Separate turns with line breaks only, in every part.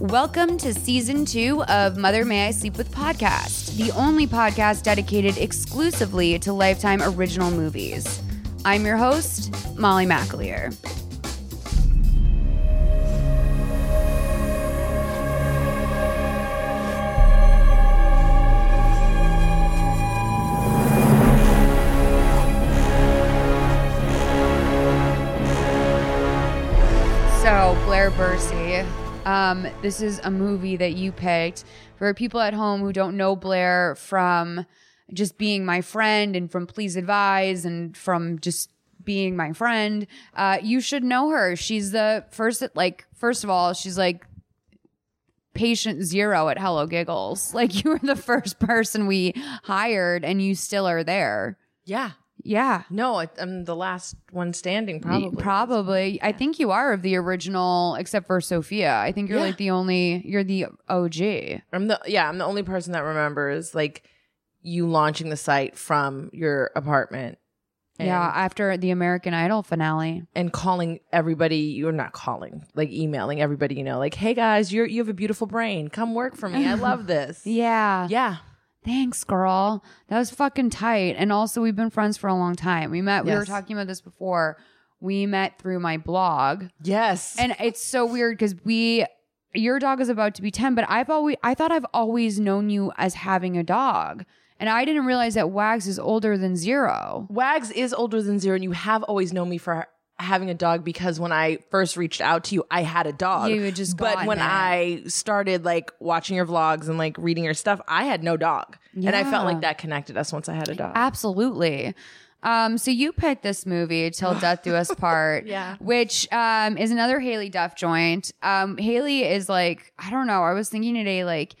Welcome to season two of Mother May I Sleep With Podcast, the only podcast dedicated exclusively to Lifetime original movies. I'm your host, Molly McAleer. So, Blair Bursey. Um, this is a movie that you picked for people at home who don't know Blair from just being my friend and from Please Advise and from just being my friend. Uh, you should know her. She's the first, like, first of all, she's like patient zero at Hello Giggles. Like, you were the first person we hired and you still are there.
Yeah.
Yeah.
No, I, I'm the last one standing, probably.
Probably. I think you are of the original, except for Sophia. I think you're
Yeah.
like the only, you're the OG.
I'm the yeah. I'm the only person that remembers like you launching the site from your apartment. And,
yeah. After the American Idol finale.
and calling everybody. You're not calling, like emailing everybody. You know, like, hey guys, you are you have a beautiful brain. Come work for me. I love this.
Yeah.
Yeah.
Thanks, girl. That was fucking tight. And also, we've been friends for a long time. We met, Uh, we were
Yes.
talking about this before. We met through my blog.
Yes.
And it's so weird because we, your dog is about to be 10, but I've always, I thought I've always known you as having a dog. And I didn't realize that Wags is older than zero.
Wags is older than zero, and you have always known me for having a dog because when I first reached out to you, I had a dog.
You had just
but
gotten
when
it.
I started like watching your vlogs and like reading your stuff, I had no dog, and I felt
Yeah.
like that connected us once I had a dog.
Absolutely. Um, so you picked this movie, Till Death Do Us Part,
Yeah.
which um, is another Haley Duff joint. Um, Haley is like, I don't know. I was thinking today, like,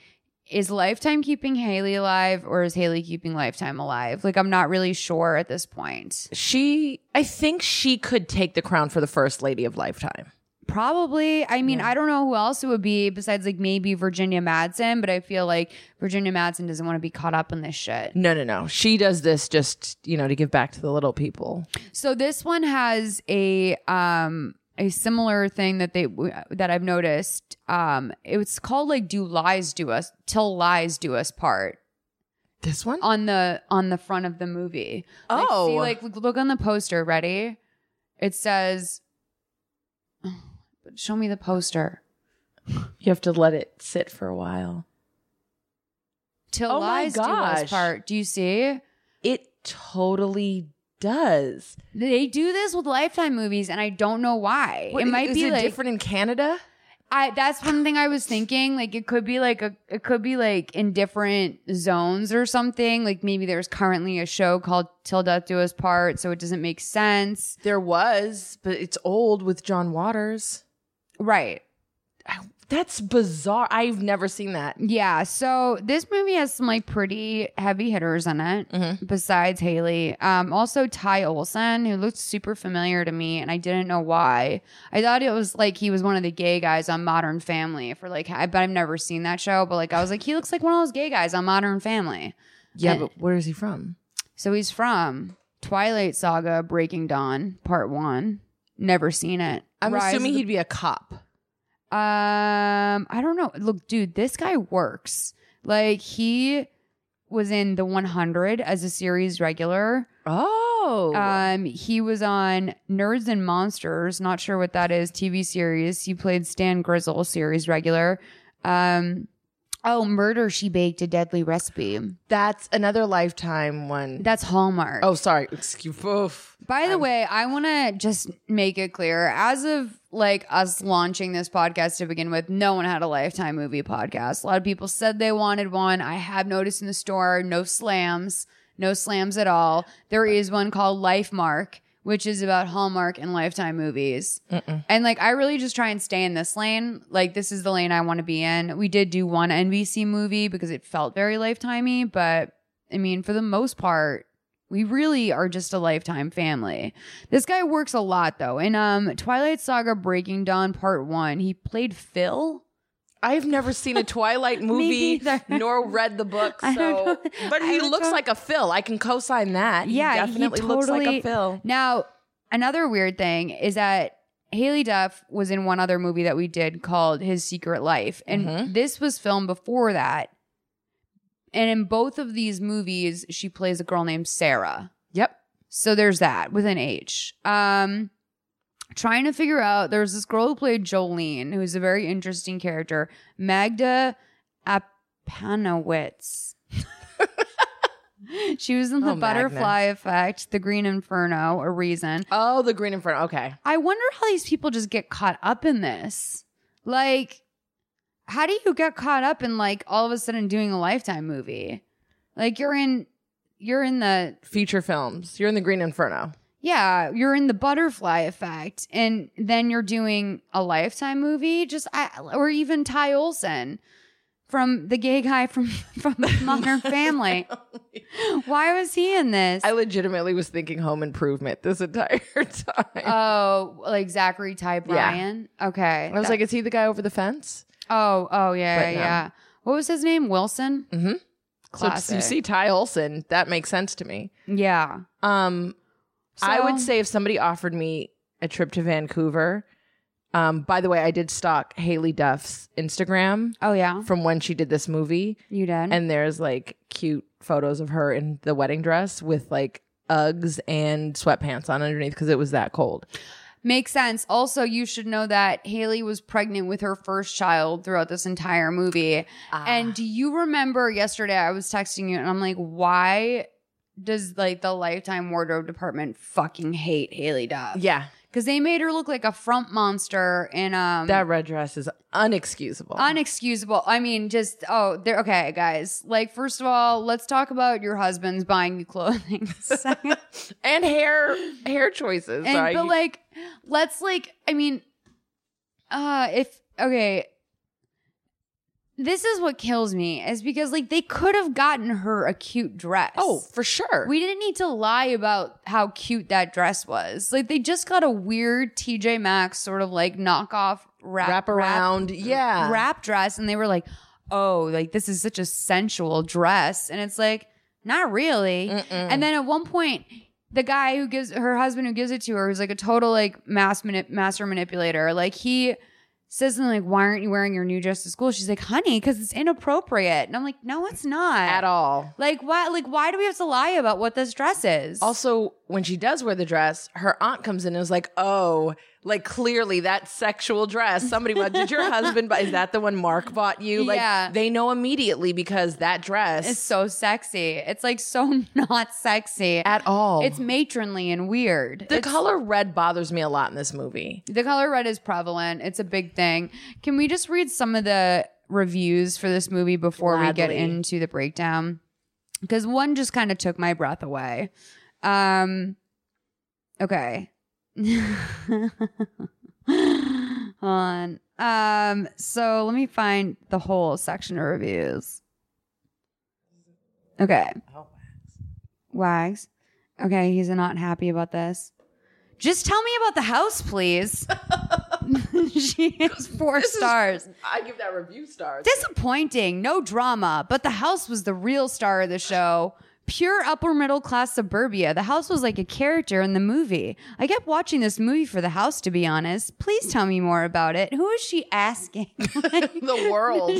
is Lifetime keeping Haley alive or is Haley keeping Lifetime alive? Like, I'm not really sure at this point.
she, I think she could take the crown for the first lady of lifetime.
Probably. I mean, I don't know who else it would be besides like maybe Virginia Madsen, but I feel like Virginia Madsen doesn't want to be caught up in this shit.
No, no, no. She does this just you know to give back to the little people.
So this one has a um a similar thing that they that I've noticed. Um, it's called like "Do Lies Do Us Till Lies Do Us Part"
This one.
on the on the front of the movie. Like,
Oh.
see, like look, look on the poster. Ready? It says. Show me the poster.
You have to let it sit for a while.
Till
Oh my
lies do us
gosh.
part. Do you see?
It totally does.
They do this with Lifetime movies, and I don't know why.
What,
it might
is
be
it
like,
different in Canada.
I that's one thing I was thinking. Like it could be like a it could be like in different zones or something. Like maybe there's currently a show called Till Death Do Us Part, so it doesn't make sense.
There was, but it's old with John Waters.
Right.
That's bizarre. I've never seen that.
Yeah. So this movie has some like pretty heavy hitters in it,
Mm-hmm.
besides Haley. Um, also Ty Olson, who looked super familiar to me, and I didn't know why. I thought it was like he was one of the gay guys on Modern Family for like I but I've never seen that show, but like I was like, he looks like one of those gay guys on Modern Family.
Yeah, but where is he from?
So he's from Twilight Saga Breaking Dawn Part 1. Never seen it.
I'm
Rise of
assuming
the-
he'd be a cop.
Um, I don't know. Look, dude, this guy works. Like he was in The 100 as a series regular.
Oh.
Um, he was on Nerds and Monsters, not sure what that is, TV series. He played Stan Grizzle series regular. Um, oh, Murder She Baked a Deadly Recipe.
That's another lifetime one.
That's Hallmark.
oh, sorry. Excuse oof.
By the way, I want to just make it clear as of like us launching this podcast to begin with, no one had a lifetime movie podcast. A lot of people said they wanted one. I have noticed in the store no slams, no slams at all. There is one called Life Mark, which is about Hallmark and Lifetime movies. And like, I really just try and stay in this lane. Like, this is the lane I want to be in. We did do one NBC movie because it felt very Lifetimey, but I mean, for the most part, we really are just a lifetime family. This guy works a lot though. In um Twilight Saga Breaking Dawn Part 1, he played Phil.
I've never seen a Twilight movie
neither.
nor read the book,
I don't
so
know.
but he
I
looks
don't-
like a Phil. I can co-sign that. He
Yeah,
definitely
he
looks like
totally-
a Phil.
Now, another weird thing is that Haley Duff was in one other movie that we did called His Secret Life. And
Mm-hmm.
this was filmed before that. And in both of these movies, she plays a girl named Sarah.
Yep.
So there's that with an H. Um, trying to figure out, there's this girl who played Jolene, who's a very interesting character, Magda Apanowitz. she was in The
Oh, Magna.
Butterfly Effect, The Green Inferno, A Reason.
Oh, the green in front. Okay.
I wonder how these people just get caught up in this. Like, how do you get caught up in like all of a sudden doing a lifetime movie? Like you're in you're in the
Feature films. You're in the green inferno.
yeah, you're in the butterfly effect, and then you're doing a lifetime movie, just I, or even Ty Olson from the gay guy from from Modern Family. Why was he in this?
I legitimately was thinking home improvement this entire time.
oh, like Zachary Ty Bryan. Okay,
I was like, is he the guy over the fence?
oh, oh yeah,
But
yeah,
no.
yeah. What was his name? Wilson.
Mhm. So
Classic.
you see Ty Olson, that makes sense to me.
yeah.
Um, I would
So-
say if somebody offered me a trip to Vancouver, um, by the way, I did stalk Haley Duff's Instagram
Oh yeah,
from when she did this movie,
you did.
and there's like cute photos of her in the wedding dress with like Uggs and sweatpants on underneath because it was that cold.
Makes sense. Also, you should know that Haley was pregnant with her first child throughout this entire movie.
Ah.
And do you remember yesterday I was texting you and I'm like, why does like the lifetime wardrobe department fucking hate Haley Duff?
Yeah,
Because they made her look like a front monster and um
that red dress is unexcusable.
Unexcusable. I mean, just oh, they're okay, guys. Like, first of all, let's talk about your husband's buying you clothing. Second,
and hair hair choices.
and
Sorry.
but like let's like i mean uh if okay this is what kills me is because like they could have gotten her a cute dress
oh, for sure.
we didn't need to lie about how cute that dress was like they just got a weird tj maxx sort of like knockoff wrap,
wrap around. yeah.
wrap, wrap dress and they were like oh like this is such a sensual dress and it's like not really and then at one point, the guy who gives her husband who gives it to her, who's like a total like mass mani- master manipulator, like he says something like, "Why aren't you wearing your new dress to school?" She's like, "Honey, because it's inappropriate." And I'm like, "No, it's not
at all.
Like why? Like why do we have to lie about what this dress is?"
Also, when she does wear the dress, her aunt comes in and is like, "Oh, like clearly that sexual dress. Somebody bought. Did your husband buy? Is that the one Mark bought you? Like
Yeah.
they know immediately because that dress
it's so sexy. It's like so not sexy
at all.
It's matronly and weird.
the
It's-
color red bothers me a lot in this movie.
The color red is prevalent. It's a big thing. Can we just read some of the reviews for this movie before we get
Gladly.
into the breakdown? Because one just kind of took my breath away. Um, okay. Hold on. Um, so let me find the whole section of reviews. Okay. Wags. Okay, he's not happy about this. Just tell me about the house, please. she is four stars.
I give that review stars.
Disappointing, no drama, but the house was the real star of the show. Pure upper middle class suburbia. The house was like a character in the movie. I kept watching this movie for the house, to be honest. Please tell me more about it. Who is she asking?
the world,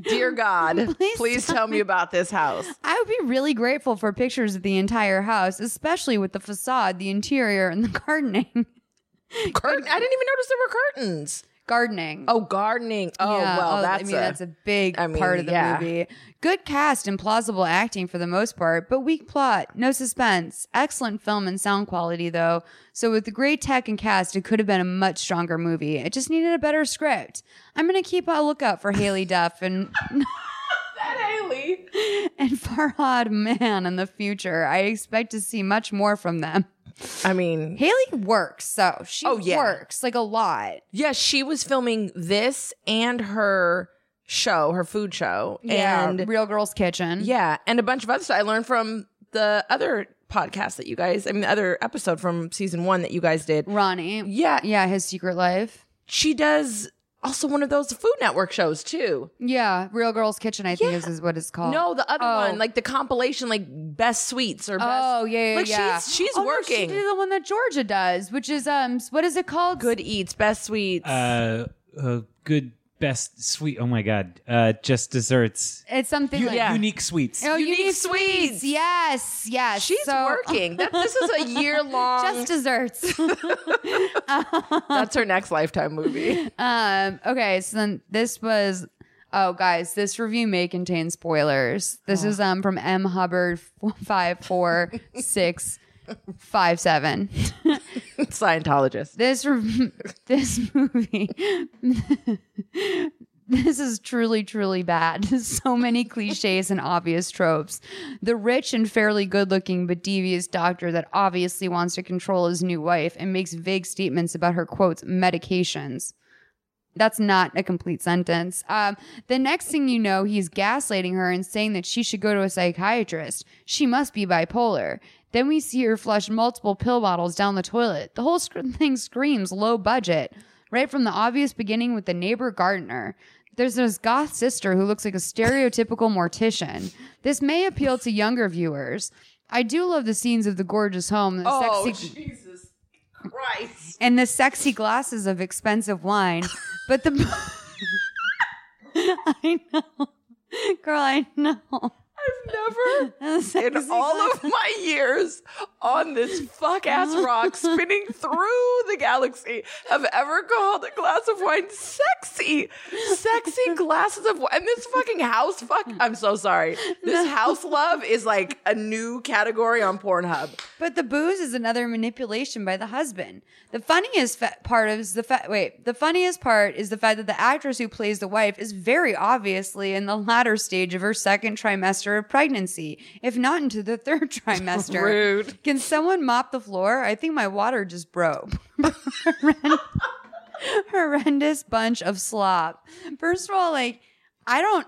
dear God,
Please
please, tell me about this house.
I would be really grateful for pictures of the entire house, especially with the facade, the interior, and the gardening.
Curtain. I didn't even notice there were curtains.
gardening.
Oh, gardening. Oh,
Yeah.
well, that's
I mean,
a-
that's a big
I mean,
part of the
yeah.
movie. Good cast and plausible acting for the most part, but weak plot, no suspense. Excellent film and sound quality, though. So, with the great tech and cast, it could have been a much stronger movie. It just needed a better script. I'm going to keep a lookout for Haley Duff and,
Haley.
and Farhad Man in the future. I expect to see much more from them.
I mean,
Haley works, so she
Oh, yeah.
works like a lot.
yeah, she was filming this and her show, her food show,
Yeah,
and
Real Girls Kitchen.
yeah, and a bunch of other stuff. I learned from the other podcast that you guys, I mean, the other episode from season one that you guys did.
Ronnie.
Yeah,
Yeah, his secret life.
she does also one of those Food Network shows too.
Yeah, Real Girls Kitchen. I think is, is what it's called.
No, the other
Oh.
one, like the compilation, like best sweets or best.
Oh yeah, yeah,
like
yeah.
she's she's
Oh, no,
working.
she did the one that Georgia does, which is um, what is it called?
Good eats, best sweets.
Uh, uh, good, best, sweet. Oh my god, uh, just desserts.
It's something
U-
like
yeah.
Unique sweets.
Oh,
Unique
unique
Sweets.
sweets. Yes, yes.
she's
So-
working. That, this is a year long.
Just desserts.
that's her next lifetime movie.
um. Okay. So then this was. Oh, guys, this review may contain spoilers. This
Oh.
is um from M Hubbard five four six five seven.
Scientologist.
this re- this movie this is truly truly bad so many cliches and obvious tropes the rich and fairly good-looking but devious doctor that obviously wants to control his new wife and makes vague statements about her quotes medications that's not a complete sentence. Um, the next thing you know, he's gaslighting her and saying that she should go to a psychiatrist. She must be bipolar. Then we see her flush multiple pill bottles down the toilet. The whole sc- thing screams low budget, right from the obvious beginning with the neighbor gardener. There's this goth sister who looks like a stereotypical mortician. This may appeal to younger viewers. I do love the scenes of the gorgeous home, the sexy,
Oh, Jesus Christ.
and the sexy glasses of expensive wine. But the I know. Girl, I know.
I've
The
never
sexy
in all of my years on this fuck ass rock spinning through the galaxy have ever called a glass of wine sexy. Sexy glasses of wine. And this fucking house fuck I'm so sorry. This house love is like a new category on Pornhub.
But the booze is another manipulation by the husband. The funniest fa- part is the fa- wait. The funniest part is the fact that the actress who plays the wife is very obviously in the latter stage of her second trimester of pregnancy, if not into the third trimester.
Rude.
Can someone mop the floor? I think my water just broke. Horrendous bunch of slop. First of all, like I don't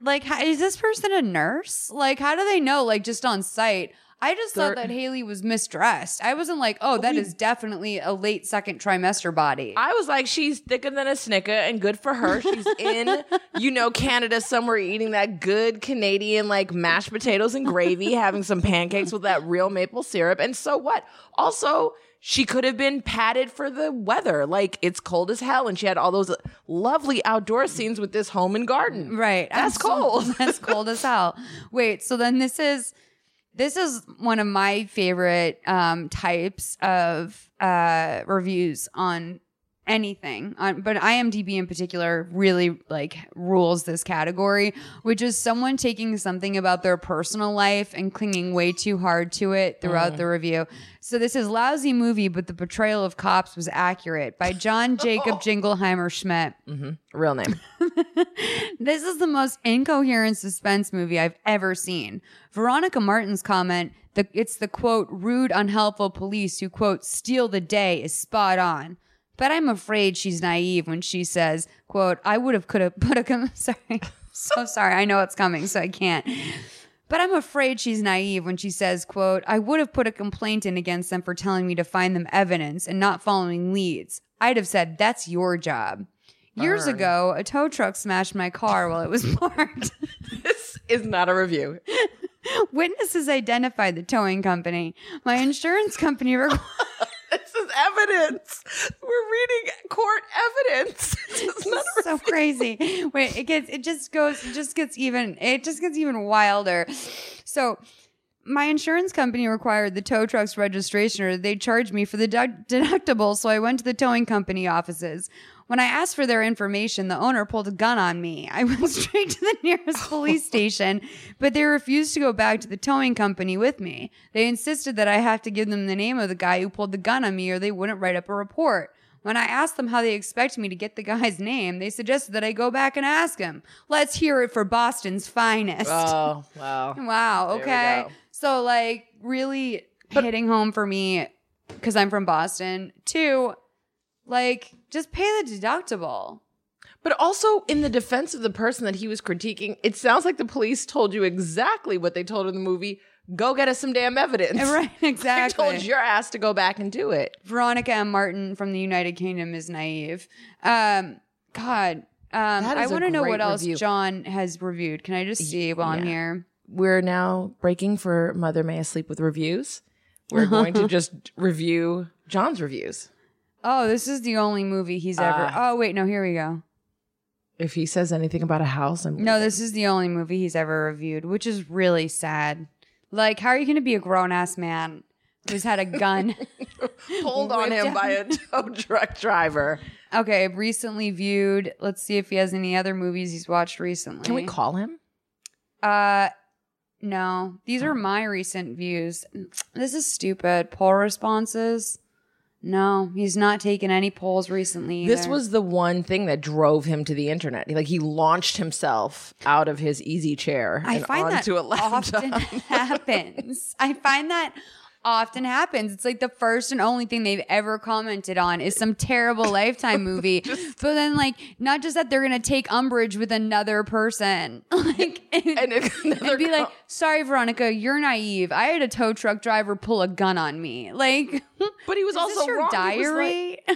like how, is this person a nurse like how do they know like just on site i just
They're-
thought that haley was misdressed i wasn't like oh that is definitely a late second trimester body
I was like, she's thicker than a snicker and good for her. She's in, you know, Canada somewhere eating that good Canadian like mashed potatoes and gravy, having some pancakes with that real maple syrup. And so what? Also, she could have been padded for the weather. Like it's cold as hell. And she had all those lovely outdoor scenes with this home and garden.
right
That's
Absolutely.
cold.
that's cold as hell wait so then this is this is one of my favorite um types of uh reviews on anything on but IMDb in particular really like rules this category which is someone taking something about their personal life and clinging way too hard to it throughout
Mm.
the review. So this is lousy movie but the portrayal of cops was accurate by John Jacob Jingleheimer Schmidt.
Mm-hmm. Real name.
This is the most incoherent suspense movie I've ever seen. Veronica Martin's comment, the, it's the quote, rude, unhelpful police who quote, steal the day is spot on. But I'm afraid she's naive when she says, quote, I would have could have put a, com- sorry, so sorry. I know it's coming, so I can't. But I'm afraid she's naive when she says, quote, I would have put a complaint in against them for telling me to find them evidence and not following leads. I'd have said, that's your job. Years ago, a tow truck smashed my car while it was parked.
This is not a review.
Witnesses identified the towing company. My insurance company requ-
This is evidence. We're reading court evidence. This is not a
so crazy. Wait, it gets it just goes it just gets even it just gets even wilder. So my insurance company required the tow truck's registration or they charged me for the dedu- deductible, so I went to the towing company offices. When I asked for their information, the owner pulled a gun on me. I went straight to the nearest police station, but they refused to go back to the towing company with me. They insisted that I have to give them the name of the guy who pulled the gun on me or they wouldn't write up a report. When I asked them how they expect me to get the guy's name, they suggested that I go back and ask him. Let's hear it for Boston's finest.
Oh, wow.
Wow.
we
Okay.
go.
So like really hitting home for me because I'm from Boston. Two, like, just pay the deductible.
But also, in the defense of the person that he was critiquing, it sounds like the police told you exactly what they told in the movie. Go get us some damn evidence.
Right,
I
exactly.
told your ass to go back and do it.
Veronica M. Martin from the United Kingdom is naive. Um, God, um,
That
I
is a
want to know
great
what else
review.
John has reviewed. Can I just see while I'm
yeah.
here?
We're now breaking for Mother May I Sleep with reviews. We're going to just review John's reviews.
Oh, this is the only movie he's ever.
Ah.
oh wait, no, here we go.
If he says anything about a house, I'm
No, this is the only movie he's ever reviewed, which is really sad. Like, how are you going to be a grown ass man who's had a gun?
pulled on
Whipped
him by a tow truck driver.
okay, recently viewed. Let's see if he has any other movies he's watched recently.
Can we call him? Oh.
Uh, no, these are my recent views. This is stupid. Poll responses. No, he's not taken any polls recently.
This
either.
was the one thing that drove him to the internet. Like he launched himself out of his easy chair
I
and
find that
onto a laptop.
often happens. I find that often happens. It's like the first and only thing they've ever commented on is some terrible Lifetime movie. but then, like, not just that they're gonna take umbrage with another person, like, and,
And if another
and be
com-
like, "Sorry, Veronica, you're naive. I had a tow truck driver pull a gun on me." Like,
But he
is
was also
this your
wrong. He was like-
diary?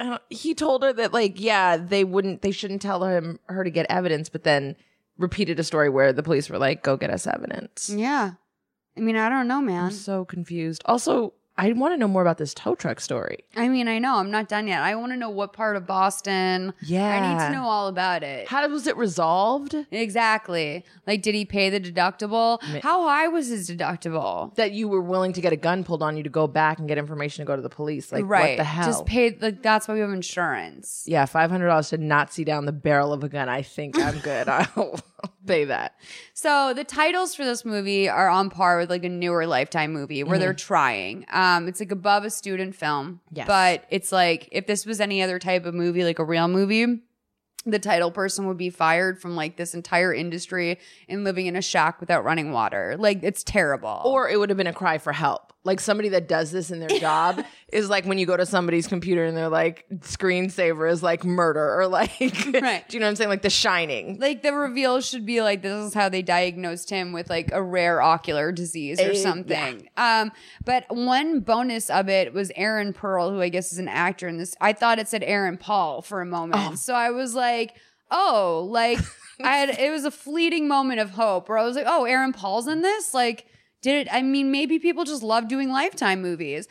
I don't- he told her that like yeah they wouldn't they shouldn't tell him her to get evidence but then repeated a story where the police were like go get us evidence
yeah. I mean, I don't know,
i'm
man.
so confused also i want to know more about this tow truck story
I mean, I know I'm not done yet. I want to know what part of Boston.
yeah
I need to know all about it.
how was it resolved
Exactly. Like, did he pay the deductible?
Mi-
How high was his deductible?
that you were willing to get a gun pulled on you to go back and get information to go to the police like what the hell
Just pay. Like, that's why we have insurance.
yeah, five hundred dollars to not see down the barrel of a gun. I think I'm good. I'll pay that.
So the titles for this movie are on par with like a newer Lifetime movie where they're trying. Um, it's like above a student film.
Mm-hmm. Yes.
But it's like if this was any other type of movie, like a real movie. The title person would be fired from like this entire industry and living in a shack without running water. Like it's terrible.
Or it would have been a cry for help. Like somebody that does this in their job is like when you go to somebody's computer and they're like screensaver is like murder or like
Right.
do you know what I'm saying? Like the shining.
like the reveal should be like this is how they diagnosed him with like a rare ocular disease or
Eh,
something. Um, but one bonus of it was Aaron Pearl, who I guess is an actor in this. I thought it said Aaron Paul for a moment,
Oh.
so I was like, oh, like I had it was a fleeting moment of hope where I was like, oh, Aaron Paul's in this. Like, did it? I mean, maybe people just love doing Lifetime movies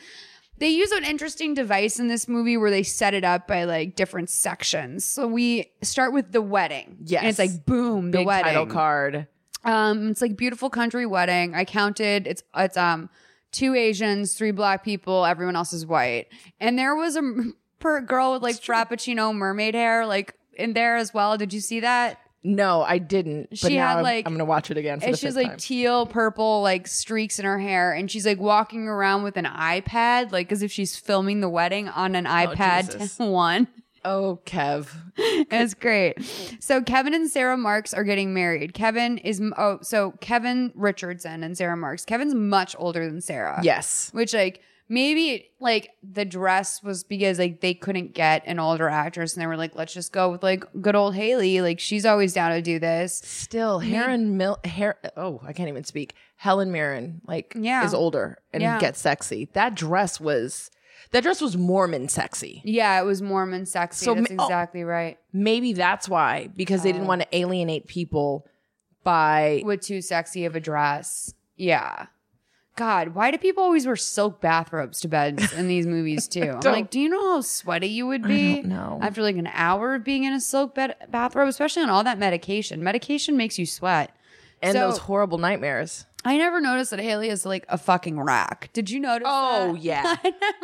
they use an interesting device in this movie where they set it up by like different sections. So we start with the wedding.
Yes.
And it's like boom, the
Big
wedding.
title card.
Um it's like beautiful country wedding. I counted it's it's um two Asians, three black people, everyone else is white. And there was a m- per girl with like frappuccino mermaid hair like in there as well. Did you see that?
No, I didn't. But
She
now
had,
I'm-
like-
I'm gonna watch it again for
and
the
she has
fifth
like
time.
teal purple like streaks in her hair and she's like walking around with an ipad like as if she's filming the wedding on an
Oh, Jesus.
ipad one
oh, Kev.
That's great. So Kevin and Sarah Marks are getting married. Kevin is oh, so Kevin Richardson and Sarah Marks. Kevin's much older than Sarah.
Yes.
Which like maybe like the dress was because like they couldn't get an older actress and they were like let's just go with like good old Haley. Like she's always down to do this.
Still, Heron Mil Her- oh, I can't even speak. Helen Mirren, like
Yeah.
is older and
Yeah.
gets sexy. That dress was that dress was Mormon sexy.
Yeah, it was Mormon sexy.
So
That's
ma- oh.
exactly right. Um,
Maybe that's why, because they didn't want to alienate people by
With too sexy of a dress. Yeah. God, why do people always wear silk bathrobes to beds in these movies too? I'm
Don't-
like, do you know how sweaty you would be?
know.
after like an hour of being in a silk bed- bathrobe, especially on all that medication. Medication makes you sweat.
and
so-
those horrible nightmares.
I never noticed that Haley is like a fucking rack. Did you notice?
Oh
that?
yeah.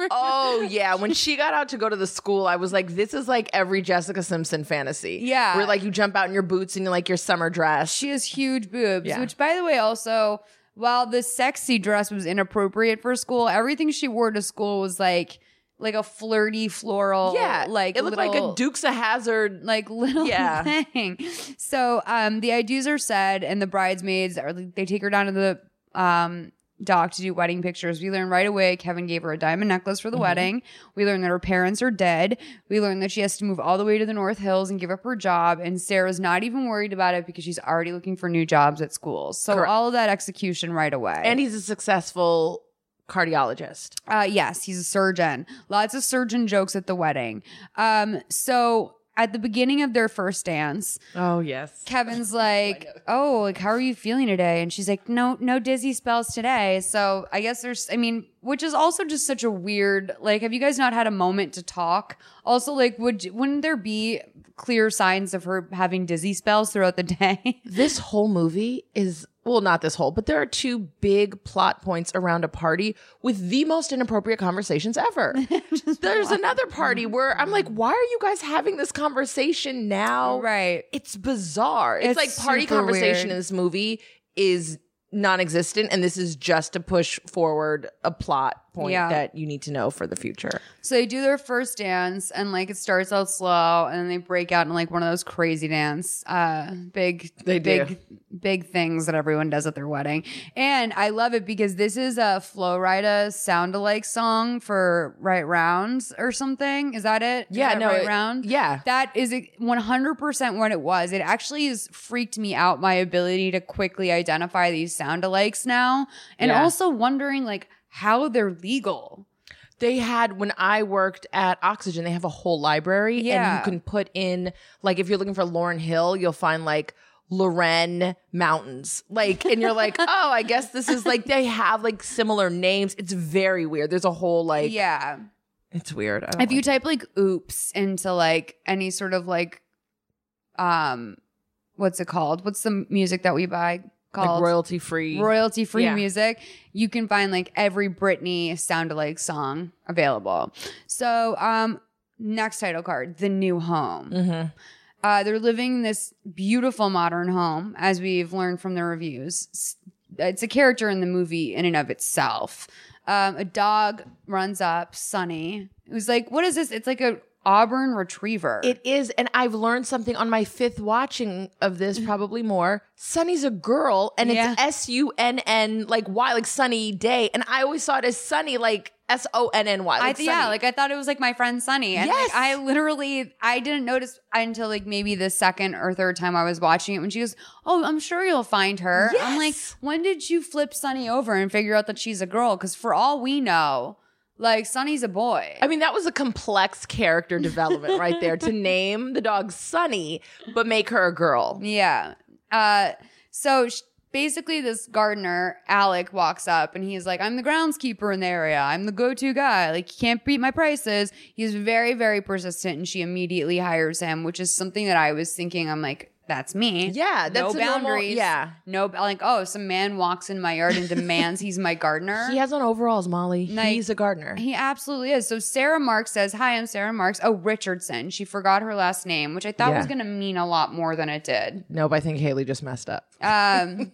oh yeah. When she got out to go to the school, I was like, this is like every Jessica Simpson fantasy.
Yeah.
Where like you jump out in your boots and you're like your summer dress.
She has huge boobs,
Yeah.
which by the way, also, while the sexy dress was inappropriate for school, everything she wore to school was like like a flirty floral.
yeah.
Like
it looked
little-
like a Dukes of Hazard
like little
Yeah.
thing. So um the IDs are said and the bridesmaids are they take her down to the um Doc to do wedding pictures. We learn right away Kevin gave her a diamond necklace for the
Mm-hmm.
wedding. We learn that her parents are dead. We learn that she has to move all the way to the North Hills and give up her job. And Sarah's not even worried about it because she's already looking for new jobs at schools. So
Correct.
all of that execution right away.
And he's a successful cardiologist.
Uh, yes, he's a surgeon. Lots of surgeon jokes at the wedding. Um, so at the beginning of their first dance,
Oh, yes.
Kevin's like, "Oh, like how are you feeling today?" And she's like, "No, no dizzy spells today." So I guess there's, I mean, which is also just such a weird. Like, have you guys not had a moment to talk? Also, like, would wouldn't there be clear signs of her having dizzy spells throughout the day?
This whole movie is, well, not this whole, but there are two big plot points around a party with the most inappropriate conversations ever. There's another party where I'm like, why are you guys having this conversation now?
right.
It's bizarre. It's,
It's
like party
super
conversation
weird.
in this movie is non existent, and this is just to push forward a plot point
Yeah.
that you need to know for the future.
So they do their first dance, and like it starts out slow, and then they break out in like one of those crazy dance, uh, big,
They do.
big, big things that everyone does at their wedding. And I love it because this is a Flow Rida sound alike song for Right Rounds or something. Is that it? Is
Yeah,
that
no,
Right
it-
Round.
yeah.
that is one hundred percent what it was. It actually has freaked me out my ability to quickly identify these sound alikes now, and
Yeah.
also wondering like how they're legal.
they had when I worked at Oxygen, they have a whole library and
Yeah.
you can put in like if you're looking for Lauren Hill, you'll find like Loren Mountains. Like and you're like, "Oh, I guess this is like they have like similar names. It's very weird. There's a whole like
yeah.
it's weird. I don't
if you
like-
type like oops into like any sort of like um what's it called what's the music that we buy
like
called
royalty free.
royalty free
Yeah.
music you can find like every britney soundalike song available so um next title card the new home
Mhm.
uh, they're living in this beautiful modern home, as we've learned from the reviews. S- It's a character in the movie in and of itself. Um, a dog runs up, Sunny, who's like, "What is this?" It's like a Auburn Retriever.
It is, and I've learned something on my fifth watching of this, probably more. Sunny's a girl, and
Mm. Yeah.
it's S U N N, like Y, like Sunny Day. And I always saw it as Sunny, like S O N N Y.
I th- yeah,
Sunny.
like I thought it was like my friend Sunny, and
Yes.
like, I literally I didn't notice until like maybe the second or third time I was watching it when she goes, "Oh, I'm sure you'll find her." I'm like,
Yes.
when did you flip Sunny over and figure out that she's a girl? Because for all we know, like Sunny's a boy.
I mean, that was a complex character development right there to name the dog Sunny, but make her a girl.
Yeah. Uh, so sh- basically, this gardener, Alec, walks up and he's like, I'm the groundskeeper in the area. I'm the go to guy. Like, you can't beat my prices. He's very, very persistent and she immediately hires him, which is something that I was thinking. I'm like, that's me.
Yeah, that's
no
a normal-
boundaries.
yeah.
No, ba- like, oh, some man walks in my yard and demands he's my gardener.
He has on overalls, Molly.
Like-
He's a gardener.
He absolutely is. So Sarah Marks says, Hi, I'm Sarah Marks. Oh, Richardson. She forgot her last name, which I thought
Yeah.
was going to mean a lot more than it did.
nope, I think Haley just messed up.
Um,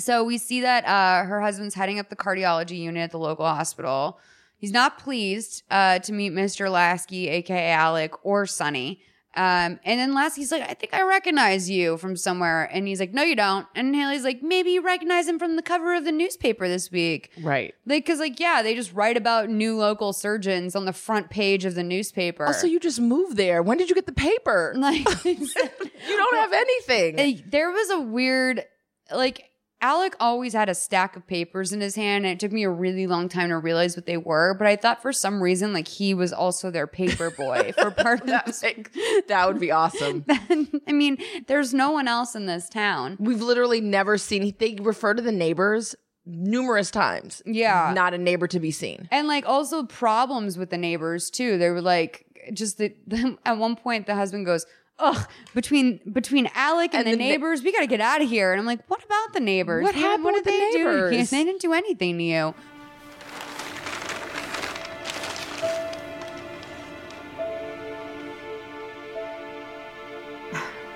so we see that uh, her husband's heading up the cardiology unit at the local hospital. He's not pleased uh, to meet Mr. Lasky, aka Alec, or Sonny. Um, and then Lasky's like, I think I recognize you from somewhere. And he's like, No, you don't. And Haley's like, Maybe you recognize him from the cover of the newspaper this week.
Right.
Like, cause like, yeah, they just write about new local surgeons on the front page of the newspaper.
Also, you just moved there. When did you get the paper?
like,
You don't have anything.
Uh, there was a weird like Alec always had a stack of papers in his hand and it took me a really long time to realize what they were, but I thought for some reason like he was also their paper boy for part of
that,
this.
that would be awesome.
I mean, there's no one else in this town.
We've literally never seen. They refer to the neighbors numerous times.
Yeah.
not a neighbor to be seen.
And like also problems with the neighbors too. They were like just the, at one point the husband goes, "Ugh, between between Alec and,
And
the,
the na-
neighbors, we got to get out of here." And I'm like, "What about the neighbors?
What happened with the
they do to you?
neighbors?"
They didn't do anything to you."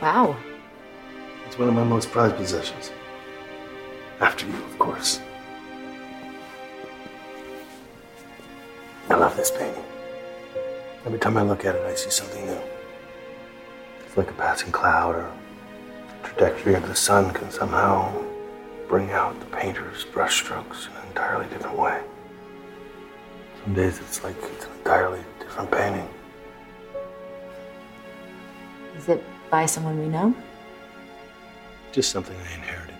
Wow.
It's one of my most prized possessions. After you, of course. I love this painting. Every time I look at it, I see something new. It's like a passing cloud or the trajectory of the sun can somehow bring out the painter's brushstrokes in an entirely different way. Some days it's like it's an entirely different painting.
Is it by someone we know?
Just something I inherited.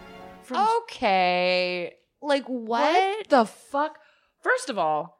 Okay. Like what?
What the fuck? First of all,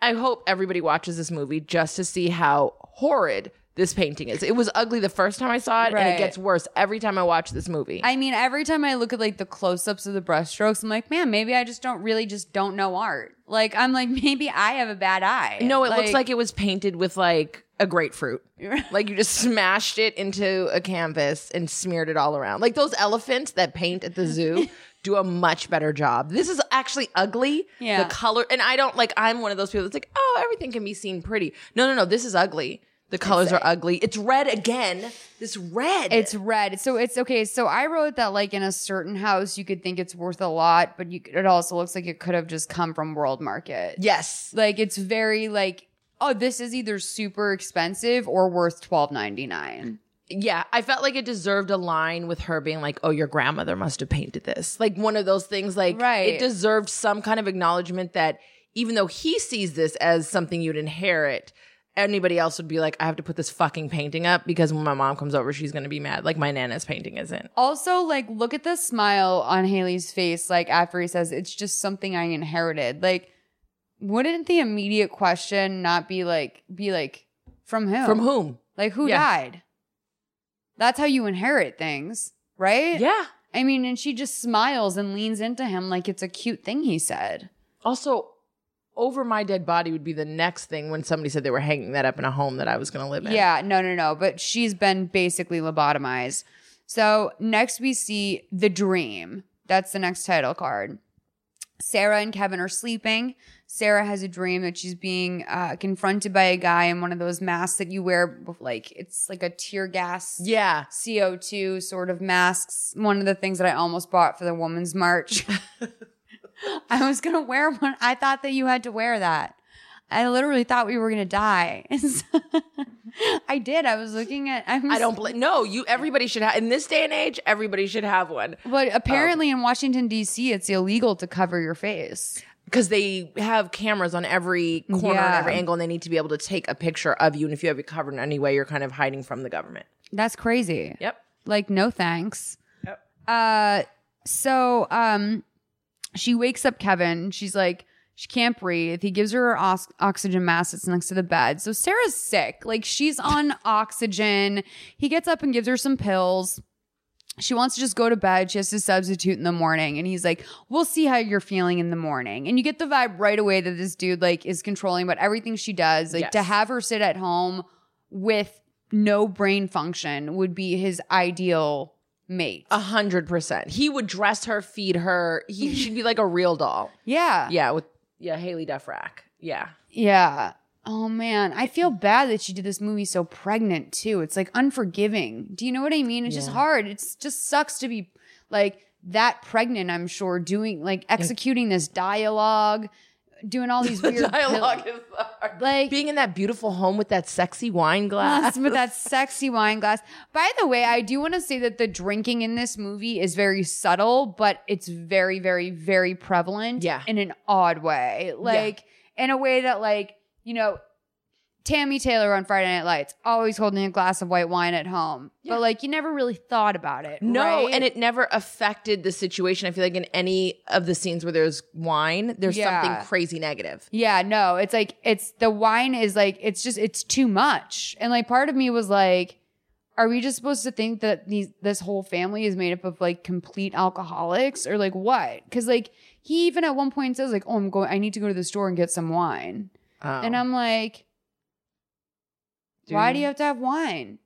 I hope everybody watches this movie just to see how horrid this painting is. It was ugly the first time I saw it, and
Right.
it gets worse every time I watch this movie.
I mean, every time I look at like the close-ups of the brushstrokes, I'm like, man, maybe I just don't really just don't know art. Like I'm like, maybe I have a bad eye.
no, it looks like it was painted with like a grapefruit. like you just smashed it into a canvas and smeared it all around. Like those elephants that paint at the zoo do a much better job. This is actually ugly.
Yeah.
The color and I don't like I'm one of those people that's like, "Oh, everything can be seen pretty." No, no, no, this is ugly. The colors are ugly. It's red again. This red.
It's red. So it's okay. So I wrote that like in a certain house, you could think it's worth a lot, but you, it also looks like it could have just come from World Market.
yes.
Like it's very like, oh, this is either super expensive or worth twelve ninety nine.
Yeah, I felt like it deserved a line with her being like, "Oh, your grandmother must have painted this." Like one of those things like
Right.
it deserved some kind of acknowledgement that even though he sees this as something you'd inherit, anybody else would be like, "I have to put this fucking painting up because when my mom comes over, she's going to be mad like my nana's painting isn't."
Also, like, look at the smile on Haley's face, like after he says, "It's just something I inherited." Like, wouldn't the immediate question not be like, be like, from who?
From whom?
Like, who
Yeah.
died? That's how you inherit things, right?
Yeah.
I mean, and she just smiles and leans into him like it's a cute thing he said.
Also, over my dead body would be the next thing when somebody said they were hanging that up in a home that I was going to live in.
Yeah, no, no, no. But she's been basically lobotomized. So next we see The Dream. That's the next title card. Sarah and Kevin are sleeping. Sarah has a dream that she's being uh, confronted by a guy in one of those masks that you wear, with, like it's like a tear gas
Yeah.
CO2 sort of masks. One of the things that I almost bought for the Women's March. I was going to wear one. I thought that you had to wear that. I literally thought we were going to die. And so- I did. I was looking at. I, was,
I don't blame. No, you. Everybody should have. In this day and age, everybody should have one Um,
But apparently in Washington, D.C., it's illegal to cover your face.
because they have cameras on every corner
Yeah.
and every angle, and they need to be able to take a picture of you. And if you have it covered in any way, you're kind of hiding from the government.
That's crazy.
Yep.
Like, no thanks. Uh, so um, she wakes up Kevin. She's like, she can't breathe. He gives her her os- oxygen mask that's next to the bed. So Sarah's sick. Like, she's on oxygen. He gets up and gives her some pills. She wants to just go to bed. She has to substitute in the morning. And he's like, We'll see how you're feeling in the morning. And you get the vibe right away that this dude, like, is controlling about everything she does. Like,
Yes.
to have her sit at home with no brain function would be his ideal mate.
A hundred percent. He would dress her, feed her. He should be like a real doll.
yeah.
Yeah. With yeah, Haley Duff Rack. Yeah.
Yeah. Oh man, I feel bad that she did this movie so pregnant too. It's like unforgiving. Do you know what I mean? It's just hard. It's just sucks to be like that pregnant, I'm sure, doing like executing this dialogue, doing all these
The
weird
dialogue
pill-
is hard.
like
being in that beautiful home with that sexy wine glass.
glass with that sexy wine glass. By the way, I do want to say that the drinking in this movie is very subtle, but it's very, very, very prevalent.
Yeah.
In an odd way. Like in a way that like, you know, Tammy Taylor on Friday Night Lights, always holding a glass of white wine at home. But like you never really thought about it.
No,
right?
and it never affected the situation. I feel like in any of the scenes where there's wine, there's
Yeah.
something crazy negative.
Yeah, no, it's like it's the wine is like it's just it's too much. And like part of me was like are we just supposed to think that these this whole family is made up of like complete alcoholics or like what? Cuz like he even at one point says like, "Oh, I'm going I need to go to the store and get some wine."
Um,
And I'm like, "Why do you have to have wine?"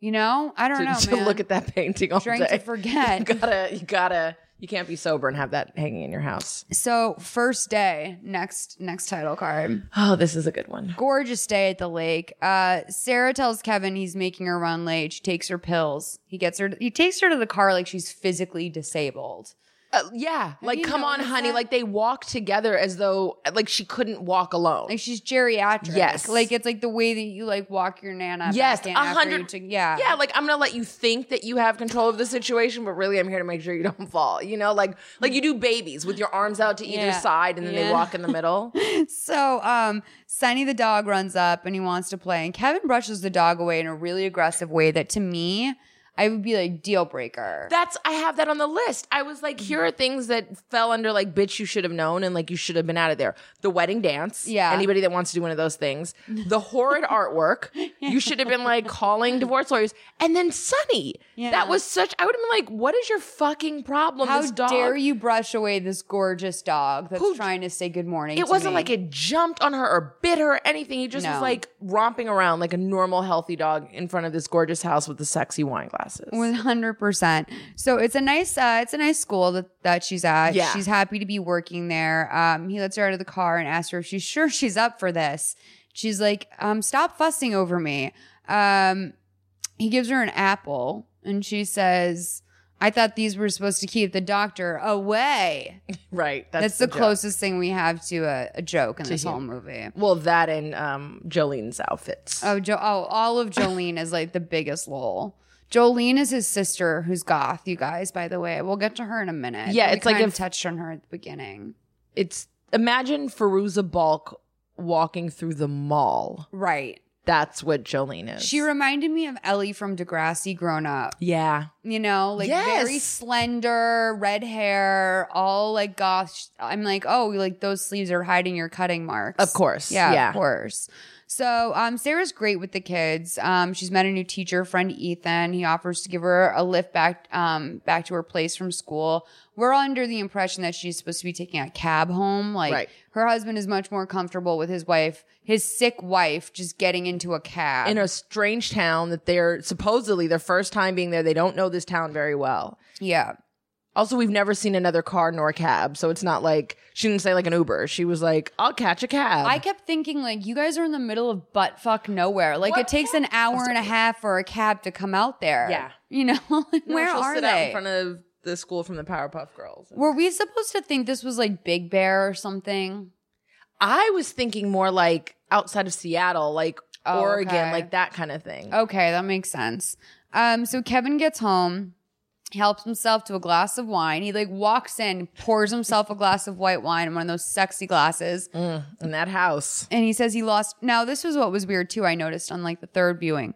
You know? I don't
to,
know,
to
man.
look at that painting all
Drink
day.
to forget.
You gotta, you gotta, you can't be sober and have that hanging in your house.
so, first day, next next title card.
Oh, this is a good one.
gorgeous day at the lake. Uh, Sarah tells Kevin he's making her run late. She takes her pills. He gets her. He takes her to the car like she's physically disabled.
Uh, yeah, like
you
come on,
noticed
honey.
that?
Like they walk together as though like she couldn't walk alone.
Like she's geriatric.
Yes.
Like it's like the way that you like walk your nana.
Yes,
back in
a
after
hundred-
you took- yeah.
yeah, like I'm gonna let you think that you have control of the situation, but really I'm here to make sure you don't fall. You know, like like you do babies with your arms out to either
Yeah.
side and then they
Yeah.
walk in the middle.
So, um, Sunny the dog runs up and he wants to play, and Kevin brushes the dog away in a really aggressive way that to me, I would be like deal breaker.
That's I have that on the list. I was like, here are
Mm-hmm.
things that fell under like bitch you should have known and like you should have been out of there. The wedding dance.
Yeah.
Anybody that wants to do one of those things. The horrid artwork. You should have been like calling divorce lawyers. And then Sunny.
Yeah.
That was such I would have been like, what is your fucking problem?
How
this dog
dare you brush away this gorgeous dog that's
Who-
trying to say good morning?
It
to
wasn't
me.
like it jumped on her or bit her or anything. He just was
No.
like romping around like a normal, healthy dog in front of this gorgeous house with the sexy wine glasses.
One hundred percent. So it's a nice, uh, it's a nice school that, that she's at.
Yeah.
she's happy to be working there. Um, he lets her out of the car and asks her if she's sure she's up for this. She's like, um, "Stop fussing over me." Um, he gives her an apple, and she says, "I thought these were supposed to keep the doctor away."
right.
That's, the,
joke.
closest thing we have to a, a joke in this whole movie.
Well, that and um, Jolene's outfits.
Oh, jo- oh, all of Jolene is like the biggest lol. Jolene is his sister, who's goth. You guys, by the way, we'll get to her in a minute.
Yeah,
We
it's like
kind of
if-
touched on her at the beginning,
it's imagine Feruza Balk walking through the mall.
right?
That's what Jolene is.
She reminded me of Ellie from Degrassi, grown up.
yeah,
You know, like very
Yes.
slender, red hair, all like goth. I'm like, oh, like those sleeves are hiding your cutting marks.
of course.
Yeah, of course. So um, Sarah's great with the kids. Um, she's met a new teacher, friend Ethan. He offers to give her a lift back um, back to her place from school. We're all under the impression that she's supposed to be taking a cab home. Like
Right.
her husband is much more comfortable with his wife, his sick wife, just getting into a cab.
In a strange town that they're supposedly their first time being there, they don't know this town very well.
yeah,
Also, we've never seen another car nor cab, so it's not like she didn't say like an Uber. She was like, "I'll catch a cab."
I kept thinking like you guys are in the middle of butt fuck nowhere. Like it takes an hour and a half for a cab to come out there.
Yeah.
you know
No,
where
she'll
are
sit
they?
out in front of the school from the Powerpuff Girls.
Were we supposed to think this was like Big Bear or something?
I was thinking more like outside of Seattle, like
Oh,
Oregon,
okay.
like that kind of thing.
Okay, that makes sense. Um, so Kevin gets home, he helps himself to a glass of wine. He like walks in, pours himself a glass of white wine in one of those sexy glasses,
Mm, in that house.
and he says he lost. Now, this was what was weird too. I noticed on like the third viewing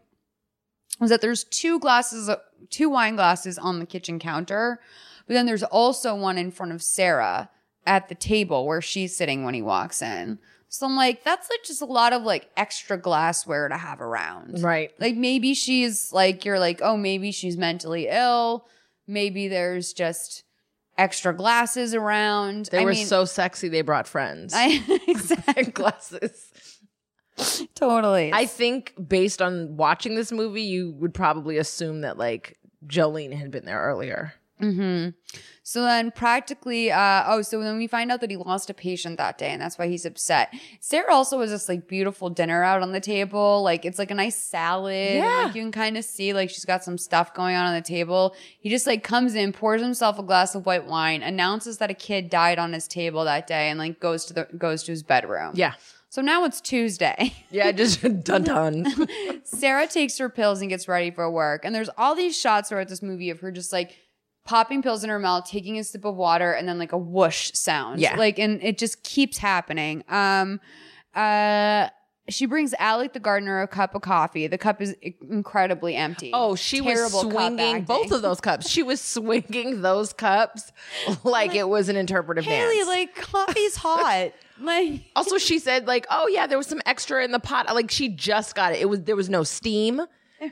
was that there's two glasses, two wine glasses on the kitchen counter, but then there's also one in front of Sarah at the table where she's sitting when he walks in. So I'm like, that's like just a lot of like extra glassware to have around.
Right.
Like maybe she's like you're like, oh, maybe she's mentally ill. Maybe there's just extra glasses around.
They
I
were
mean,
so sexy they brought friends.
I,
And
exactly,
glasses.
totally.
I think based on watching this movie, you would probably assume that like Jolene had been there earlier.
hmm So then, practically, uh, oh, so then we find out that he lost a patient that day, and that's why he's upset. Sarah also has this like beautiful dinner out on the table, like it's like a nice salad. and,
Yeah.
like, you can kind of see like she's got some stuff going on on the table. He just like comes in, pours himself a glass of white wine, announces that a kid died on his table that day, and like goes to the goes to his bedroom.
Yeah.
So now it's Tuesday.
Yeah, just dun dun.
Sarah takes her pills and gets ready for work. And there's all these shots throughout this movie of her just like popping pills in her mouth, taking a sip of water, and then like a whoosh sound.
Yeah.
Like, and it just keeps happening. Um, uh, she brings Alec the gardener a cup of coffee. The cup is i- incredibly empty.
Oh, she
Terrible cup
was swinging
acting.
both of those cups. She was swinging those cups like it was an interpretive
Haley,
dance.
like coffee's hot. Like
also, she said like, "Oh yeah, there was some extra in the pot." Like she just got it. It was there was no steam.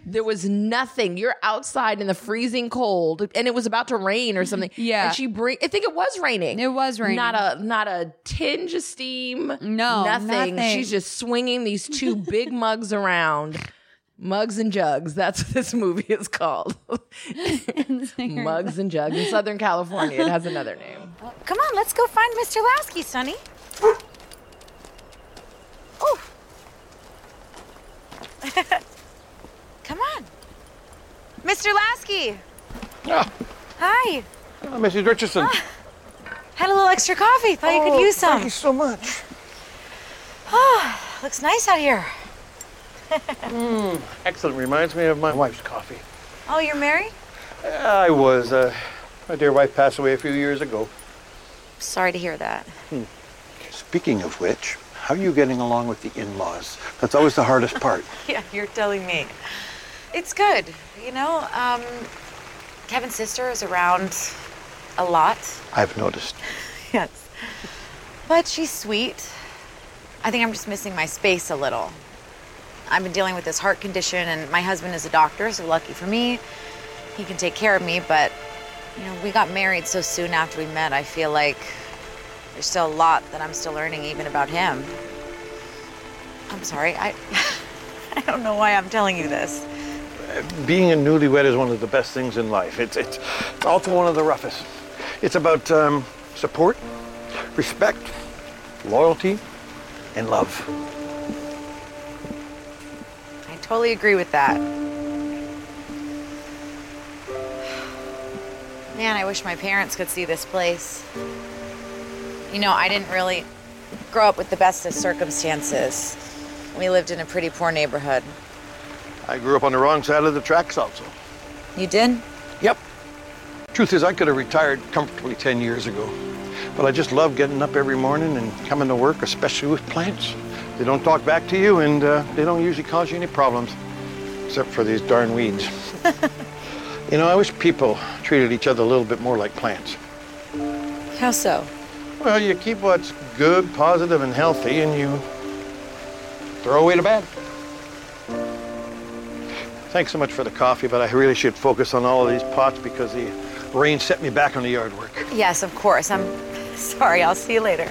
There was nothing. You're outside in the freezing cold, and it was about to rain or something.
Yeah.
and she bring. I think it was raining.
it was raining.
Not a not a tinge of steam.
No,
nothing.
nothing.
She's just swinging these two big mugs around. Mugs and jugs. That's what this movie is called. Mugs and jugs in Southern California. It has another name.
Come on, let's go find Mr. Lasky, Sonny. Oh. Come on. Mr. Lasky.
Ah,
Hi.
Mrs. Richardson.
Had a little extra coffee. Thought you could use some.
Oh, Thank you so much.
Looks nice out here.
Hmm, Excellent. Reminds me of my wife's coffee.
Oh, you're married?
I was. Uh, my dear wife passed away a few years ago.
Sorry to hear that.
Speaking of which, how are you getting along with the in-laws? That's always the hardest part.
Yeah, you're telling me. It's good. You know, um, Kevin's sister is around a lot.
I've noticed.
Yes. But she's sweet. I think I'm just missing my space a little. I've been dealing with this heart condition, and my husband is a doctor, so lucky for me, he can take care of me. But, you know, we got married so soon after we met, I feel like there's still a lot that I'm still learning, even about him. I'm sorry, I, I don't know why I'm telling you this.
Uh, Being a newlywed is one of the best things in life. It's it's also one of the roughest. It's about um, support, respect, loyalty, and love.
I totally agree with that. Man, I wish my parents could see this place. You know, I didn't really grow up with the best of circumstances. We lived in a pretty poor neighborhood.
I grew up on the wrong side of the tracks also.
You did?
Yep. Truth is, I could have retired comfortably 10 years ago. But I just love getting up every morning and coming to work, especially with plants. They don't talk back to you and uh, they don't usually cause you any problems, except for these darn weeds. you know, I wish people treated each other a little bit more like plants.
How so?
Well, you keep what's good, positive, and healthy, and you throw away the bad. Thanks so much for the coffee, but I really should focus on all of these pots because the rain set me back on the yard work.
Yes, of course. I'm sorry. I'll see you later.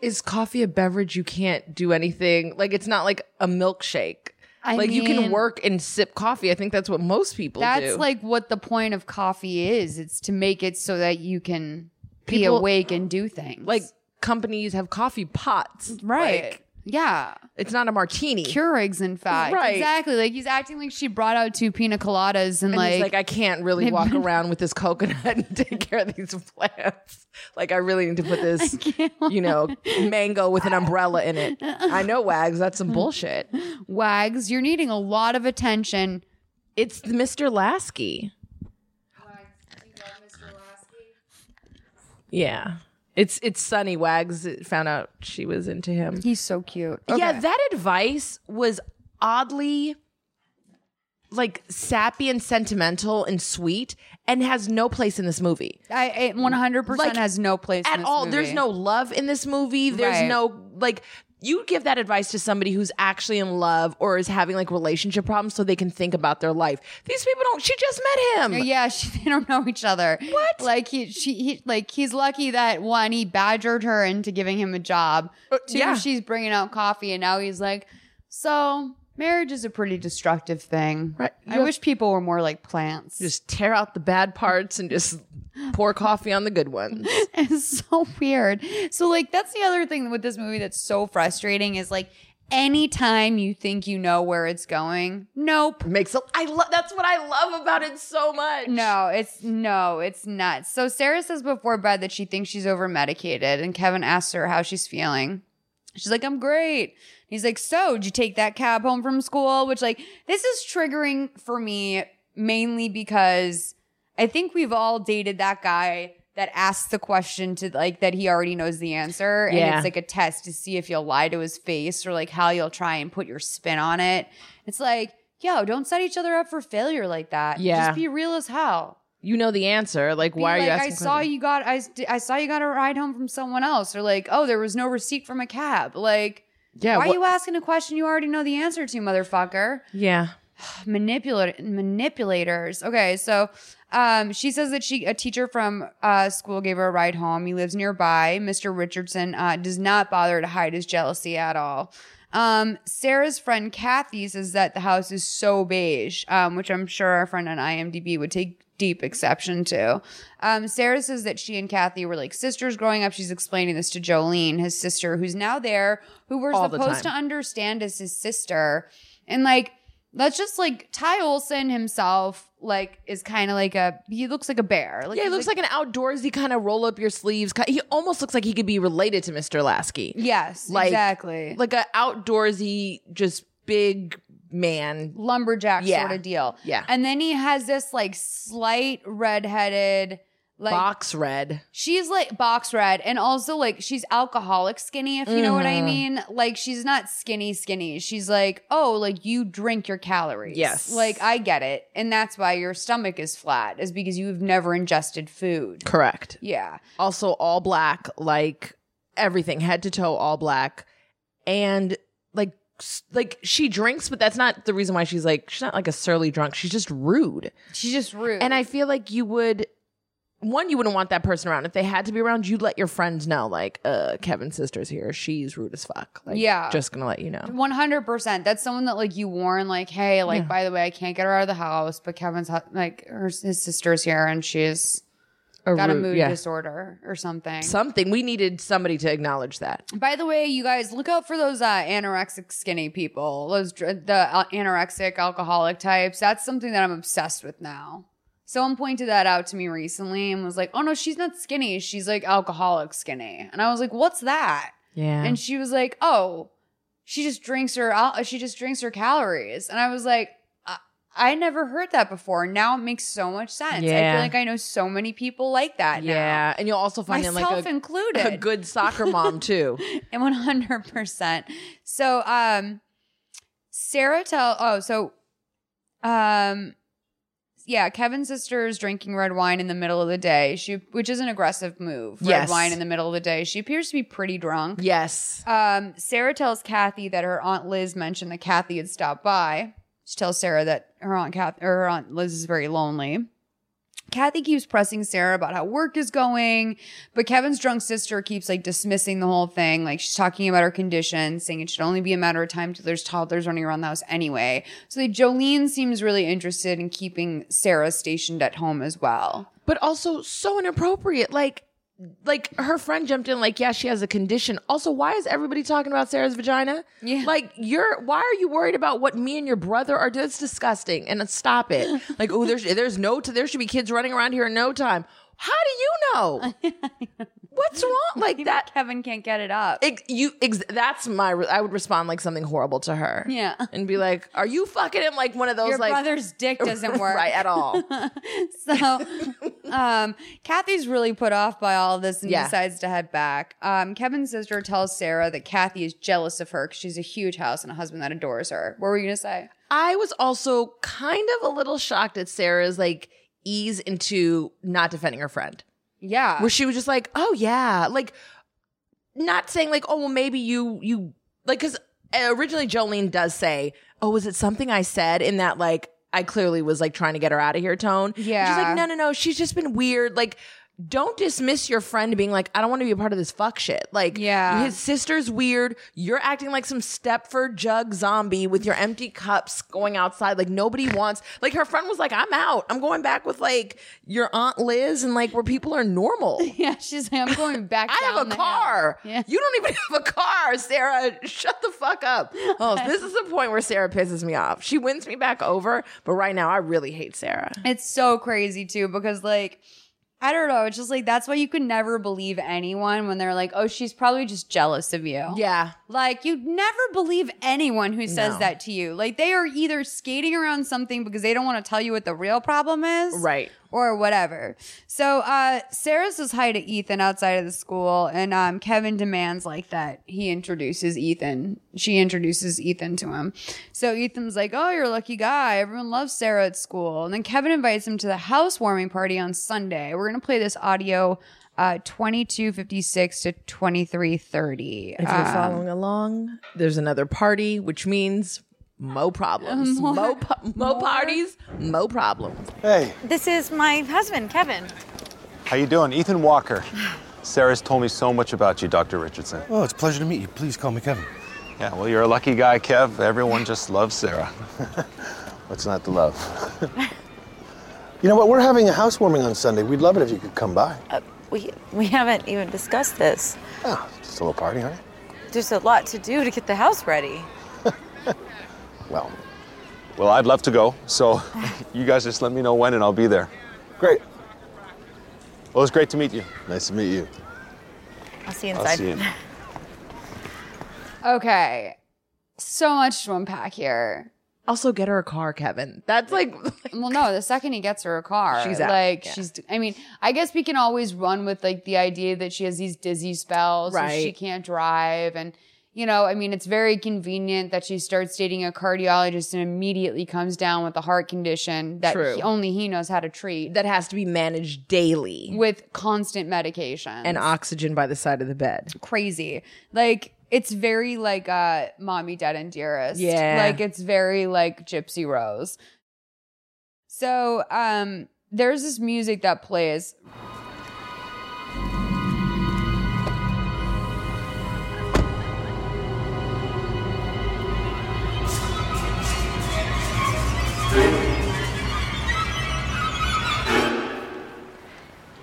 Is coffee a beverage you can't do anything? Like it's not like a milkshake.
I
like you can
mean-
work and sip coffee. I think that's what most people do.
That's like what the point of coffee is. It's to make it so that you can be
People-
awake and do things.
like companies have coffee pots.
right.
Like,
yeah.
it's not a martini.
Keurigs, in fact.
Right.
Exactly. Like he's acting like she brought out two pina coladas and,
and
like,
he's like, I can't really walk around with this coconut and take care of these plants. Like, I really need to put this, you know, mango with an umbrella in it. I know, Wags, that's some bullshit.
Wags, you're needing a lot of attention.
It's Mr. Lasky. Yeah. It's it's Sunny Wags that found out she was into him.
He's so cute.
Yeah, that advice was oddly like sappy and sentimental and sweet and has no place in this movie.
I, it 100%
Like,
has no place in
at
this
all. There's
movie.
no love in this movie. There's
Right.
no like you give that advice to somebody who's actually in love or is having like relationship problems so they can think about their life. These people don't she just met him.
Yeah, she, they don't know each other. What? Like he, she, he, like he's lucky that one, he badgered her into giving him a job. Two,
Uh, yeah.
she's bringing out coffee, and now he's like, so marriage is a pretty destructive thing.
Right.
I wish people were more like plants.
Just tear out the bad parts and just pour coffee on the good ones.
it's so weird. So like that's the other thing with this movie that's so frustrating is like anytime you think you know where it's going, nope.
Makes a, I love that's what I love about it so much.
No, it's no, it's nuts. So Sarah says before bed that she thinks she's over medicated, and Kevin asks her how she's feeling. She's like, I'm great. He's like, So, did you take that cab home from school? Which, like, this is triggering for me mainly because I think we've all dated that guy that asks the question to like that he already knows the answer. And
Yeah.
it's like a test to see if you'll lie to his face or like how you'll try and put your spin on it. It's like, yo, don't set each other up for failure like that.
Yeah.
Just be real as hell.
You know the answer. Like
Be
why are
like,
you
I
asking?
saw
questions?
you got I, s- I saw you got a ride home from someone else or like, oh, there was no receipt from a cab. Like
Yeah.
why
wha-
are you asking a question you already know the answer to, motherfucker?
yeah.
Manipulator manipulators. Okay, so um, she says that she a teacher from uh, school gave her a ride home. He lives nearby. Mr. Richardson uh, does not bother to hide his jealousy at all. Um, Sarah's friend Kathy says that the house is so beige, um, which I'm sure our friend on IMDb would take deep exception to. Um, Sarah says that she and Kathy were like sisters growing up. She's explaining this to Jolene, his sister, who's now there, who we're
All the
supposed to
time.
understand as his sister. And like, That's just like Ty Olson himself, like is kind of like a he looks like a bear. Like,
yeah, he
he's
looks like, an outdoorsy kind of roll up your sleeves. ki- He almost looks like he could be related to Mr. Lasky.
yes,
like-
exactly, like
Like an outdoorsy, just big man.
lumberjack
Yeah.
sort of deal.
Yeah.
And then he has this like slight redheaded, like
box red.
she's like box red, and also like she's alcoholic skinny, if you know what I
Mhm.
mean. Like she's not skinny skinny. She's like, oh, like you drink your calories.
Yes.
Like I get it, and that's why your stomach is flat is because you've never ingested food.
Correct.
Yeah.
Also all black, like everything, head to toe, all black. And like s- like she drinks, but that's not the reason why she's like she's not like a surly drunk. She's just rude.
She's just rude.
And I feel like you would one, you wouldn't want that person around. If they had to be around, you'd let your friends know, like, uh, Kevin's sister's here. She's rude as fuck. Like,
Yeah.
Just gonna let you know.
One hundred percent. That's someone that like you warn, like, hey, like
Yeah.
by the way, I can't get her out of the house, but Kevin's hu- like her his sister's here and she's
A
got a
rude-
mood
yeah.
disorder or something.
Something. We needed somebody to acknowledge that.
by the way, you guys look out for those uh, anorexic skinny people, those dr- the uh, anorexic alcoholic types. That's something that I'm obsessed with now. Someone pointed that out to me recently and was like, "Oh no, she's not skinny. She's like alcoholic skinny." And I was like, "What's that?"
Yeah.
and she was like, "Oh, she just drinks her al- she just drinks her calories." And I was like, I-, "I never heard that before. Now it makes so much sense. I
Yeah.
feel like I know so many people like that now."
yeah. And you'll also find in
Myself
like a,
included,
a good soccer mom, too.
and one hundred percent. So, um, Sarah tell oh, so, um, yeah, Kevin's sister is drinking red wine in the middle of the day. She, which is an aggressive move, red
Yes.
wine in the middle of the day. She appears to be pretty drunk.
yes.
Um, Sarah tells Kathy that her aunt Liz mentioned that Kathy had stopped by. She tells Sarah that her aunt Kath or her aunt Liz is very lonely. Kathy keeps pressing Sarah about how work is going, but Kevin's drunk sister keeps like dismissing the whole thing. Like she's talking about her condition, saying it should only be a matter of time till there's toddlers running around the house anyway. So like, Jolene seems really interested in keeping Sarah stationed at home as well.
But also so inappropriate. Like, like her friend jumped in, like, yeah, she has a condition. Also, why is everybody talking about Sarah's vagina?
Yeah.
Like you're, why are you worried about what me and your brother are? That's disgusting. And it's- stop it. Like oh, there's there's no t- there should be kids running around here in no time. How do you know? What's wrong? Like that?
Kevin can't get it up.
Ex- you ex- that's my. Re- I would respond like something horrible to her.
Yeah.
and be like, "Are you fucking him?" Like one of those
Your
like
brother's dick doesn't work.
right at all.
so um, Kathy's really put off by all this and
Yeah.
decides to head back. Um, Kevin's sister tells Sarah that Kathy is jealous of her because she's a huge house and a husband that adores her. What were you going to say?
I was also kind of a little shocked at Sarah's like ease into not defending her friend.
Yeah.
where she was just like, "Oh yeah," like not saying like, "Oh well, maybe you you like," because originally Jolene does say, "Oh, was it something I said?" In that like, I clearly was like trying to get her out of here tone. And she's
Yeah.
like, "No, no, no, she's just been weird." Like, don't dismiss your friend being like, "I don't want to be a part of this fuck shit." Like,
Yeah.
his sister's weird. You're acting like some Stepford jug zombie with your empty cups going outside. Like nobody wants. Like her friend was like, "I'm out. I'm going back with like your aunt Liz and like where people are normal."
yeah, she's like, I'm going back.
I
down
have
the
a
hill."
car.
Yeah.
You don't even have a car, Sarah. Shut the fuck up. Oh, this is the point where Sarah pisses me off. She wins me back over, but right now I really hate Sarah.
It's so crazy too because like I don't know. It's just like that's why you could never believe anyone when they're like, "Oh, she's probably just jealous of you."
Yeah.
Like you'd never believe anyone who says
No.
that to you. Like they are either skating around something because they don't want to tell you what the real problem is.
Right.
Or whatever. So uh Sarah says hi to Ethan outside of the school and um Kevin demands like that he introduces Ethan. She introduces Ethan to him. So Ethan's like, Oh, you're a lucky guy. Everyone loves Sarah at school. And then Kevin invites him to the housewarming party on Sunday. We're gonna play this audio uh 2256 to Um, 2330.
If you're following along, there's another party, which means mo problems.
More-
mo, po- mo parties, mo problems.
Hey,
This is my husband, Kevin.
how you doing? Ethan Walker. Sarah's told me so much about you, Dr. Richardson.
Oh, it's a pleasure to meet you. Please call me Kevin.
Yeah, well, you're a lucky guy, Kev. Everyone just loves Sarah. What's not to love?
You know what? We're having a housewarming on Sunday. We'd love it if you could come by.
Uh, we we haven't even discussed this.
Oh, just a little party, honey.
There's a lot to do to get the house ready.
Well,
Well, I'd love to go, so you guys just let me know when and I'll be there.
Great.
Well, it's great to meet you. Nice to meet you.
I'll see you
I'll
inside.
see you.
Okay. So much to unpack here.
Also, get her a car, Kevin. That's like,
Well, no, the second he gets her a car,
She's out,
like
yeah.
she's. I mean, I guess we can always run with like the idea that she has these dizzy spells, and she
Right.
can't drive, and you know, I mean, it's very convenient that she starts dating a cardiologist and immediately comes down with a heart condition that
True.
he- only he knows how to treat
that has to be managed daily
with constant medication
and oxygen by the side of the bed.
crazy. Like it's very like uh mommy dead and dearest.
Yeah.
Like it's very like Gypsy Rose. So um there's this music that plays.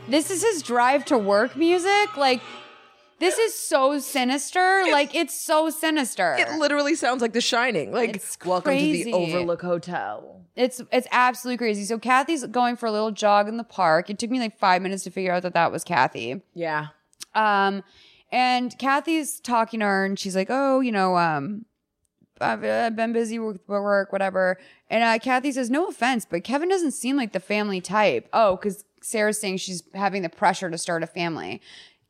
This is his drive to work music. Like this is so sinister. like it's so sinister.
It literally sounds like The Shining. Like,
It's
welcome
crazy.
to the Overlook Hotel.
It's it's absolutely crazy. So Kathy's going for a little jog in the park. It took me like five minutes to figure out that that was Kathy.
Yeah.
Um, and Kathy's talking to her, and she's like, "Oh, you know, um, I've, I've been busy with work, whatever." And uh, Kathy says, "No offense, but Kevin doesn't seem like the family type." Oh, because Sarah's saying she's having the pressure to start a family.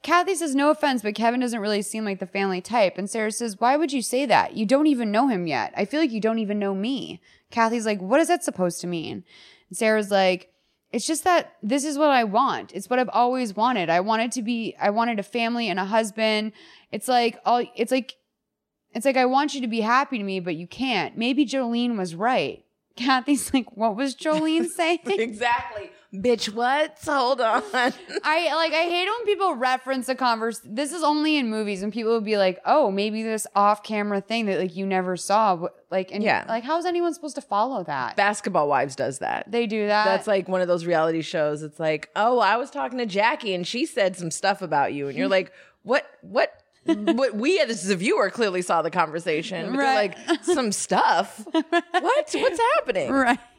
Kathy says, "No offense, but Kevin doesn't really seem like the family type." And Sarah says, "Why would you say that? You don't even know him yet. I feel like you don't even know me." Kathy's like, "What is that supposed to mean?" And Sarah's like, it's just that this is what I want. It's what I've always wanted. I wanted to be I wanted a family and a husband. It's like all it's like it's like I want you to be happy to me, but you can't. Maybe Jolene was right. Kathy's like, what was Jolene saying?
Exactly. Bitch, what? Hold on.
I like I hate when people reference a converse. This is only in movies when people will be like, oh, maybe this off-camera thing that like you never saw. Wh- Like and
Yeah.
like how is anyone supposed to follow that?
Basketball Wives does that.
they do that.
That's like one of those reality shows. It's like, oh, I was talking to Jackie and she said some stuff about you, and you're like, what? What? what we as a viewer clearly saw the conversation, but
Right.
they're like some stuff. what? What's happening?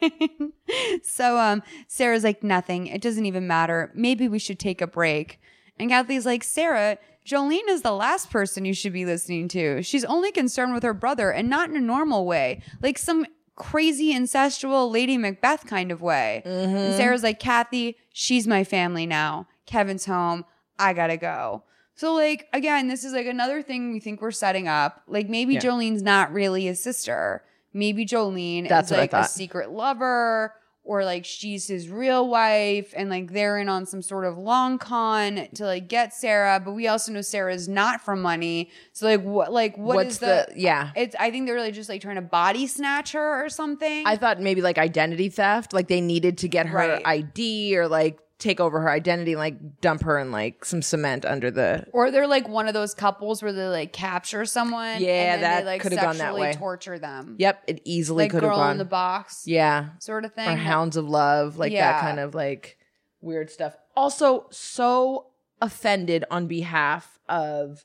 Right. so um Sarah's like, nothing. It doesn't even matter. Maybe we should take a break. And Kathy's like, Sarah, Jolene is the last person you should be listening to. She's only concerned with her brother and not in a normal way. Like some crazy incestual Lady Macbeth kind of way. And Sarah's like, Kathy, she's my family now. Kevin's home. I gotta go. So like again, this is like another thing we think we're setting up. Like maybe Jolene's not really his sister. Maybe Jolene
That's
is
what I
like a
thought.
secret lover or like she's his real wife and like they're in on some sort of long con to like get Sarah, but we also know Sarah's not for money. So like what like
What's
What's the,
yeah?
it's I think they're really just like trying to body snatch her or something.
I thought maybe like identity theft, like they needed to get her
Right.
ID or like take over her identity, and, like dump her in like some cement under the
or they're like one of those couples where they like capture someone.
Yeah,
and then
that
they, like,
could've gone that
sexually
way.
Torture them.
Yep, it easily
like
could have
girl
gone.
in the box
yeah,
sort of thing.
or hounds of love, like
Yeah.
that kind of like weird stuff. Also, so offended on behalf of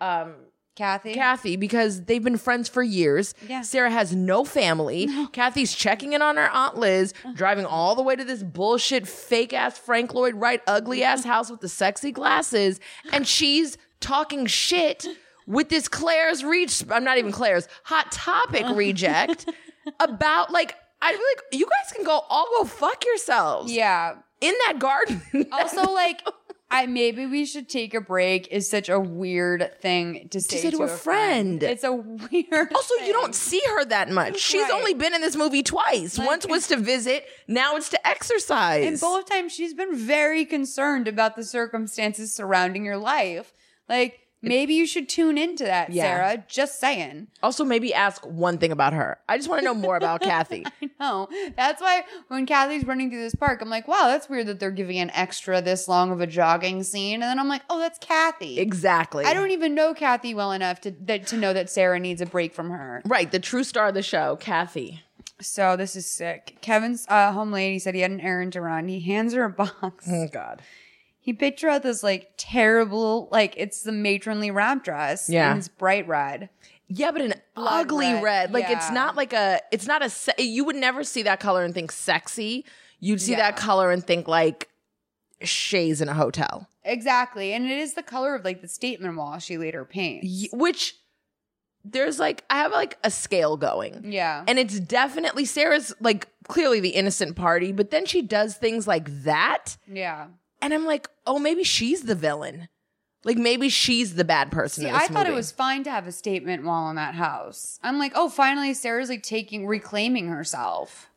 um
Kathy.
Kathy because they've been friends for years.
Yeah.
Sarah has no family. Kathy's checking in on her aunt Liz, driving all the way to this bullshit fake ass Frank Lloyd Wright ugly ass house with the sexy glasses, and she's talking shit with this Claire's reach. I'm not even Claire's hot topic reject about like. I'd be like, you guys can go all go fuck yourselves
yeah.
in that garden.
Also, like, I maybe we should take a break is such a weird thing to say,
say to a friend.
It's a weird.
Also,
thing.
you don't see her that much. She's
Right.
only been in this movie twice. Once was to visit, now it's to exercise.
And both times she's been very concerned about the circumstances surrounding your life. Like, maybe you should tune into that,
Yeah.
Sarah. Just saying.
also, maybe ask one thing about her. I just want to know more about Kathy.
No, that's why when Kathy's running through this park, I'm like, wow, that's weird that they're giving an extra this long of a jogging scene. And then I'm like, oh, that's Kathy.
Exactly.
I don't even know Kathy well enough to that, to know that Sarah needs a break from her.
Right, the true star of the show, Kathy.
So this is sick. Kevin's uh, home lady said he had an errand to run. He hands her a box.
Oh, God.
He picked her out this like terrible, like it's the matronly wrap dress.
Yeah.
and it's bright red.
Yeah, but an
Blood
ugly
red,
red. Like it's
yeah.
not like a. It's not a. Se- you would never see that color and think sexy. You'd see that
Yeah.
color and think like Shays in a hotel,
Exactly. And it is the color of like the statement wall she later paints.
Y- which there's like I have like a scale going.
yeah.
And it's definitely Sarah's like clearly the innocent party, but then she does things like that.
yeah.
And I'm like, oh, maybe she's the villain. Like maybe she's the bad person.
See,
in
I
this
thought it
movie.
was fine to have a statement wall in that house. I'm like, oh, finally, Sarah's like taking, reclaiming herself.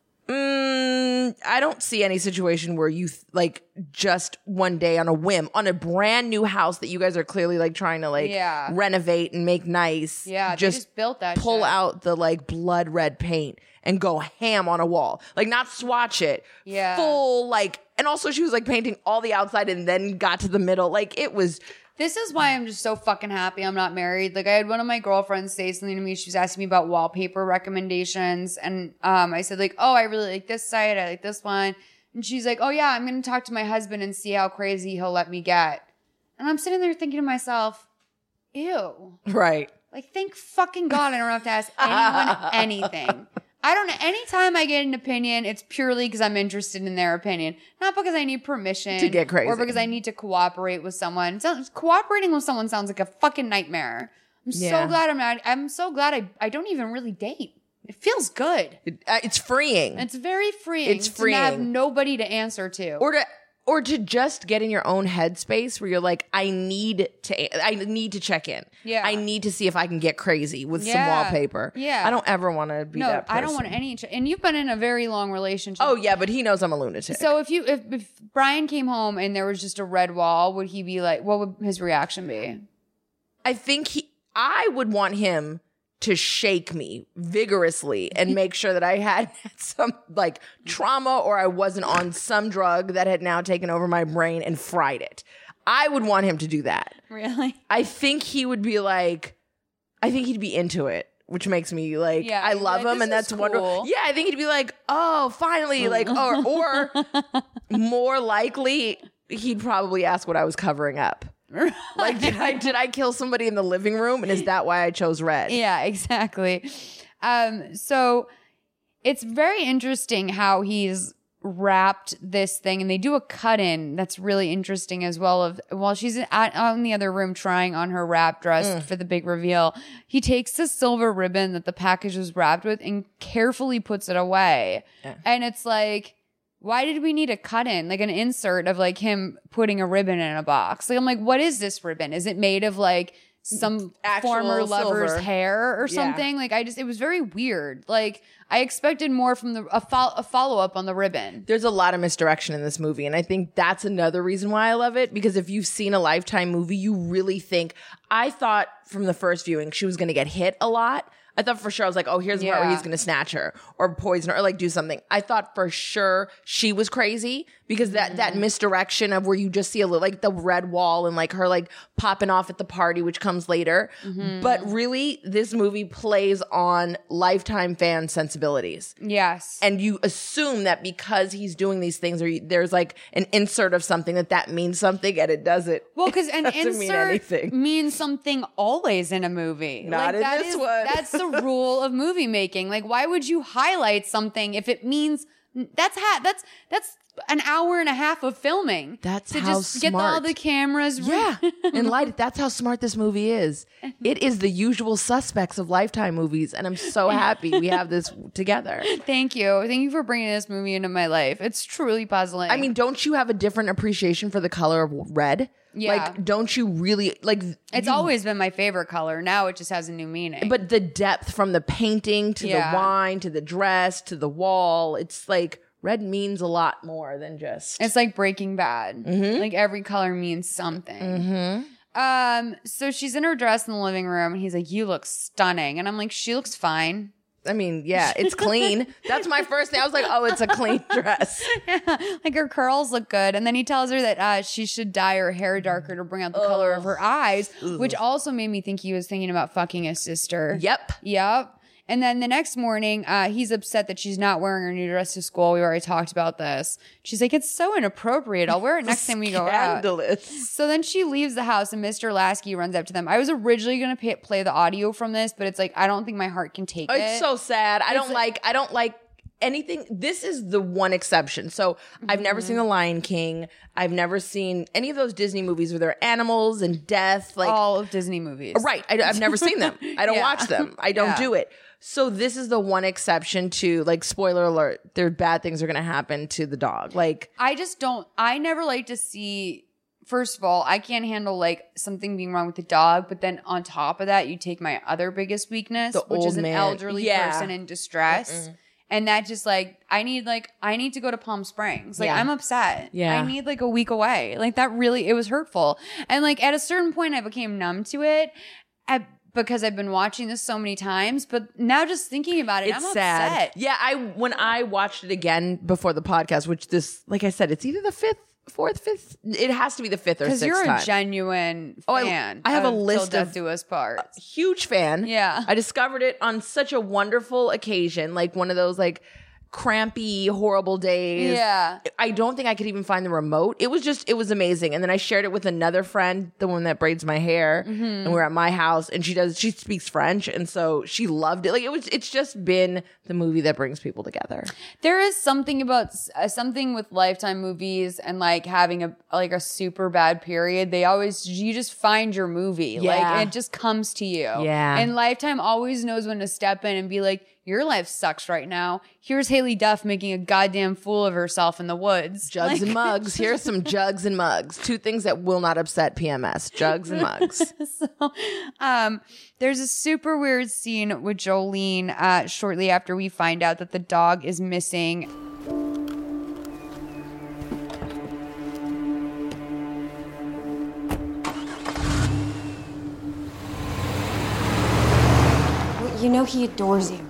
Mm, I don't see any situation where you th- like just one day on a whim on a brand new house that you guys are clearly like trying to like
Yeah.
renovate and make nice.
Yeah, they
just,
just built that
Pull
shit.
out the like blood red paint and go ham on a wall. Like not swatch it.
Yeah.
full like. And also she was like painting all the outside and then got to the middle. Like it was
This is why I'm just so fucking happy I'm not married. Like I had one of my girlfriends say something to me. She was asking me about wallpaper recommendations, and um, I said like, "Oh, I really like this site. I like this one." And she's like, "Oh yeah, I'm gonna talk to my husband and see how crazy he'll let me get." And I'm sitting there thinking to myself, "Ew!
right.
Like thank fucking god I don't have to ask anyone anything." I don't. Anytime I get an opinion, it's purely because I'm interested in their opinion, not because I need permission
To get crazy.
or because I need to cooperate with someone. It sounds- cooperating with someone sounds like a fucking nightmare. I'm
Yeah.
so glad I'm not. I'm so glad I. I don't even really date. It feels good.
It- uh, it's freeing.
It's very freeing.
It's
To have
freeing.
nobody to answer to.
or to or to just get in your own headspace where you're like i need to i need to check in
Yeah.
i need to see if i can get crazy with some
Yeah.
wallpaper
Yeah.
i don't ever want to be
no,
that person.
I don't want any. Ch- and you've been in a very long relationship.
oh yeah but he knows i'm a lunatic
So if you if, if Brian came home and there was just a red wall, would he be like? What would his reaction be?
i think he i would want him to shake me vigorously and make sure that i had some like trauma or i wasn't on some drug that had now taken over my brain and fried it i would want him to do that
Really?
I think he would be like, I think he'd be into it, which makes me like,
Yeah,
I
he'd be
love
like,
him,
"This
and that's
is
wonderful.
cool.
Yeah, I think he'd be like, oh, finally, like, or or more likely, he'd probably ask what I was covering up. Like, did I did I kill somebody in the living room, and is that why I chose red?
Yeah, exactly. Um, so it's very interesting how he's wrapped this thing, and they do a cut in that's really interesting as well. Of while she's at, out in the other room trying on her wrap dress
Mm.
for the big reveal, he takes the silver ribbon that the package was wrapped with and carefully puts it away, and it's like. Why did we need a cut in, like an insert of like him putting a ribbon in a box? Like I'm like, what is this ribbon? Is it made of like some
Actual
former lover's
silver.
hair or something? Like I just, it was very weird. Like I expected more from the a, fol- a follow up on the ribbon.
There's a lot of misdirection in this movie, and I think that's another reason why I love it. Because if you've seen a Lifetime movie, you really think. I thought from the first viewing she was going to get hit a lot. I thought for sure I was like, oh, here's the part where
Yeah.
he's going to snatch her or poison her or like do something. I thought for sure she was crazy because that that misdirection of where you just see a little like the red wall and like her like popping off at the party, which comes later. But really, this movie plays on Lifetime fan sensibilities
Yes.
and you assume that because he's doing these things or you, there's like an insert of something that that means something and it doesn't
well, because an
doesn't
insert
mean anything.
means something always in a movie.
Not in
that
this
is-
one.
that's the rule of movie making. Like, why would you highlight something if it means that's ha- that's that's an hour and a half of filming.
That's
to
how
just get all
smart.
the cameras. re-
yeah and light that's how smart this movie is it is the usual suspects of lifetime movies and i'm so happy we have this together
Thank you. Thank you for bringing this movie into my life. It's truly puzzling.
i mean don't you have a different appreciation for the color of red
Yeah.
like don't you really like
It's always been my favorite color. Now it just has a new meaning.
but the depth from the painting to
Yeah.
the wine to the dress to the wall it's like red means a lot Mm-hmm. more than just
it's like Breaking Bad. Like every color means something.
Mm-hmm.
Um, so she's in her dress in the living room, and he's like, "You look stunning," and I'm like, "She looks fine."
I mean, yeah, it's clean. That's my first thing. I was like, oh, it's a clean dress.
like her curls look good, and then he tells her that uh, she should dye her hair darker to bring out the color of her eyes, which also made me think he was thinking about fucking his sister.
Yep.
Yep. And then the next morning, uh, he's upset that she's not wearing her new dress to school. We already talked about this. She's like, it's so inappropriate. I'll wear it next time we go out.
Scandalous.
So then she leaves the house and Mr. Lasky runs up to them. I was originally going to pay, play the audio from this, but it's like, I don't think my heart can take it.
It's so sad. I don't like. I don't like anything. This is the one exception. So I've never seen
Mm-hmm.
The Lion King. I've never seen any of those Disney movies where there are animals and death. Like Uh,
all of Disney movies.
right, I, have never seen them. I don't
Yeah.
watch them. I don't
Yeah.
do it. So this is the one exception to like spoiler alert. There bad things are going to happen to the dog. Like
I just don't. I never like to see. First of all, I can't handle like something being wrong with the dog, but then on top of that, you take my other biggest weakness,
The
which
old
is an
man.
elderly
Yeah.
person in distress. And that just like I need like I need to go to Palm Springs. Like
Yeah.
I'm upset.
Yeah.
I need like a week away. Like that really it was hurtful. And like at a certain point I became numb to it I, because I've been watching this so many times, but now just thinking about it,
it's
I'm
sad.
upset.
Yeah, I when I watched it again before the podcast, which this like I said, it's either the fifth, fourth, fifth. It has to be the fifth or
Because
sixth
you're a
time.
genuine
Oh, I-
fan.
I have a
of Till
list
Death
of- uh,
do us part.
huge fan.
Yeah.
I discovered it on such a wonderful occasion, like one of those like crampy, horrible days.
Yeah.
I don't think I could even find the remote. It was just, it was amazing. And then I shared it with another friend, the one that braids my hair,
Mm-hmm.
and we we're at my house, and she does, she speaks French, and so she loved it. Like it was, it's just been the movie that brings people together.
There is something about uh, something with Lifetime movies and like having a like a super bad period. They always you just find your movie.
Yeah.
Like it just comes to you.
Yeah.
And Lifetime always knows when to step in and be like, "Your life sucks right now. Here's Haley Duff making a goddamn fool of herself in the woods."
Jugs and mugs. Here's some jugs and mugs. Two things that will not upset PMS: jugs and mugs.
so um, there's a super weird scene with Jolene uh, shortly after we find out that the dog is missing.
Well, you know he adores you.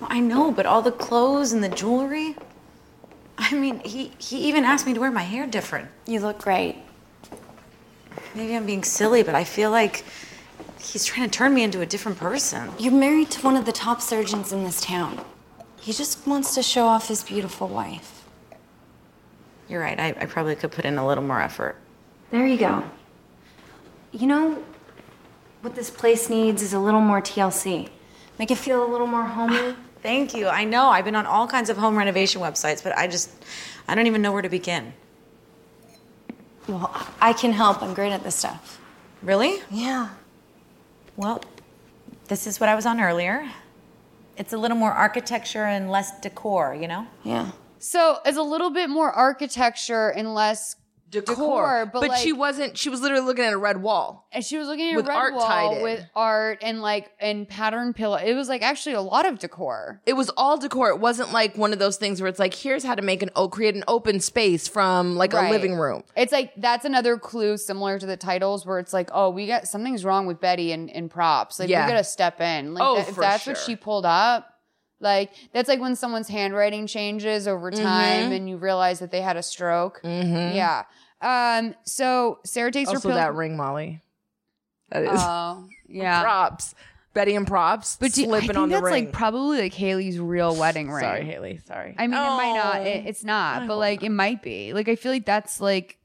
Well, I know, but all the clothes and the jewelry. I mean, he, he even asked me to wear my hair different.
You look great.
Maybe I'm being silly, but I feel like he's trying to turn me into a different person.
You're married to one of the top surgeons in this town. He just wants to show off his beautiful wife.
You're right, I, I probably could put in a little more effort.
There you go. You know, what this place needs is a little more TLC. Make it feel a little more homey.
Thank you. I know I've been on all kinds of home renovation websites, but I just, I don't even know where to begin.
well, I can help. I'm great at this stuff.
Really?
Yeah.
Well, this is what I was on earlier. It's a little more architecture and less decor, you know?
Yeah.
So it's a little bit more architecture and less
Decor,
Decor,
but,
but like-
she wasn't. She was literally looking at a red wall.
And she was looking at
With
a red
art
wall
tied in.
with art and like and pattern pillow. It was like actually a lot of decor.
it was all decor. It wasn't like one of those things where it's like, here's how to make an oh, create an open space from like a
Right.
living room.
It's like that's another clue similar to the titles where it's like, oh, we got something's wrong with Betty and, and props. Like
Yeah.
we gotta step in. Like
Oh,
that- if
for
that's what
sure.
she pulled up. Like that's like when someone's handwriting changes over
Mm-hmm.
time and you realize that they had a stroke. Yeah. Um. So Sarah takes
Also,
her pill.
that ring, Molly. That is
Oh, yeah.
props. Betty and props. But
But do, I
slipping
think
on the
that's
ring.
like probably like Haley's real wedding ring.
Sorry, Haley. Sorry.
I mean, it might
Oh.
not. It, it's not,
I
but
hope
like it might be. Like I feel like that's like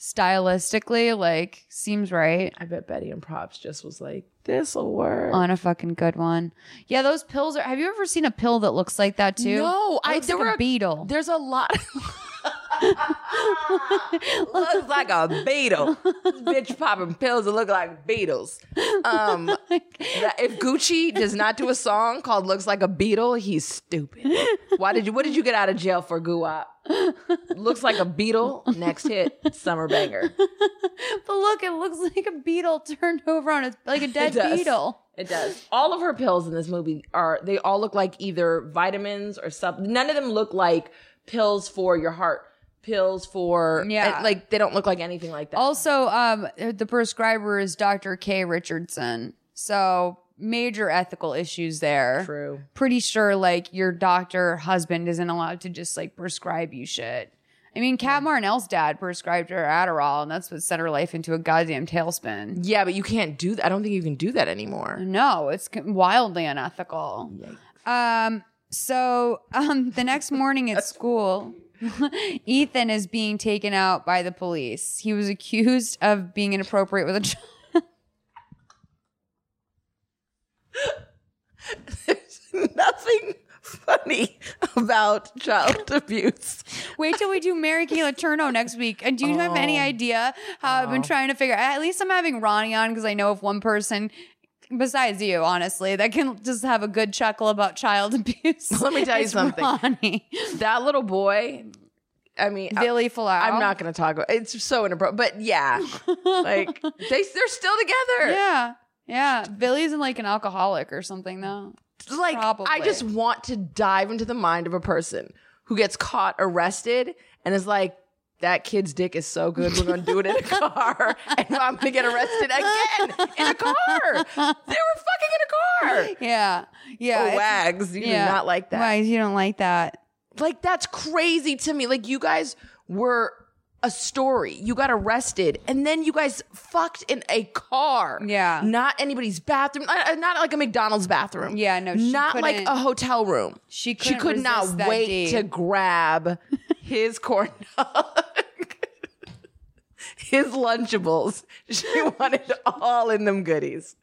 stylistically like seems right
I bet Betty and props just was like, this will work.
on a fucking good one. Yeah, those pills are. Have you ever seen a pill that looks like that too?
No,
It
I
looks
there
like
were
a beetle.
There's a lot. looks like a beetle. This bitch popping pills that look like beetles. Um, that- if Gucci does not do a song called "Looks Like a Beetle," he's stupid. Why did you? What did you get out of jail for, Guwap? Looks like a beetle. Next hit, summer banger.
but look, it looks like a beetle turned over on its like a dead
does.
beetle.
It does. All of her pills in this movie are they all look like either vitamins or stuff. None of them look like pills for your heart, pills for
Yeah.
and, like they don't look like anything like that.
Also, um, the prescriber is Dr. K. Richardson. So major ethical issues there.
True.
Pretty sure like your doctor husband isn't allowed to just like prescribe you shit. I mean, Kat Marnell's dad prescribed her Adderall, and that's what sent her life into a goddamn tailspin.
Yeah, but you can't do that. I don't think you can do that anymore.
No, it's c- wildly unethical. Um, so um, the next morning at school, Ethan is being taken out by the police. He was accused of being inappropriate with a child.
Nothing funny about child abuse.
Wait till we do Mary Kay Letourneau next week. And do you have
Oh.
any idea how I've been trying to figure? At least I'm having Ronnie on because I know if one person besides you, honestly, that can just have a good chuckle about child abuse.
Let me tell you
it's
something.
Ronnie,
That little boy, I mean, I-
Billy Falau.
I'm not going to talk about It's so inappropriate, but yeah. like they they're still together.
Yeah, yeah. Billy's like an alcoholic or something though.
like I
Probably.
just want to dive into the mind of a person who gets caught arrested and is like that kid's dick is so good we're going to do it in a car and I'm going to get arrested again in a car. They were fucking in a car.
Yeah, yeah.
oh,
it's-
wags, you
yeah.
do not like that.
Wags, you don't like that.
Like that's crazy to me. Like you guys were a story. You got arrested and then you guys fucked in a car.
Yeah.
Not anybody's bathroom. I- I- Not like a McDonald's bathroom.
Yeah, no, she
not like
couldn't-
a hotel room.
She
She
couldn't
could not
resist that
wait
D.
to grab his corn dog. His Lunchables. She wanted all in them goodies.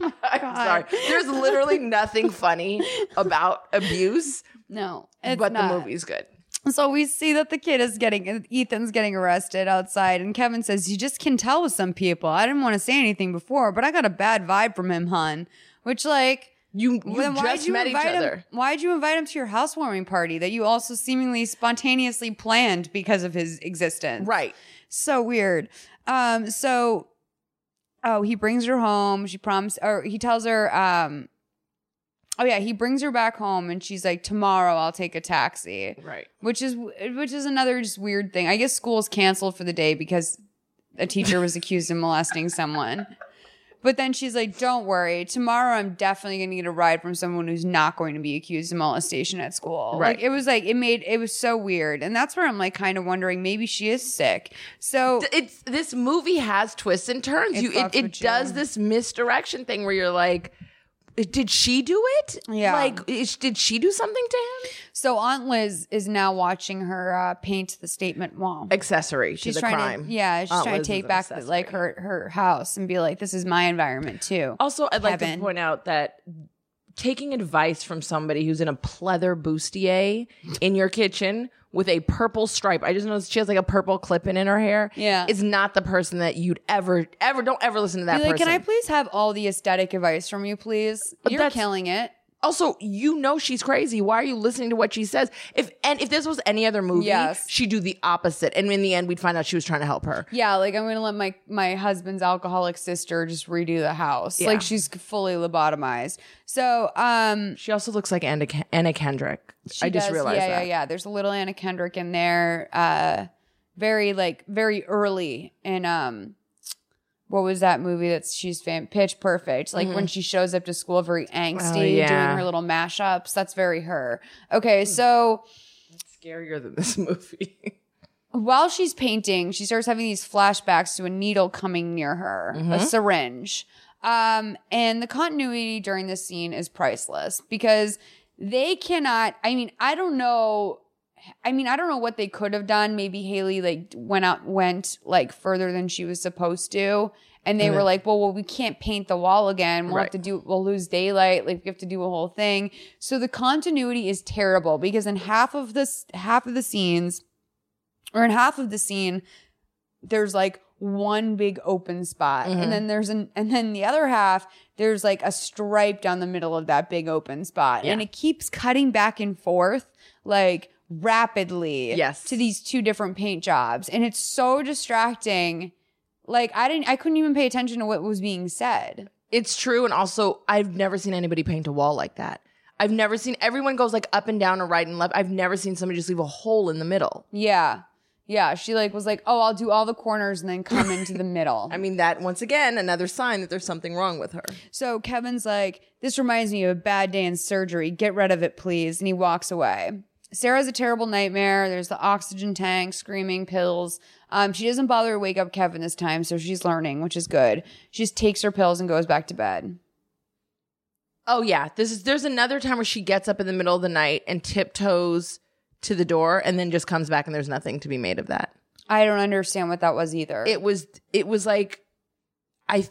I'm sorry. There's literally nothing funny about abuse,
No, it's
but
not.
the movie's good.
So we see that the kid is getting, Ethan's getting arrested outside, and Kevin says, You just can tell with some people. I didn't want to say anything before, but I got a bad vibe from him, hon. Which, like,
You, you
then why'd
just met each
invite
other.
Him, why'd you invite him to your housewarming party that you also seemingly spontaneously planned because of his existence?
Right.
So weird. Um, so, oh, he brings her home. She promised, or he tells her, um, oh yeah, he brings her back home, and she's like, tomorrow I'll take a taxi
Right.
which is which is another just weird thing. I guess school's canceled for the day because a teacher was accused of molesting someone. But then she's like, "Don't worry, tomorrow I'm definitely going to get a ride from someone who's not going to be accused of molestation at school."
Right.
Like it was like it made it was so weird, and that's where I'm like kind of wondering maybe she is sick. So
It's this movie has twists and turns.
It
you it,
fucks
it
with you.
does this misdirection thing where you're like, did she do it?
Yeah.
Like, is, did she do something to him?
so Aunt Liz is now watching her uh, paint the statement wall.
Accessory
She's
to the
trying
crime.
to yeah, she's
Aunt
trying
Liz
to
is
take
an
back like
accessory.
her her house and be like, "This is my environment too."
Also, I'd like
Kevin.
to point out that taking advice from somebody who's in a pleather bustier in your kitchen with a purple stripe, I just noticed she has like a purple clip-in in her hair.
Yeah.
Is not the person that you'd ever, ever, don't ever listen to that
Be like,
person.
can I please have all the aesthetic advice from you, please?
But
You're
that's-
killing it.
also you know she's crazy why are you listening to what she says if and if this was any other movie
Yes.
she'd do the opposite and in the end we'd find out she was trying to help her
Yeah, like I'm gonna let my my husband's alcoholic sister just redo the house.
Yeah.
Like she's fully lobotomized. So, um,
she also looks like anna, Ke- anna kendrick
she
i just
does-
realized
yeah,
that
yeah, yeah. There's a little Anna Kendrick in there. Uh, very like very early in um. What was that movie that she's fan Pitch Perfect? Like when she shows up to school very angsty,
Mm-hmm. Oh, yeah. Mm.
doing her little mashups. That's very her. Okay, so
scarier than this movie
while she's painting, she starts having these flashbacks to a needle coming near her, a syringe. Um, and the continuity during this scene is priceless because they cannot, I mean, I don't know. I mean, I don't know what they could have done. Maybe Haley like went out, went like further than she was supposed to. And they were like, well, well, we can't paint the wall again. We'll
Right.
have to do, we'll lose daylight. Like we have to do a whole thing. So the continuity is terrible because in half of this, half of the scenes, or in half of the scene, there's like one big open spot. And then there's an and then the other half, there's like a stripe down the middle of that big open spot. And it keeps cutting back and forth like rapidly
Yes.
to these two different paint jobs. And it's so distracting. Like I didn't I couldn't even pay attention to what was being said.
It's true, and also I've never seen anybody paint a wall like that. I've never seen everyone goes like up and down or right and left. I've never seen somebody just leave a hole in the middle.
Yeah. Yeah. She like was like, Oh, I'll do all the corners and then come into the middle.
I mean, that once again another sign that there's something wrong with her.
So Kevin's like, This reminds me of a bad day in surgery. Get rid of it, please. And he walks away. Sarah's a terrible nightmare. There's the oxygen tank, screaming pills. Um, she doesn't bother to wake up Kevin this time, so she's learning, which is good. She just takes her pills and goes back to bed.
Oh yeah, this is there's another time where she gets up in the middle of the night and tiptoes to the door and then just comes back and there's nothing to be made of that.
I don't understand what that was either.
It was it was like I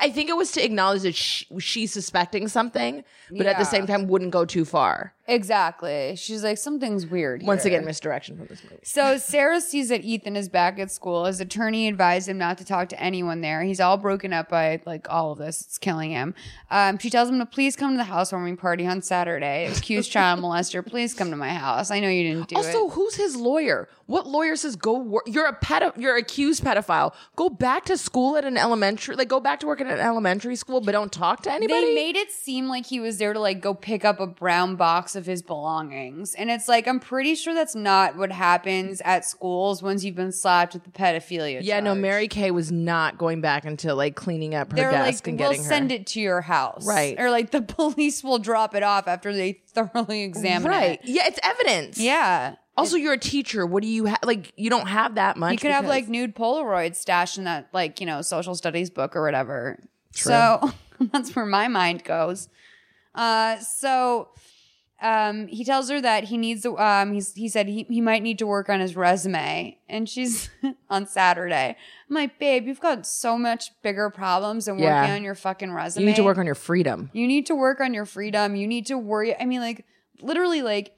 I think it was to acknowledge that she, she's suspecting something, but at
Yeah.
the same time wouldn't go too far.
exactly. She's like, something's weird.
Once
here."
again, misdirection from this movie.
So Sarah sees that Ethan is back at school. His attorney advised him not to talk to anyone there. He's all broken up by like all of this. It's killing him. Um, she tells him to please come to the housewarming party on Saturday. Accused child molester, please come to my house. I know you didn't do
also,
it.
who's his lawyer? What lawyer says go work? You're a pedo- you're accused pedophile. Go back to school at an elementary, like go back to work at an elementary school, but don't talk to anybody.
They made it seem like he was there to like go pick up a brown box of his belongings. And it's like, I'm pretty sure that's not what happens at schools once you've been slapped with the pedophilia.
yeah, no,
charge.
Mary Kay was not going back until like cleaning up her
They're
desk
like,
and
we'll
getting her.
send it to your house.
Right.
Or like the police will drop it off after they thoroughly examine
right?
it.
Yeah, it's evidence.
Yeah.
Also, you're a teacher. What do you have? Like, you don't have that much.
You could have
because-
like nude Polaroids stashed in that like, you know, social studies book or whatever. So that's where my mind goes. Uh, so um, he tells her that he needs to, um, he's, he said he, he might need to work on his resume. And she's on Saturday. I'm like, babe, you've got so much bigger problems than
Yeah.
working on your fucking resume.
you need to work on your freedom.
You need to work on your freedom. You need to worry. I mean, like, literally, like,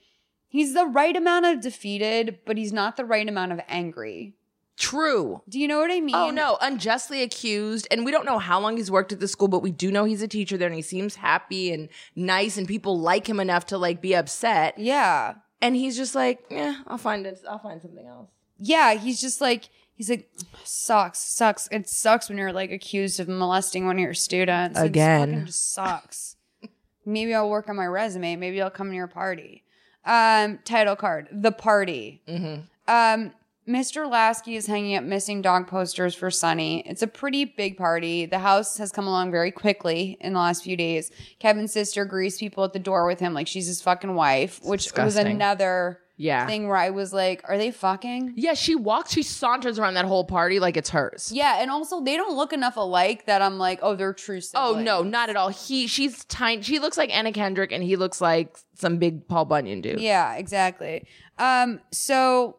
he's the right amount of defeated, but he's not the right amount of angry.
True.
Do you know what I mean?
Oh no, unjustly accused, and we don't know how long he's worked at the school, but we do know he's a teacher there, and he seems happy and nice, and people like him enough to like be upset.
Yeah.
And he's just like, yeah, I'll find it. I'll find something else.
Yeah. He's just like, he's like, sucks, sucks. It sucks when you're like accused of molesting one of your students. It just
Again.
fucking just sucks. Maybe I'll work on my resume. Maybe I'll come to your party. Um, title card, the party.
Mm-hmm.
Um, Mr. Lasky is hanging up missing dog posters for Sunny. It's a pretty big party. The house has come along very quickly in the last few days. Kevin's sister greets people at the door with him like she's his fucking wife, which was
disgusting.
another
Yeah.
thing where I was like, are they fucking?
yeah, she walks, she saunters around that whole party like it's hers.
Yeah, and also they don't look enough alike that I'm like, oh, they're true
Oh
siblings.
no, not at all. He she's tiny. She looks like Anna Kendrick, and he looks like some big Paul Bunyan dude.
Yeah, exactly. Um, so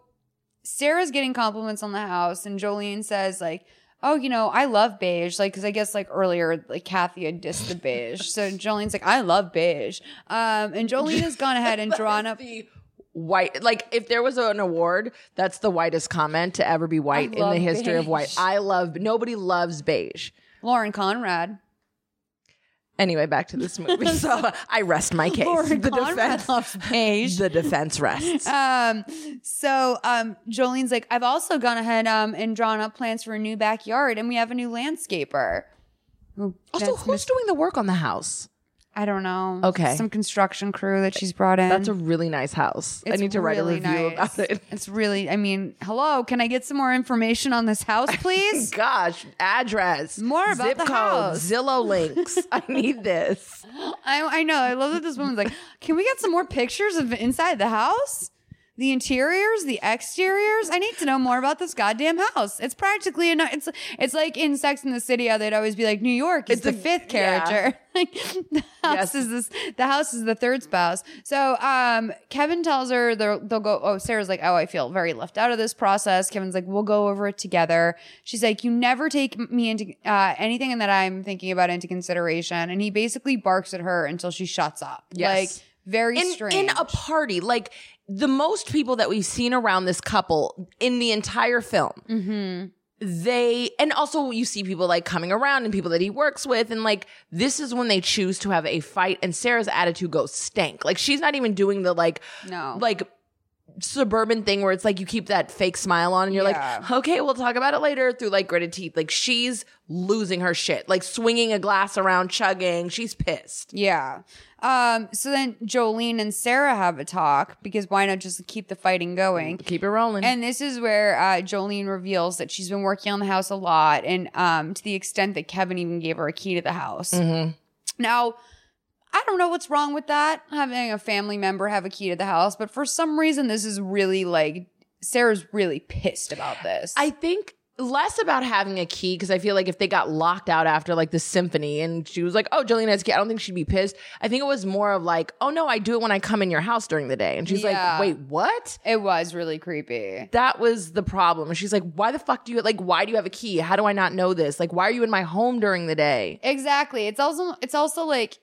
Sarah's getting compliments on the house, and Jolene says like, "Oh, you know, I love beige." Like, because I guess like earlier, like Kathy had dissed the beige, so Jolene's like, "I love beige." Um, and Jolene has gone ahead and drawn up.
The white, like if there was an award, that's the whitest comment to ever be white in the
love
history of white.
beige.
I love nobody loves beige.
Lauren Conrad.
Anyway, back to this movie. so I rest my case.
Lauren
the
Conrad loves beige.
the defense rests.
Um, so um, Jolene's like, "I've also gone ahead um and drawn up plans for a new backyard, and we have a new landscaper." Who-
also,
that's
who's doing the work on the house?
I don't know.
Okay.
Some construction crew that she's brought in.
That's a really nice house. I
It's
need to write
really
a review
nice.
about it.
It's really, I mean, hello, can I get some more information on this house, please?
Gosh, address,
More about
zip
the
code,
house.
Zillow links. I need this.
I, I know. I love that this woman's like, can we get some more pictures of inside the house? The interiors, the exteriors. I need to know more about this goddamn house. It's practically enough. It's it's like in Sex in the City how they'd always be like, New York is
It's
the
a-
fifth
yeah.
character. Like the house
Yes.
is this the house is the third spouse. So um Kevin tells her they'll, they'll go. Oh, Sarah's like, oh, I feel very left out of this process. Kevin's like, we'll go over it together. She's like, you never take me into uh, anything that I'm thinking about into consideration. And he basically barks at her until she shuts up.
Yes.
Like very
in,
strange.
in a party like the most people that we've seen around this couple in the entire film
Mm-hmm.
they and also you see people like coming around and people that he works with and like this is when they choose to have a fight and sarah's attitude goes stank like she's not even doing the like
No.
like suburban thing where it's like you keep that fake smile on and you're
Yeah.
like okay we'll talk about it later through like gritted teeth like she's losing her shit like swinging a glass around chugging she's pissed
Yeah. Um, so then Jolene and Sarah have a talk because why not just keep the fighting going?
keep it rolling
And this is where uh, Jolene reveals that she's been working on the house a
Mm-hmm.
lot, and um, to the extent that Kevin even gave her a key to the house. Now, I don't know what's wrong with that, having a family member have a key to the house, but for some reason, this is really like Sarah's really pissed about this.
I think less about having a key because I feel like if they got locked out after like the symphony and she was like, "Oh, Jolene has a key," I don't think she'd be pissed. I think it was more of like, "Oh no, I do it when I come in your house during the day," and she's
Yeah.
like, "Wait, what?"
it was really creepy.
That was the problem. And she's like, "Why the fuck do you like? Why do you have a key? How do I not know this? Like, why are you in my home during the day?"
Exactly. It's also it's also like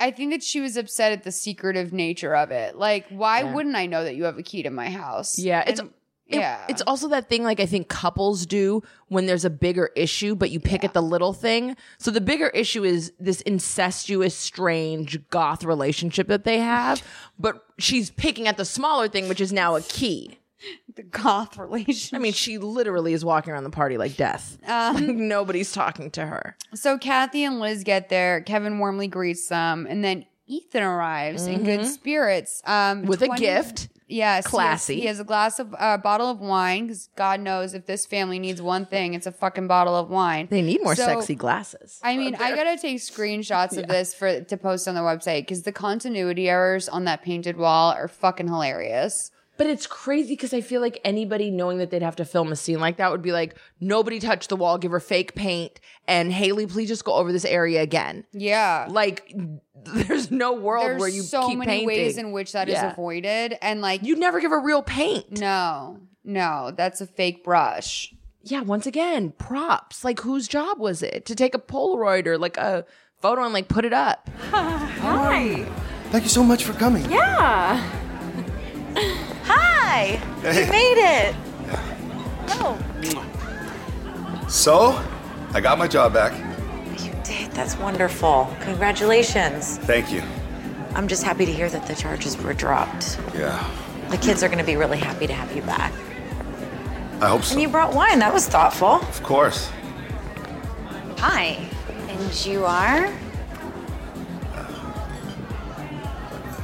I think that she was upset at the secretive nature of it. Like, why wouldn't I know that you have a key to my house?
Yeah, it's. it-
yeah.
It's also that thing like I think couples do when there's a bigger issue, but you pick at the little thing. So the bigger issue is this incestuous, strange goth relationship that they have, but she's picking at the smaller thing, which is now a key.
the goth relation.
I mean, she literally is walking around the party like death.
Um,
Like, nobody's talking to her.
So Kathy and Liz get there. Kevin warmly greets them, and then Ethan arrives in good spirits um,
Mm-hmm. With a gift.
Yes, he has-
Classy.
He has, a glass of a bottle of wine because God knows if this family needs one thing, it's a fucking bottle of wine.
They need more
So-
sexy glasses.
I mean, I gotta take screenshots of this for to post on the website because the continuity errors on that painted wall are fucking hilarious.
But it's crazy because I feel like anybody knowing that they'd have to film a scene like that would be like, nobody touch the wall, give her fake paint, and Haley, please just go over this area again.
Yeah.
Like, there's no world
There's
where you
so
keep
many
painting.
ways in which that is
Yeah.
avoided, and like
you never give her real paint.
no, no, that's a fake brush.
Yeah, once again, props. Like, whose job was it to take a Polaroid or like a photo and like put it up?
Hi.
Thank you so much for coming.
Yeah.
Hi! You made it! Oh,
So, I got my job back.
you did. That's wonderful. Congratulations.
Thank you.
I'm just happy to hear that the charges were dropped.
Yeah,
The kids are going to be really happy to have you back.
I hope
And
so.
you brought wine. That was thoughtful.
Of course.
Hi. And you are?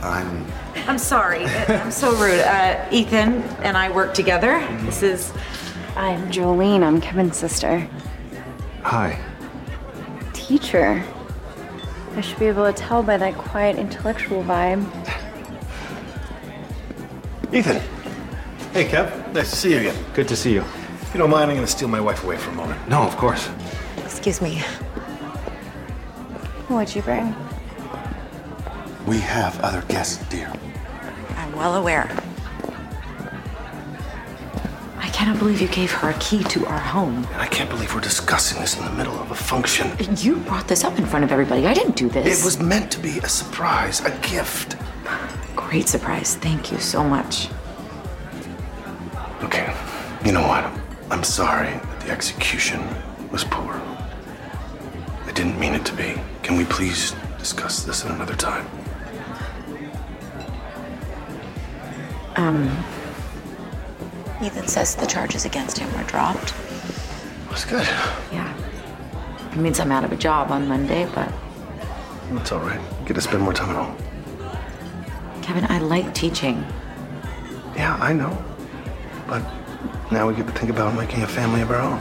I'm.
I'm sorry. I'm so rude. Uh, Ethan and I work together. This is.
I'm Jolene. I'm Kevin's sister.
Hi.
Teacher. I should be able to tell by that quiet intellectual vibe.
Ethan. Hey, Kev. Nice to see you again.
Good to see you.
If you don't mind, I'm going to steal my wife away for a moment. No, of course.
Excuse me.
What'd you bring?
We have other guests, dear.
I'm well aware. I cannot believe you gave her a key to our home.
And I can't believe we're discussing this in the middle of a function.
You brought this up in front of everybody. I didn't do this.
It was meant to be a surprise, a gift.
great surprise. Thank you so much.
Okay, you know what? I'm sorry that the execution was poor. I didn't mean it to be. Can we please discuss this at another time?
Um,
Ethan says the charges against him were dropped.
That's good.
Yeah. It means I'm out of a job on Monday, but
That's all right. Get to spend more time at home.
Kevin, I like teaching.
Yeah, I know. But now we get to think about making a family of our own.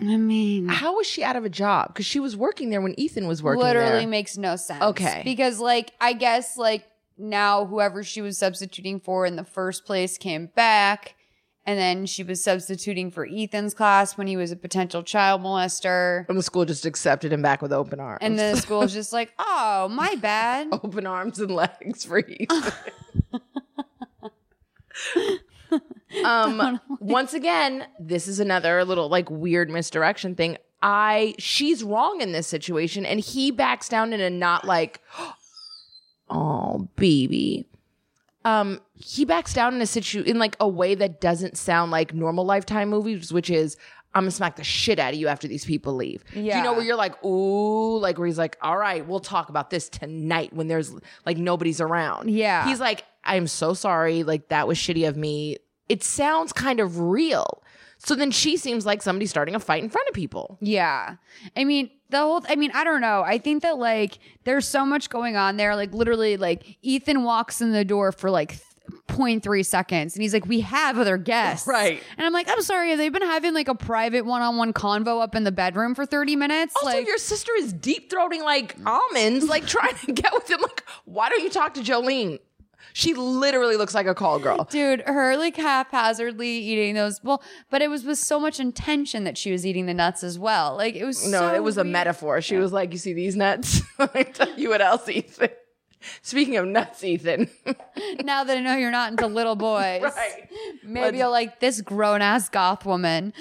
I mean,
How was she out of a job? Because she was working there when Ethan was working
literally
there.
makes no sense.
Okay.
Because like I guess like now whoever she was substituting for in the first place came back and then she was substituting for Ethan's class when he was a potential child molester.
and the school just accepted him back with open arms.
And then the school was just like, "Oh, my bad."
open arms and legs for Ethan. um, once again, this is another little like weird misdirection thing. I she's wrong in this situation, and he backs down in a not like, oh baby. Um, he backs down in a situ in like a way that doesn't sound like normal lifetime movies, which is I'm gonna smack the shit out of you after these people leave. Do you
Yeah.
know where you're like, ooh, like where he's like, all right, we'll talk about this tonight when there's like nobody's around.
Yeah.
He's like, I'm so sorry. Like that was shitty of me. It sounds kind of real. So then she seems like somebody starting a fight in front of people.
Yeah. I mean, the whole, I mean, I don't know. I think that like there's so much going on there. Like, literally, like Ethan walks in the door for like th- 0.3 seconds. And he's like, we have other guests. Right. And I'm like, I'm sorry, they've been having like a private one on one convo up in the bedroom for 30 minutes.
Also,
like,
your sister is deep throating like
Mm.
almonds, like trying to get with him. Like, why don't you talk to Jolene? She literally looks like a call girl.
Dude, her like haphazardly eating those. Well, but it was with so much intention that she was eating the nuts as well. Like it was
No,
so
it was a
weird.
metaphor. She was like, "You see these nuts? I tell you what else, Ethan." Speaking of nuts, Ethan.
now that I know you're not into little boys,
Right.
maybe
Let's-
you'll like this grown ass goth woman.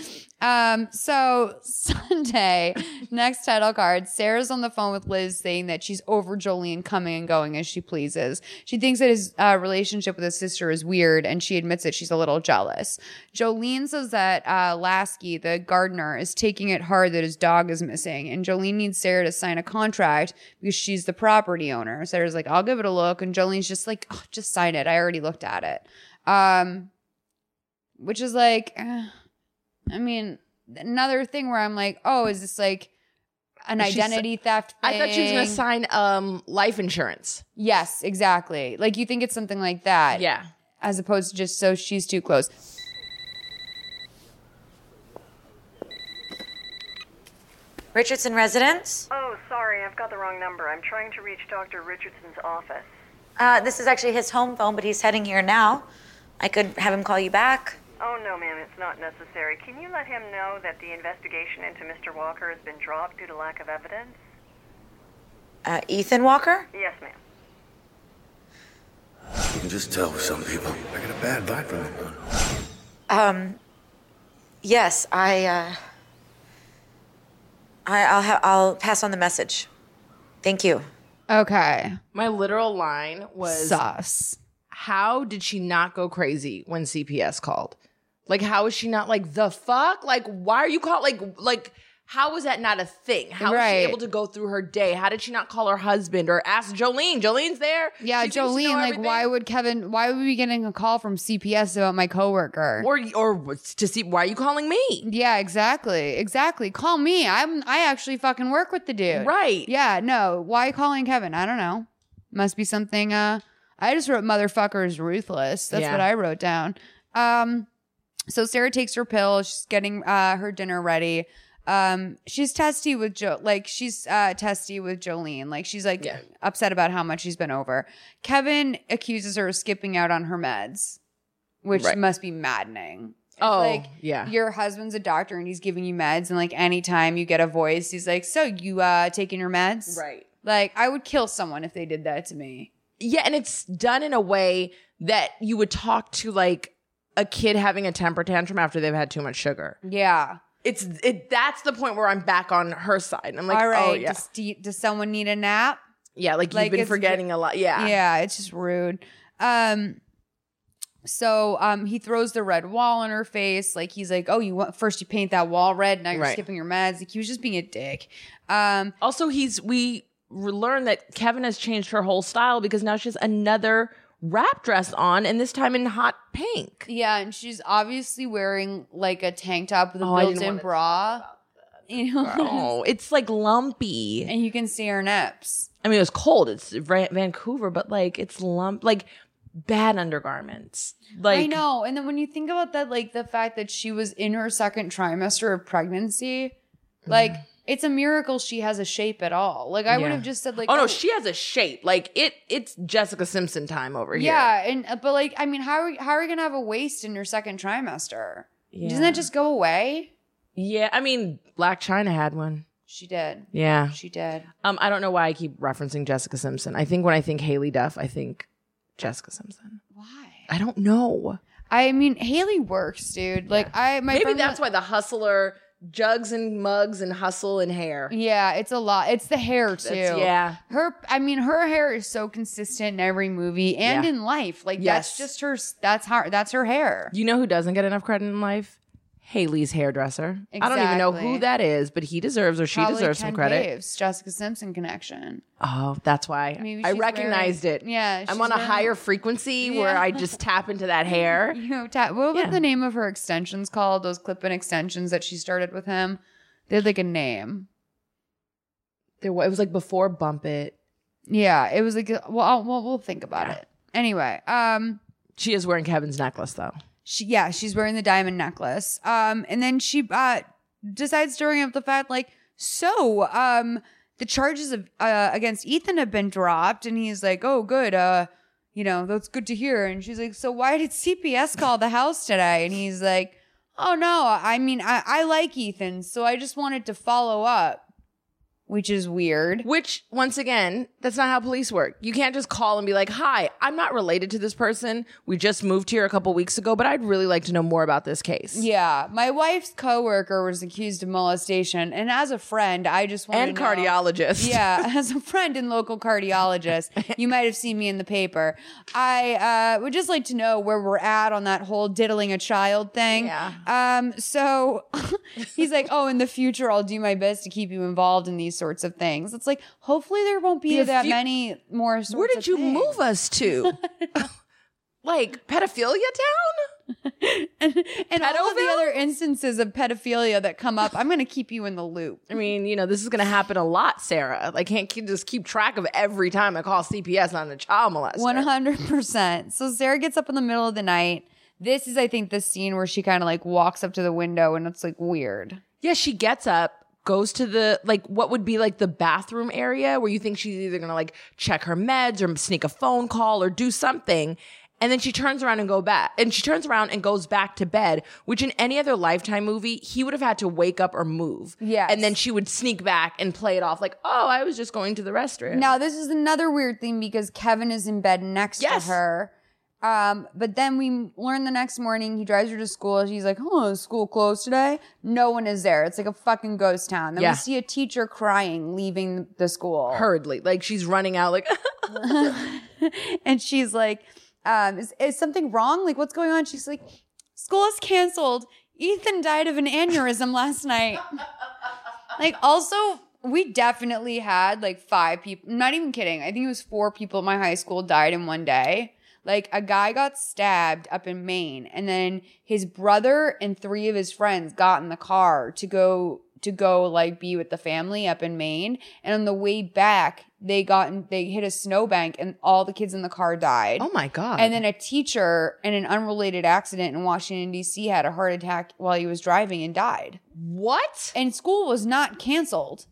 Um, so Sunday, next title card, Sarah's on the phone with Liz saying that she's over Jolene coming and going as she pleases. She thinks that his uh, relationship with his sister is weird and she admits that she's a little jealous. Jolene says that uh, Lasky, the gardener, is taking it hard that his dog is missing and Jolene needs Sarah to sign a contract because she's the property owner. Sarah's like, I'll give it a look. And Jolene's just like, oh, just sign it. I already looked at it. Um, which is like, eh, I mean, another thing where I'm like, oh, is this like an
She's-
identity theft
I thought she was going to
thing?
sign um life insurance.
Yes, exactly. Like you think it's something like that.
Yeah.
As opposed to just so she's too close.
Richardson residence?
Oh, sorry, I've got the wrong number. I'm trying to reach Dr. Richardson's office.
Uh, this is actually his home phone, but he's heading here now. I could have him call you back.
Oh, no, ma'am, it's not necessary. Can you let him know that the investigation into Mr. Walker has been dropped due to lack of evidence?
Uh, Ethan Walker?
Yes, ma'am.
You can just tell with some people. I get a bad vibe from them.
Um, yes, I, uh, I, I'll, ha- I'll pass on the message. Thank you.
Okay.
My literal line was
Sus.
How did she not go crazy when CPS called? Like, how is she not like the fuck? Like, why are you called? Like, like how was that not a thing? How was
Right.
she able to go through her day? How did she not call her husband or ask Jolene? Jolene's there.
Yeah,
She thinks she
Jolene,
know
like
everything.
why would Kevin why would we be getting a call from CPS about my coworker?
Or or to see why are you calling me?
Yeah, exactly. Exactly. Call me. I'm I actually fucking work with the dude.
Right.
Yeah, no. Why calling Kevin? I don't know. Must be something uh I just wrote motherfucker is ruthless. That's
Yeah.
what I wrote down. Um so Sarah takes her pill, she's getting uh her dinner ready. Um she's testy with Jo like she's uh testy with Jolene. Like she's like upset about how much she's been over. Kevin accuses her of skipping out on her meds, which
Right.
must be maddening. It's
Oh,
like
yeah.
your husband's a doctor and he's giving you meds, and like anytime you get a voice, he's like, "So you uh taking your meds?"
Right.
Like I would kill someone if they did that to me.
Yeah, and it's done in a way that you would talk to like a kid having a temper tantrum after they've had too much sugar.
Yeah.
It's it that's the point where I'm back on her side. And I'm like,
All right.
oh yeah.
Does, do you- does someone need a nap?
yeah, like you've
like,
been
it's-
forgetting a lot. Yeah.
Yeah, it's just rude. Um so um he throws the red wall in her face. Like he's like, Oh, you want first you paint that wall red, now you're
Right.
skipping your meds. Like he was just being a dick. Um
also he's we learned that Kevin has changed her whole style because now she has another wrap dress on and this time in hot pink.
Yeah, and she's obviously wearing like a tank top with a
Oh, I didn't
built-in
wanna
bra. You know,
Oh, it's like lumpy.
and you can see her nips.
I mean, it was cold. It's Va- Vancouver, but like it's lump like bad undergarments. Like
I know. And then when you think about that, like the fact that she was in her second trimester of pregnancy,
Mm-hmm.
like it's a miracle she has a shape at all. Like I would
Yeah.
have just said, like,
oh no, she has a shape. Like it, it's Jessica Simpson time over here.
yeah, and uh, but like I mean, how are how are you gonna have a waist in your second trimester? Doesn't
Yeah.
that just go away?
yeah. I mean, Black China had one.
She did.
Yeah.
she did.
Um, I don't know why I keep referencing Jessica Simpson. I think when I think Haley Duff, I think Jessica Simpson.
Why?
I don't know.
I mean, Haley works, dude. Like I, my
Maybe
friend-
that's why the hustler jugs and mugs and hustle and hair.
Yeah, it's a lot. It's the hair too.
That's- yeah.
Her I mean her hair is so consistent in every movie and
Yeah.
in life. Like that's
Yes.
just her that's how that's her hair.
You know who doesn't get enough credit in life? Haley's hairdresser. I don't even know
Exactly.
who that is, but he deserves or she
Probably
deserves some
Ken
credit.
Reeves, Jessica Simpson connection.
Oh, that's why
Maybe
I
she's
recognized
wearing-
it.
yeah, she's
I'm on a
wearing-
higher frequency where
Yeah.
I just tap into that hair.
You know, ta- what was the name of her extensions called? Those clip-in extensions that she started with him. They had like a name.
There, wa- it was like before bump it.
Yeah, it was like well, I'll, well we'll think about it. Anyway, um
She is wearing Kevin's necklace though.
she yeah she's wearing the diamond necklace um and then she uh decides to bring up the fact like so um the charges of uh against ethan have been dropped and he's like oh good uh you know that's good to hear and she's like so why did cps call the house today and he's like oh no i mean i i like ethan so i just wanted to follow up which is weird.
Which, once again, that's not how police work. You can't just call and be like, hi, I'm not related to this person. We just moved here a couple weeks ago, but I'd really like to know more about this case.
yeah my wife's coworker was accused of molestation and as a friend i just wanted
And cardiologist.
yeah as a friend and local cardiologist you might have seen me in the paper i uh, would just like to know where we're at on that whole diddling a child thing yeah um so he's like oh in the future i'll do my best to keep you involved in these sorts of things it's like hopefully there won't be
The
that
fu-
many more
Where did you move us to? like pedophilia town?
and all of the other instances of pedophilia that come up i'm gonna keep you in the loop
I mean, you know, this is going to happen a lot, Sarah. I can't keep, just keep track of every time I call CPS on a child molester.
One hundred percent. So Sarah gets up in the middle of the night. This is, I think, the scene where she kind of like walks up to the window, and it's like weird.
Yeah, she gets up, goes to the like what would be like the bathroom area where you think she's either gonna like check her meds or sneak a phone call or do something. And then she turns around and go back and she turns around and goes back to bed, which in any other lifetime movie, he would have had to wake up or move. Yeah. And then she would sneak back and play it off like, oh, I was just going to the restroom.
Now this is another weird thing because Kevin is in bed next to her. Um, but then we learn the next morning he drives her to school. She's like, "Oh, is school closed today." No one is there. It's like a fucking ghost town. Then
Yeah.
we see a teacher crying leaving the school
hurriedly, like she's running out, like
and she's like, um, is, is something wrong? Like, what's going on? She's like, school is canceled. Ethan died of an aneurysm last night. like, also, we definitely had like five people, not even kidding. I think it was four people at my high school died in one day. Like, a guy got stabbed up in Maine, and then his brother and three of his friends got in the car to go to go like be with the family up in Maine. And on the way back, they got in, they hit a snowbank and all the kids in the car died.
Oh my God.
And then a teacher in an unrelated accident in Washington D.C. had a heart attack while he was driving and died.
What?
And school was not canceled.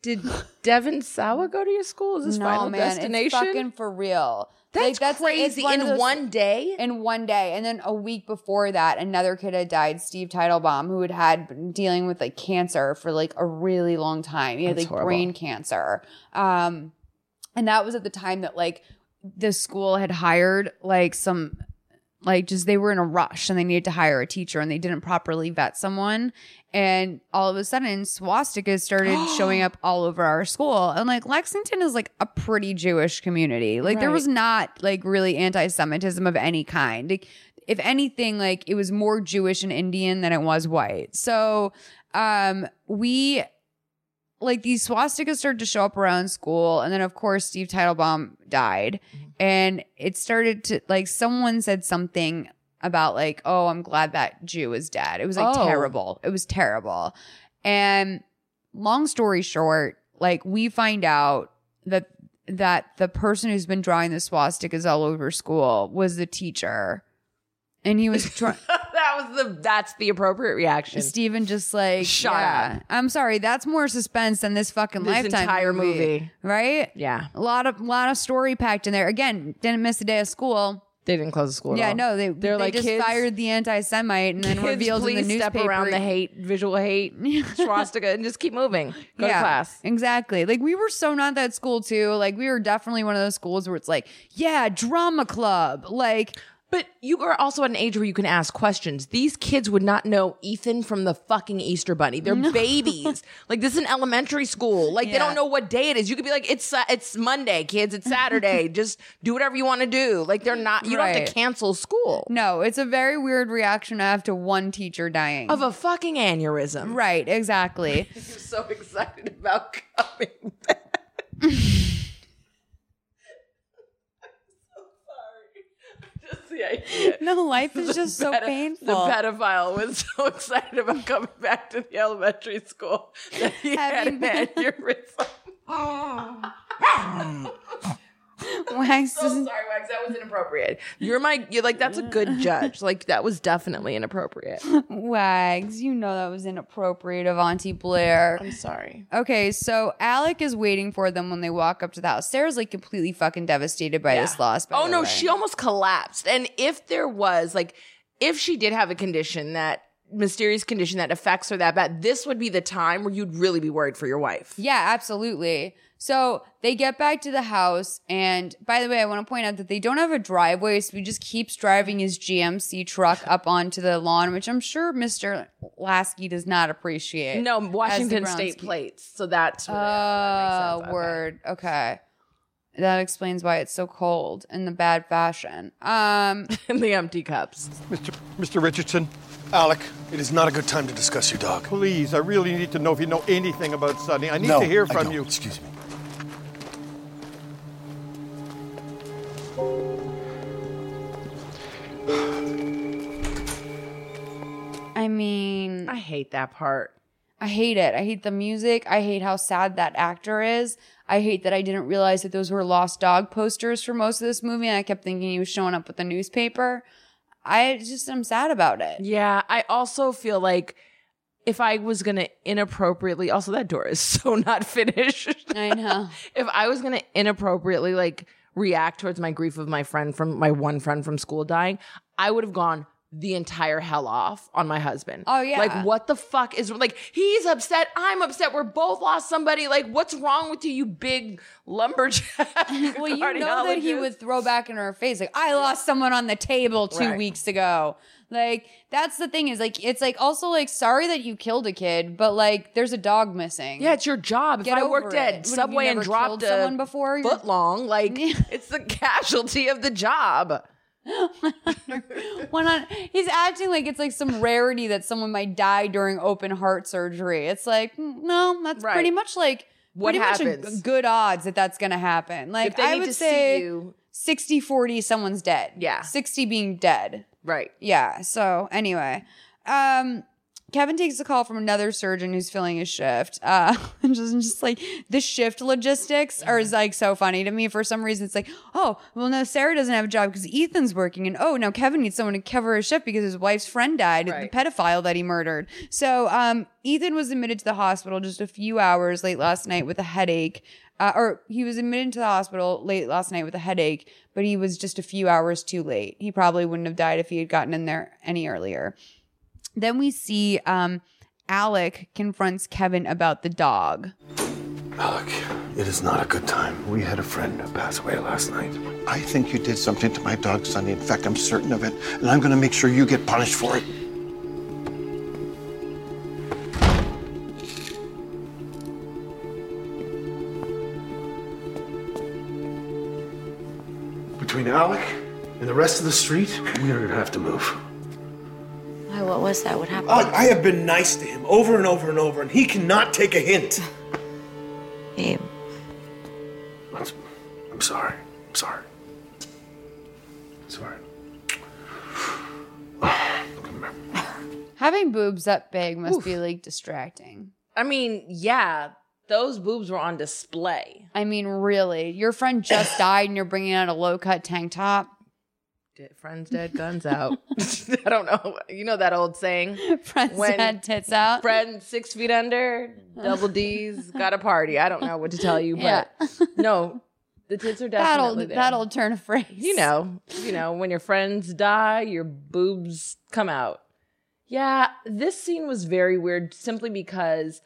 Did Devin Sawa go to your school? Is this Final
It's
Destination?
fucking for real.
That's
it's
crazy.
of
In one day?
In one day. And then a week before that, another kid had died, Steve Teitelbaum, who had had been dealing with like cancer for like a really long time. He had
That's
like
horrible.
brain cancer. Um, and that was at the time that like the school had hired like some like just they were in a rush and they needed to hire a teacher and they didn't properly vet someone and all of a sudden swastikas started showing up all over our school and like lexington is like a pretty jewish community like there
Right.
was not like really anti-semitism of any kind like if anything like it was more jewish and indian than it was white so um we like these swastikas started to show up around school and then of course steve teitelbaum died and it started to like someone said something about like oh i'm glad that jew is dead it was like
Oh.
terrible it was terrible and long story short like we find out that that the person who's been drawing the swastikas all over school was the teacher and he was trying
that was the that's the appropriate reaction.
Steven just like
Shut
yeah.
up.
I'm sorry, that's more suspense than this fucking
This
lifetime
entire movie.
right?
Yeah.
a lot of lot of story packed in there. Again, didn't miss a day of school.
They didn't close the school. at
yeah,
all.
no, they
They're
they
like,
just
"Kids,
fired the anti-Semite and then
kids,
revealed in the
please
newspaper.
step around the hate, visual hate, swastika, and just keep moving. Go to class.
Exactly. Like we were so not that school too. Like we were definitely one of those schools where it's like, yeah, drama club. Like
But you are also at an age where you can ask questions. These kids would not know Ethan from the fucking Easter Bunny. They're babies. Like this is an elementary school. Like they
Yeah.
don't know what day it is. You could be like, it's uh, it's Monday, kids. It's Saturday. just do whatever you want to do. Like they're not. You don't have to
Right.
cancel school.
No, it's a very weird reaction after one teacher dying
of a fucking aneurysm.
Right, exactly.
I'm so excited about coming. Just the idea.
No, life is
The
just so
ped-
painful.
The pedophile was so excited about coming back to the elementary school that he had an aneurysm.
Wags
so sorry, Wags. That was inappropriate. You're my. You're like that's a good judge. Like that was definitely inappropriate.
Wags, you know that was inappropriate of Auntie Blair. I'm
sorry.
Okay, so Alec is waiting for them when they walk up to the house. Sarah's like completely fucking devastated by this loss. by
oh
the
no,
way.
she almost collapsed. And if there was like, if she did have a condition that mysterious condition that affects her that bad, this would be the time where you'd really be worried for your wife.
Yeah, absolutely. So they get back to the house, and by the way, I want to point out that they don't have a driveway, so he just keeps driving his GMC truck up onto the lawn, which I'm sure Mr. Lasky does not appreciate.
No,
as the
Washington
groundskeeper.
State plates. So that's
Oh,
what it is.
word. Okay. That explains why it's so cold and the bad fashion. Um,
and the empty cups.
Mr. Mr. Richardson,
Alec, it is not a good time to discuss your dog.
please, I really need to know if you know anything about Sonny. I need
No,
to hear
I
from
don't.
you.
Excuse me.
I mean,
I hate that part.
I hate it. I hate the music. I hate how sad that actor is. I hate that I didn't realize that those were lost dog posters for most of this movie, and I kept thinking he was showing up with the newspaper. I just am sad about it.
Yeah, I also feel like if I was gonna inappropriately, also that door is so not finished.
I know.
if I was gonna inappropriately like react towards my grief of my friend from my one friend from school dying, I would have gone the entire hell off on my husband.
Oh, yeah.
Like what the fuck is like he's upset, I'm upset, we're both lost somebody. Like what's wrong with you, you big lumberjack?
Well, you know that he would throw back in her face like, "I lost someone on the table two
Right.
weeks ago." Like that's the thing is like it's like also like sorry that you killed a kid, but like there's a dog missing.
Yeah, it's your job.
Get
if I
over it.
worked
What,
at
have you
Subway and
never
dropped
killed
a
someone before
foot long, like it's the casualty of the job.
Why not? He's acting like it's like some rarity that someone might die during open heart surgery. It's like, mm, no, that's
Right.
pretty much like
What
pretty much a
happens?
g- good odds that that's going to happen. Like
they
I
need
would
to see
say
you-
60 40 someone's dead.
Yeah.
60 being dead.
Right.
Yeah. So anyway, um, Kevin takes a call from another surgeon who's filling his shift. Uh, and just, just like the shift logistics are is like so funny to me. For some reason, it's like, oh, well, no, Sarah doesn't have a job because Ethan's working, and oh, now Kevin needs someone to cover his shift because his wife's friend died, the pedophile that he murdered. So, um, Ethan was admitted to the hospital just a few hours late last night with a headache. Uh, or he was admitted to the hospital late last night with a headache, but he was just a few hours too late. He probably wouldn't have died if he had gotten in there any earlier. Then we see um, Alec confronts Kevin about the dog.
Alec, it is not a good time. We had a friend pass away last night.
I think you did something to my dog, Sonny. In fact, I'm certain of it, and I'm going to make sure you get punished for it.
Between Alec and the rest of the street, we are gonna have to move.
Why, what was that? What happened?
Alec, I have been nice to him over and over and over, and he cannot take a hint.
Babe.
I'm, I'm sorry. I'm sorry. Sorry.
Having boobs that big must be like distracting.
I mean, yeah, those boobs were on display.
I mean, really, your friend just died and you're bringing out a low cut tank top.
Dead friends dead, guns out. I don't know. You know that old saying?
Friends dead, tits out.
Friend six feet under, double D's, got a party. I don't know what to tell you, but no, the tits are
That
definitely
old,
there.
that old turn of phrase.
You know, you know, when your friends die, your boobs come out. Yeah, this scene was very weird simply because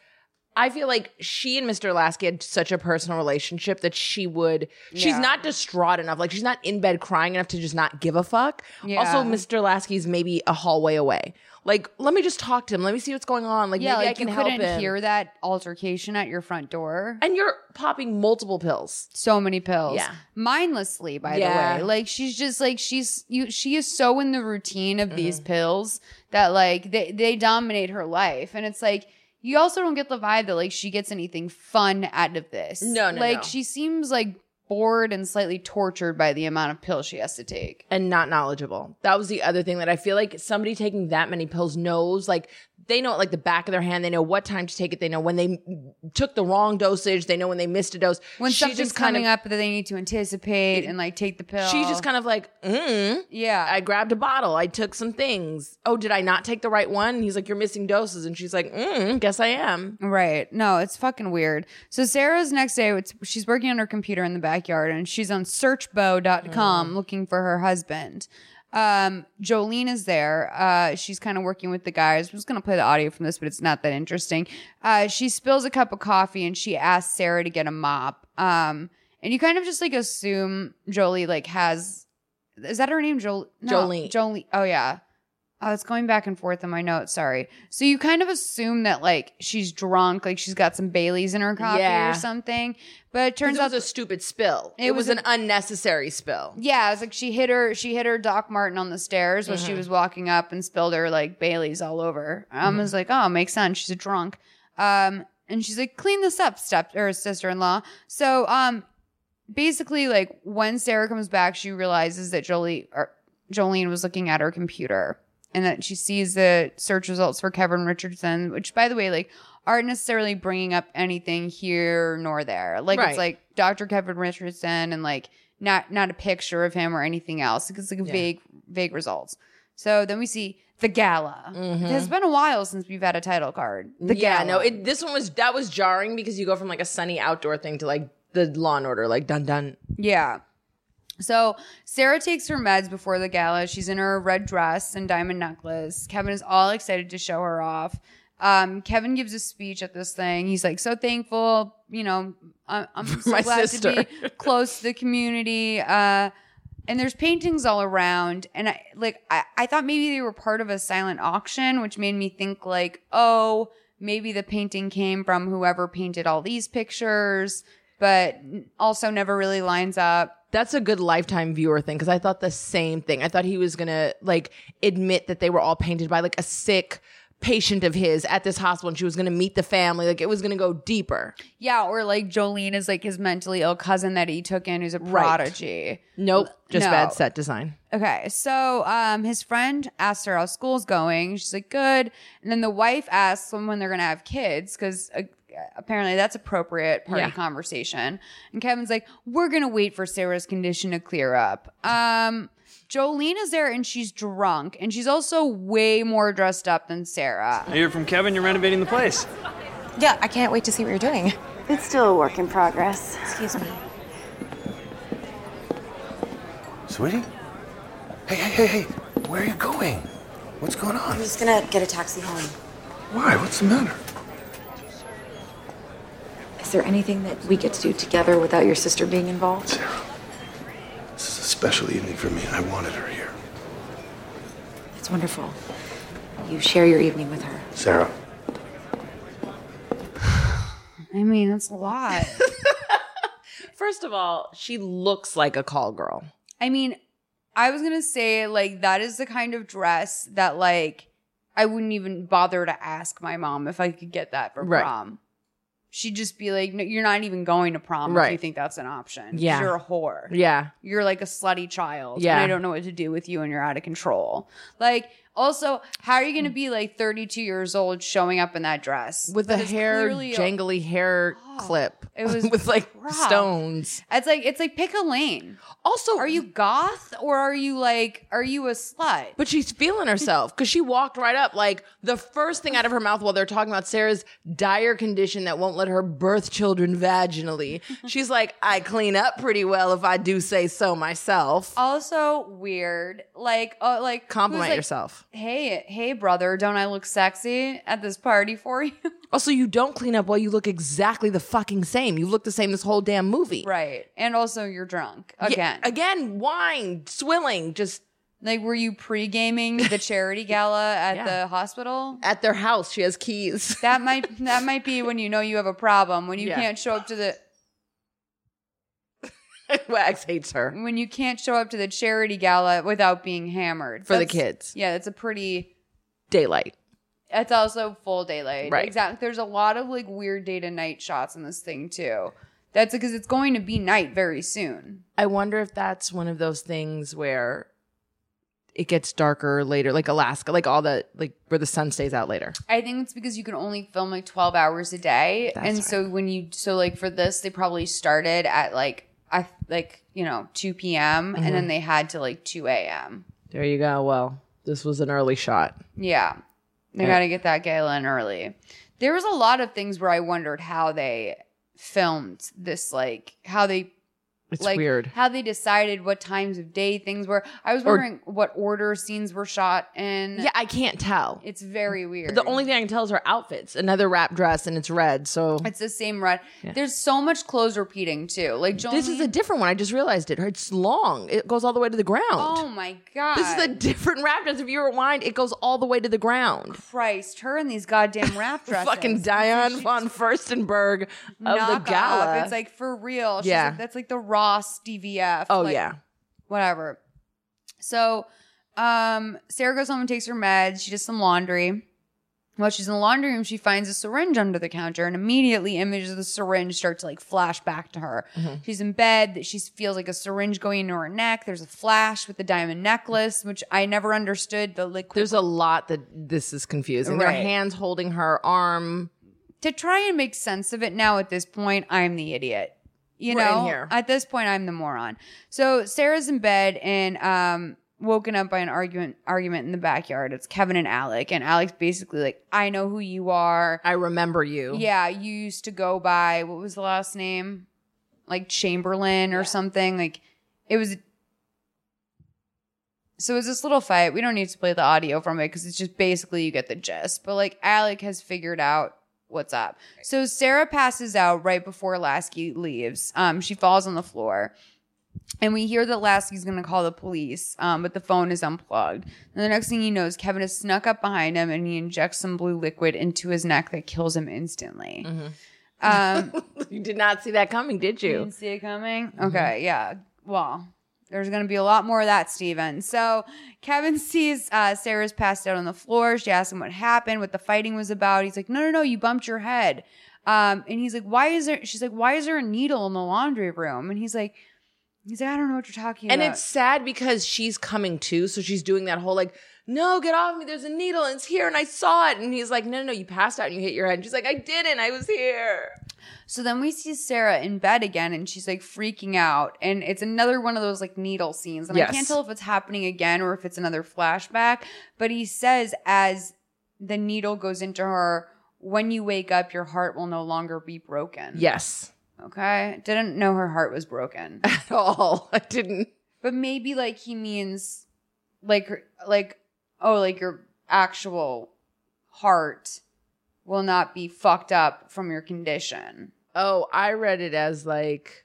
I feel like she and Mr. Lasky had such a personal relationship that she would, she's
Yeah.
not distraught enough. Like, she's not in bed crying enough to just not give a fuck.
Yeah.
Also, Mr. Lasky's maybe a hallway away. Like, let me just talk to him. Let me see what's going on. Like,
yeah,
maybe
like
I can
you
help
couldn't
him.
hear that altercation at your front door.
And you're popping multiple pills.
So many pills.
Yeah.
Mindlessly, by the
Yeah.
way. Like she's just like she's you she is so in the routine of these
Mm-hmm.
pills that like they, they dominate her life. And it's like you also don't get the vibe that like she gets anything fun out of this.
No, no,
Like
no.
she seems like bored and slightly tortured by the amount of pills she has to take.
and not knowledgeable. That was the other thing that I feel like somebody taking that many pills knows like they know it like the back of their hand. They know what time to take it. They know when they took the wrong dosage. They know when they missed a dose.
when
She
something's
just kind
coming
of-
up that they need to anticipate and like take the pill.
She's just kind of like, mm,
yeah.
I grabbed a bottle. I took some things. Oh, did I not take the right one? And he's like, you're missing doses. And she's like, mm, guess I am.
Right. No, it's fucking weird. So Sarah's next day, it's, she's working on her computer in the backyard and she's on
Mm.
searchbow.com looking for her husband. Um, Jolene is there. Uh, she's kind of working with the guys. I'm just going to play the audio from this, but it's not that interesting. Uh, she spills a cup of coffee and she asks Sarah to get a mop. Um, and you kind of just like assume Jolie like has, is that her name? Jol- no,
Jolene.
Jolene. Oh yeah. Oh, it's going back and forth in my notes. Sorry. So you kind of assume that like she's drunk, like she's got some Baileys in her coffee
Yeah.
or something. But it turns
it
out
was a stupid spill.
It
It,
was a-
was, an unnecessary spill.
yeah, it's like she hit her she hit her Doc Martin on the stairs when she
Mhm.
was walking up and spilled her like Baileys all over. I
Mhm.
was like, oh, makes sense. She's a drunk. Um, and she's like, clean this up, step or sister in law. So um, basically, like when Sarah comes back, she realizes that Jolie or Jolene was looking at her computer and that she sees the search results for Kevin Richardson, which by the way, like aren't necessarily bringing up anything here nor there. Like it's
Right.
like Dr. Kevin Richardson and like not not a picture of him or anything else because like
Yeah.
vague vague results. So then we see the gala. It's been a while since we've had a title card. The
Mm-hmm. yeah,
gala.
no, it, this one was that was jarring because you go from like a sunny outdoor thing to like the Law and Order, like dun dun.
Yeah. So Sarah takes her meds before the gala. She's in her red dress and diamond necklace. Kevin is all excited to show her off. Um, Kevin gives a speech at this thing. He's like, "So thankful, you know, I'm, I'm so
my
glad to
sister."
be close to the community." Uh, and there's paintings all around, and I like I, I thought maybe they were part of a silent auction, which made me think like, oh, maybe the painting came from whoever painted all these pictures, but also never really lines up.
That's a good lifetime viewer thing because I thought the same thing. I thought he was gonna like admit that they were all painted by like a sick patient of his at this hospital, and she was gonna meet the family. Like it was gonna go deeper.
Yeah, or like Jolene is like his mentally ill cousin that he took in who's a
Right.
prodigy.
Nope, just
No.
bad set design.
Okay, so um, his friend asks her how school's going. She's like, good. And then the wife asks them when they're going to have kids because uh, apparently that's appropriate part of
Yeah.
the conversation. And Kevin's like, we're going to wait for Sarah's condition to clear up. Um, Jolene is there and she's drunk and she's also way more dressed up than Sarah.
I hear from Kevin you're renovating the place.
Yeah, I can't wait to see what you're doing. It's still a work in progress. Excuse me.
Sweetie? Hey, hey, hey, hey. Where are you going? What's going on?
I'm just gonna get a taxi home.
Why? What's the matter?
Is there anything that we get to do together without your sister being involved?
This is a special evening for me, and I wanted her here.
It's wonderful. You share your evening with her.
Sarah.
I mean, that's a lot.
First of all, she looks like a call girl.
I mean, I was gonna say like that is the kind of dress that like I wouldn't even bother to ask my mom if I could get that for
Right.
prom. She'd just be like, no, "You're not even going to prom if you
Right.
think that's an option. 'cause
Yeah.
you're a whore.
Yeah.
you're like a slutty child.
Yeah.
and I don't know what to do with you, and you're out of control. Like, also, how are you gonna be like 32 years old showing up in that dress
With a
That is
hair
clearly a-
jangly hair clip.
It was
with like
rough.
stones.
It's like it's like pick a lane.
Also,
are you goth or are you like are you a slut?
But she's feeling herself because she walked right up. Like the first thing out of her mouth while they're talking about Sarah's dire condition that won't let her birth children vaginally. She's like, I clean up pretty well if I do say so myself.
Also weird, like oh, like Oh, who's
Compliment
like,
yourself.
Hey, hey, brother, don't I look sexy at this party for you?
Also, you don't clean up while you look exactly the fucking same. You look the same this whole damn movie.
Right. And also, you're drunk
Yeah,
again.
again, wine, swilling, just
like were you pre gaming the charity gala at
Yeah.
the hospital?
At their house, she has keys.
That might that might be when you know you have a problem when you
Yeah.
can't show up to the
Wax hates her.
when you can't show up to the charity gala without being hammered
For the
That's-
kids.
Yeah, that's a pretty.
Daylight.
It's also full daylight.
Right.
Exactly. There's a lot of like weird day to night shots in this thing too. That's because it's going to be night very soon.
I wonder if that's one of those things where it gets darker later, like Alaska, like all the like where the sun stays out later.
I think it's because you can only film like 12 hours a day. and so when you, so like for this, they probably started at like, I like, you know, 2 p.m.
Mhm.
and then they had to like 2 a.m.
There you go. Well, this was an early shot.
Yeah. They
Yeah.
got to get that gala in early. There was a lot of things where I wondered how they filmed this, like how they.
It's weird.
How they decided what times of day things were. I was
Or-
wondering what order scenes were shot in. Yeah,
I can't tell.
It's very weird.
The only thing I can tell is her outfits. Another wrap dress, and it's red. So
It's the same red.
Yeah.
There's so much clothes repeating too. Like Jolene,
this is a different one. I just realized it. It's long. It goes all the way to the ground.
Oh my god!
This is a different wrap dress. If you rewind, it goes all the way to the ground.
Christ. Her in these goddamn wrap dresses.
Fucking Diane von Furstenberg of
Knock
the gala.
Off. It's like for real. She's
Yeah.
like, that's like the Ross DVF.
Oh,
like,
yeah.
Whatever. So um Sarah goes home and takes her meds. She does some laundry. While she's in the laundry room, she finds a syringe under the counter and immediately images of the syringe start to like flash back to her.
Mm-hmm.
Mhm.
She's in bed, she feels like a syringe going into her neck. There's a flash with the diamond necklace, which I never understood the liquid.
There's a lot that this is confusing. Their
Right.
hands holding her arm.
to try and make sense of it now at this point, I'm the idiot. You
We're in
know,
here.
at this point, I'm the moron. So Sarah's in bed and um, woken up by an argument argument in the backyard. It's Kevin and Alec, and Alec's basically like, "I know who you are.
I remember you.
Yeah, you used to go by what was the last name, like Chamberlain or something. Like it was." So it's this little fight. We don't need to play the audio from it because it's just basically you get the gist. But like Alec has figured out what's up. So Sarah passes out right before Lasky leaves. Um, she falls on the floor. And we hear that Lasky's gonna call the police, um, but the phone is unplugged. And the next thing he knows, Kevin has snuck up behind him and he injects some blue liquid into his neck that kills him instantly. Um,
Mm-hmm. you did not see that coming, did you?
You didn't see it coming?
Mm-hmm.
Okay, yeah. Well, there's going to be a lot more of that, Steven. So Kevin sees uh, Sarah's passed out on the floor. She asks him what happened, what the fighting was about. He's like, no, no, no, you bumped your head. Um, and he's like, why is there, she's like, why is there a needle in the laundry room? And he's like, he's like, I don't know what you're talking
And
about.
it's sad because she's coming too, so she's doing that whole like, no, get off me. There's a needle and it's here and I saw it. And he's like, no, no, no, you passed out and you hit your head. And she's like, I didn't. I was here.
So then we see Sarah in bed again and she's like freaking out. And it's another one of those like needle scenes. And I
Yes.
can't tell if it's happening again or if it's another flashback. But he says, as the needle goes into her, when you wake up, your heart will no longer be broken.
Yes.
Okay. Didn't know her heart was broken
at all. I didn't.
But maybe like he means like, her- like, oh, like your actual heart will not be fucked up from your condition.
Oh, I read it as like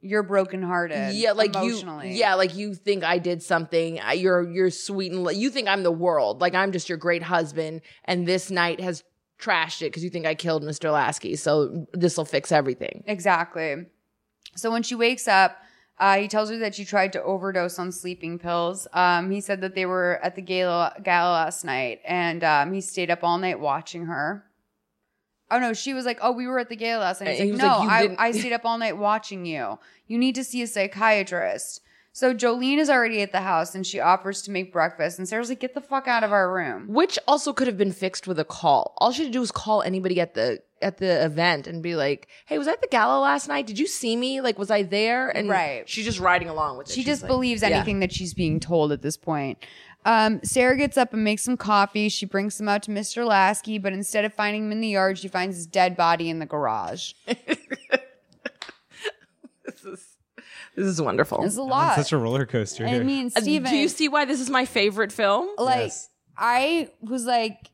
you're brokenhearted.
Yeah, like you.
emotionally.
Yeah, like you think I did something. I- You're you're sweet and li- you think I'm the world. Like I'm just your great husband, and this night has trashed it because you think I killed Mr. Lasky. So this will fix everything.
Exactly. So when she wakes up, uh, he tells her that she tried to overdose on sleeping pills. Um, he said that they were at the gala, gala last night, and um, he stayed up all night watching her. Oh no, she was like, "Oh, we were at the gala last night." He's
And he
like,
was
"No,
like, "You didn't."
I, I stayed up all night watching you. You need to see a psychiatrist." So Jolene is already at the house, and she offers to make breakfast. And Sarah's like, "Get the fuck out of our room."
Which also could have been fixed with a call. All she had to do was call anybody at the at the event and be like, "Hey, was I at the gala last night? Did you see me? Like, was I there?" And
Right.
she's just riding along with it.
She
She's
just
like-
believes
Yeah.
anything that she's being told at this point. Um, Sarah gets up and makes some coffee. She brings some out to Mr. Lasky, but instead of finding him in the yard, she finds his dead body in the garage.
This is wonderful.
It's a lot.
Such a roller coaster.
I mean,
Uh,
Steven.
Do you see why this is my favorite film?
Like, I was like,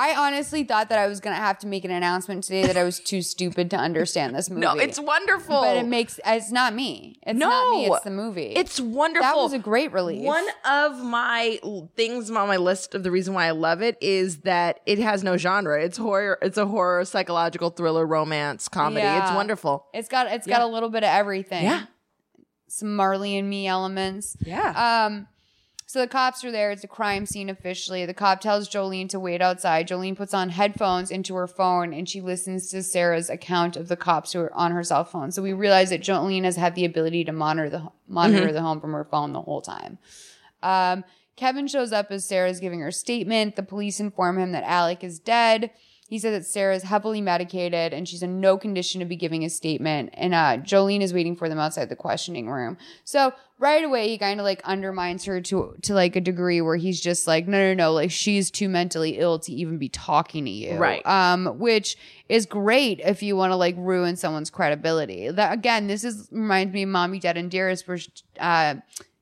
I honestly thought that I was going to have to make an announcement today that I was too stupid to understand this movie.
No, it's wonderful.
But it makes, it's not me. It's not me.
No.
It's the movie.
It's wonderful.
That was a great release.
One of my l- things on my list of the reason why I love it is that it has no genre. It's horror. It's a horror, psychological thriller, romance, comedy. It's
Yeah.
wonderful.
It's got it's
Yeah.
got a little bit of everything.
Yeah.
Some Marley and me elements.
Yeah.
Um so the cops are there. It's a crime scene officially. The cop tells Jolene to wait outside. Jolene puts on headphones into her phone and she listens to Sarah's account of the cops who are on her cell phone.
Mm-hmm.
So we realize that Jolene has had the ability to monitor the monitor
Mhm.
the home from her phone the whole time. Um, Kevin shows up as Sarah's giving her statement. The police inform him that Alec is dead. He said that Sarah is heavily medicated and she's in no condition to be giving a statement. And uh, Jolene is waiting for them outside the questioning room. So right away, he kind of like undermines her to to like a degree where he's just like, no, no, no, like she's too mentally ill to even be talking to you,
Right.
Um, which is great if you want to like ruin someone's credibility. That again, this is reminds me of Mommy, Dad, and Dearest, where. Uh,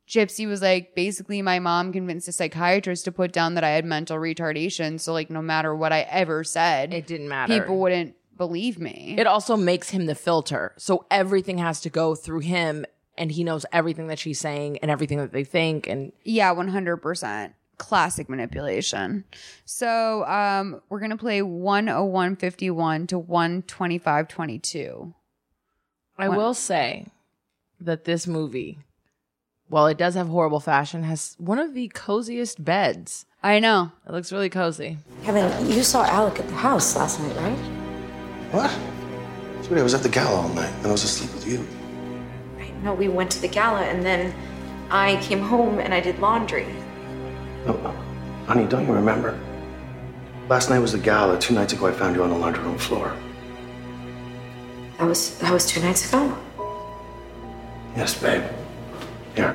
Gypsy was like, basically, my mom convinced a psychiatrist to put down that I had mental retardation. So, like, no matter what I ever said, it
didn't matter.
People wouldn't believe me.
It also makes him the filter. So everything has to go through him and he knows everything that she's saying and everything that they think and
yeah, 100%. Classic manipulation. So, um, we're going to play 101.51 to 125.22.
I
One-
will say that this movie, while it does have horrible fashion, has one of the coziest beds.
I know.
It looks really cozy.
Kevin, you saw Alec at the house last night, right?
What? Sweetie, I was at the gala all night and I was asleep with you.
No, we went to the gala and then I came home and I did laundry.
No, no. Oh, honey, don't you remember? Last night was the gala. Two nights ago, I found you on the laundry room floor.
That was that was two nights ago.
Yes, babe. Here.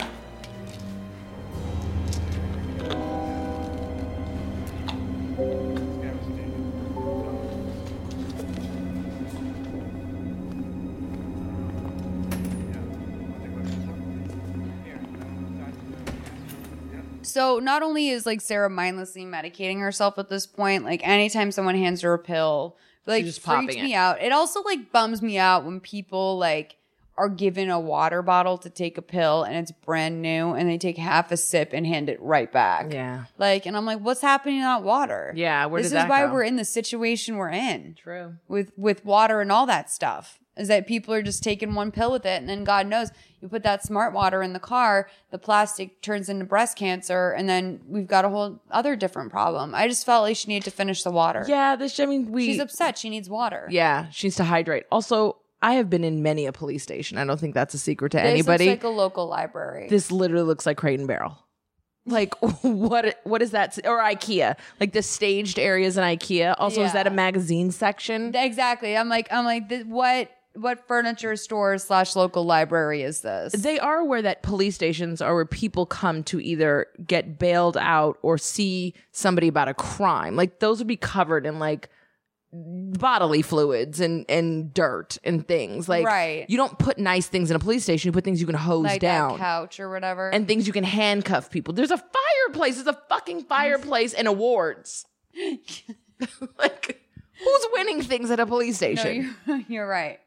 So not only is like Sarah mindlessly medicating herself at this point, like anytime someone hands her a pill, like
She's just
freaks
popping
me
it.
out. It also like bums me out when people like are given a water bottle to take a pill and it's brand new and they take half a sip and hand it right back.
Yeah.
Like and I'm like, what's happening in that water?
Yeah, where
this
did
is
that
why
go?
we're in the situation we're in.
True.
With with water and all that stuff. Is that people are just taking one pill with it and then God knows you put that smart water in the car, the plastic turns into breast cancer, and then we've got a whole other different problem. I just felt like she needed to finish the water.
Yeah, this I mean we
She's upset. She needs water.
Yeah, she needs to hydrate. Also, I have been in many a police station. I don't think that's a secret to
This
anybody.
looks like a local library.
this literally looks like Crate and Barrel. Like what? What is that? Or IKEA? Like the staged areas in IKEA. Also, is
Yeah.
that a magazine section?
exactly. I'm like I'm like th- what what furniture store slash local library is this?
They are aware that police stations are where people come to either get bailed out or see somebody about a crime. Like those would be covered in like bodily fluids and and dirt and things. Like
Right.
you don't put nice things in a police station. You put things you can hose
like
down.
that couch or whatever.
and things you can handcuff people. There's a fireplace. There's a fucking fireplace and awards. like, who's winning things at a police
no,
station?
you're, you're right.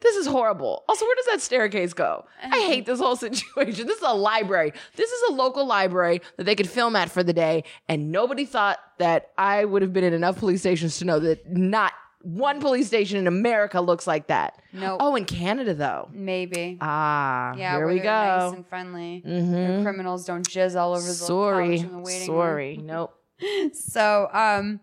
this is horrible. Also, where does that staircase go? I hate this whole situation. This is a library. This is a local library that they could film at for the day, and nobody thought that I would have been in enough police stations to know that not one police station in America looks like that.
No.
Oh, in Canada though.
Maybe.
Ah,
Mm. yeah,
here
where
we go. Mm-hmm.
they're Nice and friendly. Their criminals don't jizz all over the
Sorry.
couch in the waiting room.
Sorry. Nope.
so um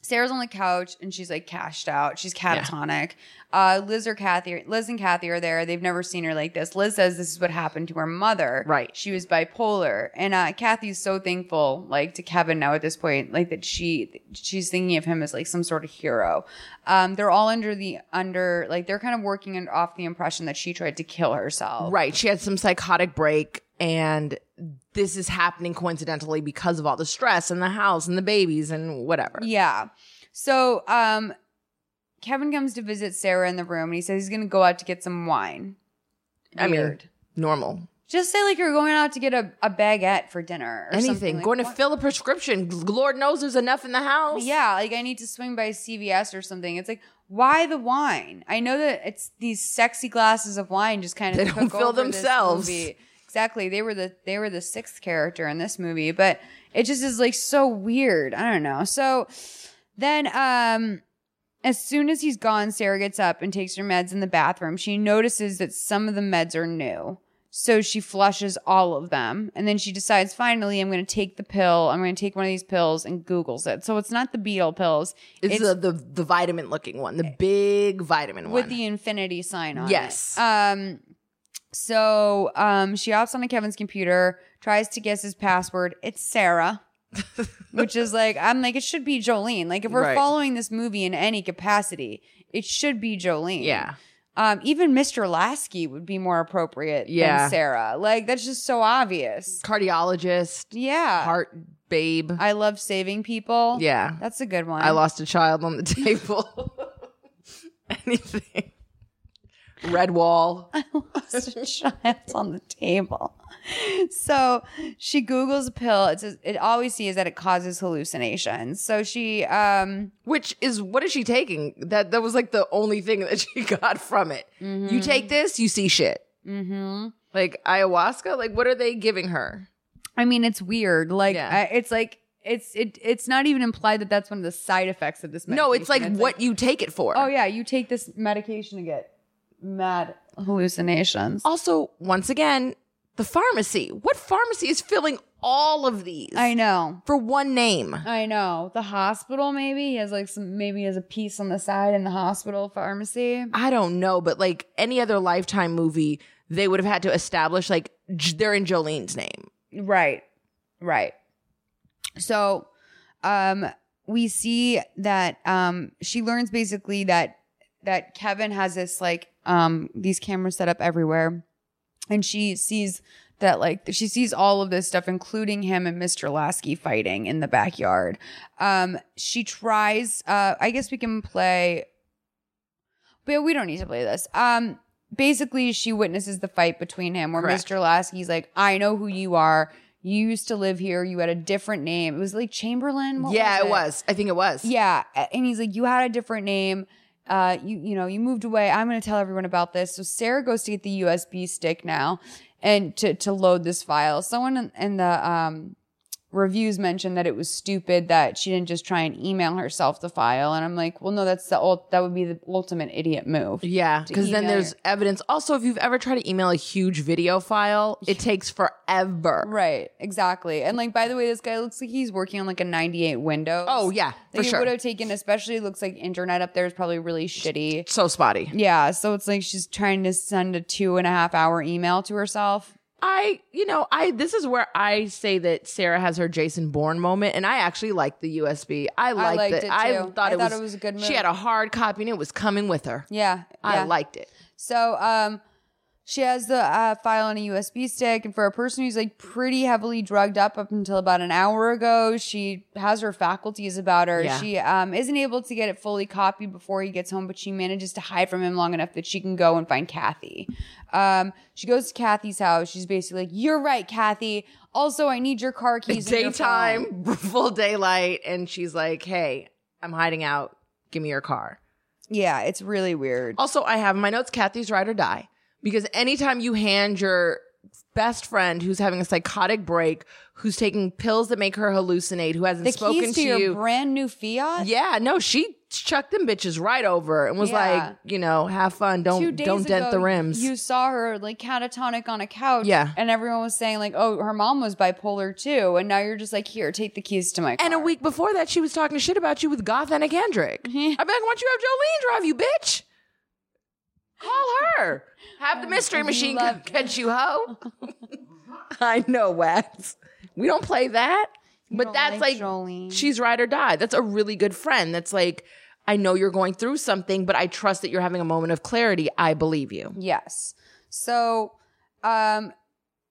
Sarah's on the couch and she's like cashed out. She's catatonic. Uh, Liz or Kathy, Liz and Kathy are there. They've never seen her like this. Liz says this is what happened to her mother. Right. She was bipolar, and uh, Kathy's so thankful, like to Kevin now at this point, like that she she's thinking of him as like some sort of hero. Um, they're all under the under like they're kind of working in- off the impression that she tried to kill herself.
Right. She had some psychotic break, and this is happening coincidentally because of all the stress and the house and the babies and whatever.
Yeah. So um Kevin comes to visit Sarah in the room and he says he's gonna go out to get some wine.
I mean,
Weird.
normal.
Just say like you're going out to get a, a baguette for dinner or
Anything.
something. like-
Going to fill a prescription. Lord knows there's enough in the house.
Yeah, like I need to swing by CVS or something. It's like, why the wine? I know that it's these sexy glasses of wine just kind of
They don't
took
fill
over this
themselves.
movie. Exactly. They were the they were the sixth character in this movie, but it just is like so weird. I don't know. So then um as soon as he's gone, Sarah gets up and takes her meds in the bathroom. She notices that some of the meds are new. So she flushes all of them. And then she decides, finally, I'm going to take the pill. I'm going to take one of these pills and Googles it. So it's not the beetle pills.
It's, the, the the vitamin looking one, the big vitamin
Eh. with
one.
the infinity sign on it.
Yes.
Um, so um, she opts onto Kevin's computer tries to guess his password. It's Sarah, which is like, I'm like, it should be Jolene. Like, if we're
Right.
following this movie in any capacity, it should be Jolene.
Yeah.
Um, even Mr. Lasky would be more appropriate
Yeah.
than Sarah. Like, that's just so obvious.
Cardiologist.
Yeah.
Heart babe.
I love saving people.
Yeah.
That's a good one.
I lost a child on the table. Anything. Red wall.
I lost a child on the table. So she Googles a pill. It says it always sees that it causes hallucinations. So she um
Which is what is she taking? That that was like the only thing that she got from it.
Hmm.
You take this, you see shit.
Mm-hmm.
Like ayahuasca? Like what are they giving her?
I mean it's weird. Like I, it's like it's it it's not even implied that that's one of the side effects of this medication.
No, it's like what you take it for.
Oh yeah, you take this medication to get mad hallucinations.
Also, once again, the pharmacy. What pharmacy is filling all of these?
I know.
For one name.
I know. The hospital maybe he has like some maybe he has a piece on the side in the hospital pharmacy.
I don't know, but like any other Lifetime movie, they would have had to establish like J- they're in Jolene's name.
Right. Right. So um we see that um she learns basically that that Kevin has this like um these cameras set up everywhere and she sees that like she sees all of this stuff including him and Mr. Lasky fighting in the backyard. Um she tries uh I guess we can play but we don't need to play this. Um, basically, she witnesses the fight between him, where
Correct.
Mr. Lasky's like, "I know who you are. You used to live here. You had a different name. It was like Chamberlain. What
yeah, it was. I think it was.
Yeah, a- and he's like, "You had a different name. Uh, you you know, you moved away. I'm going to tell everyone about this." So Sarah goes to get the USB stick now, and to to load this file. Someone in, in the um reviews mentioned that it was stupid that she didn't just try and email herself the file and i'm like well no that's the ult- that would be the ultimate idiot move
Yeah,
To
because then
email
there's
your-
evidence. Also, if you've ever tried to email a huge video file, it takes forever.
Right, exactly. And like, by the way, this guy looks like he's working on like a 98 Windows.
Oh, yeah, for
Like,
sure.
It would have taken, especially it looks like internet up there is probably really shitty.
So spotty.
Yeah. So it's like she's trying to send a two and a half hour email to herself.
I, you know, I this is where I say that Sarah has her Jason Bourne moment, and I actually liked the USB. I liked,
liked
it.
it,
I
too.
thought,
I
it,
thought
was,
it was a good
She
move.
had a hard copy, and it was coming with her.
Yeah.
I
yeah.
liked it.
So, um, she has the uh, file on a USB stick, and for a person who's like pretty heavily drugged up up until about an hour ago, she has her faculties about her.
Yeah.
She um, isn't able to get it fully copied before he gets home, but she manages to hide from him long enough that she can go and find Kathy. Um, she goes to Kathy's house. She's basically like, "You're right, Kathy. Also, I need your car keys." and your phone."
Daytime, full daylight, and she's like, "Hey, I'm hiding out. Give me your car."
Yeah, it's really weird.
Also, I have in my notes Kathy's ride or die because anytime you hand your best friend who's having a psychotic break, who's taking pills that make her hallucinate, who hasn't
The
spoken
keys to, your
you,
brand new Fiat.
yeah, no, she chucked them bitches right over and was
Yeah.
like, you know, have fun,
Two
don't
days
don't dent
ago,
the rims.
You saw her like catatonic on a couch.
Yeah.
And everyone was saying, like, oh, her mom was bipolar too. And now you're just like, here, take the keys to my car.
and a week before that, she was talking shit about you with Goth and Kendrick. I'd be like, why don't you have Jolene drive you, bitch? Call her. Have the mystery machine come catch you, hoe. I know, Wax. We don't play that. But
don't
that's
like
like, she's ride or die. That's a really good friend. That's like, I know you're going through something, but I trust that you're having a moment of clarity. I believe you.
Yes. So, um,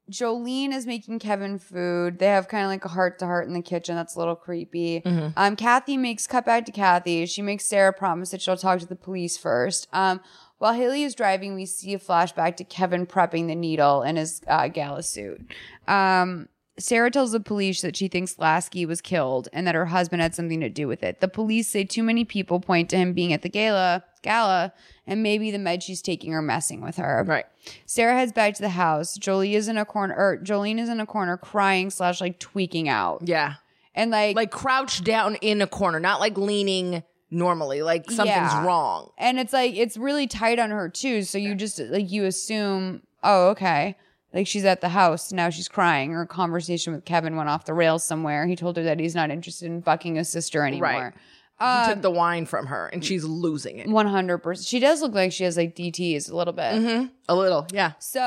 Jolene is making Kevin food. They have kind of like a heart to heart in the kitchen. That's a little creepy.
Mhm.
Um, Kathy makes cutback to Kathy. She makes Sarah promise that she'll talk to the police first. Um, while Haley is driving, we see a flashback to Kevin prepping the needle in his uh, gala suit. Um, Sarah tells the police that she thinks Lasky was killed and that her husband had something to do with it. The police say too many people point to him being at the gala, gala, and maybe the meds she's taking are messing with her.
Right.
Sarah heads back to the house. Jolie is in a corner. Or Jolene is in a corner crying slash like tweaking out.
Yeah.
And like
Like crouched down in a corner, not like leaning normally, like something's
Yeah.
wrong.
And it's like it's really tight on her too. So you just like you assume, oh, okay. Like she's at the house, now she's crying. Her conversation with Kevin went off the rails somewhere. He told her that he's not interested in fucking his sister anymore. Um,
Right. he took the wine from her and she's losing it.
One hundred percent. She does look like she has like DTs a little bit.
A little, Mm-hmm. yeah.
So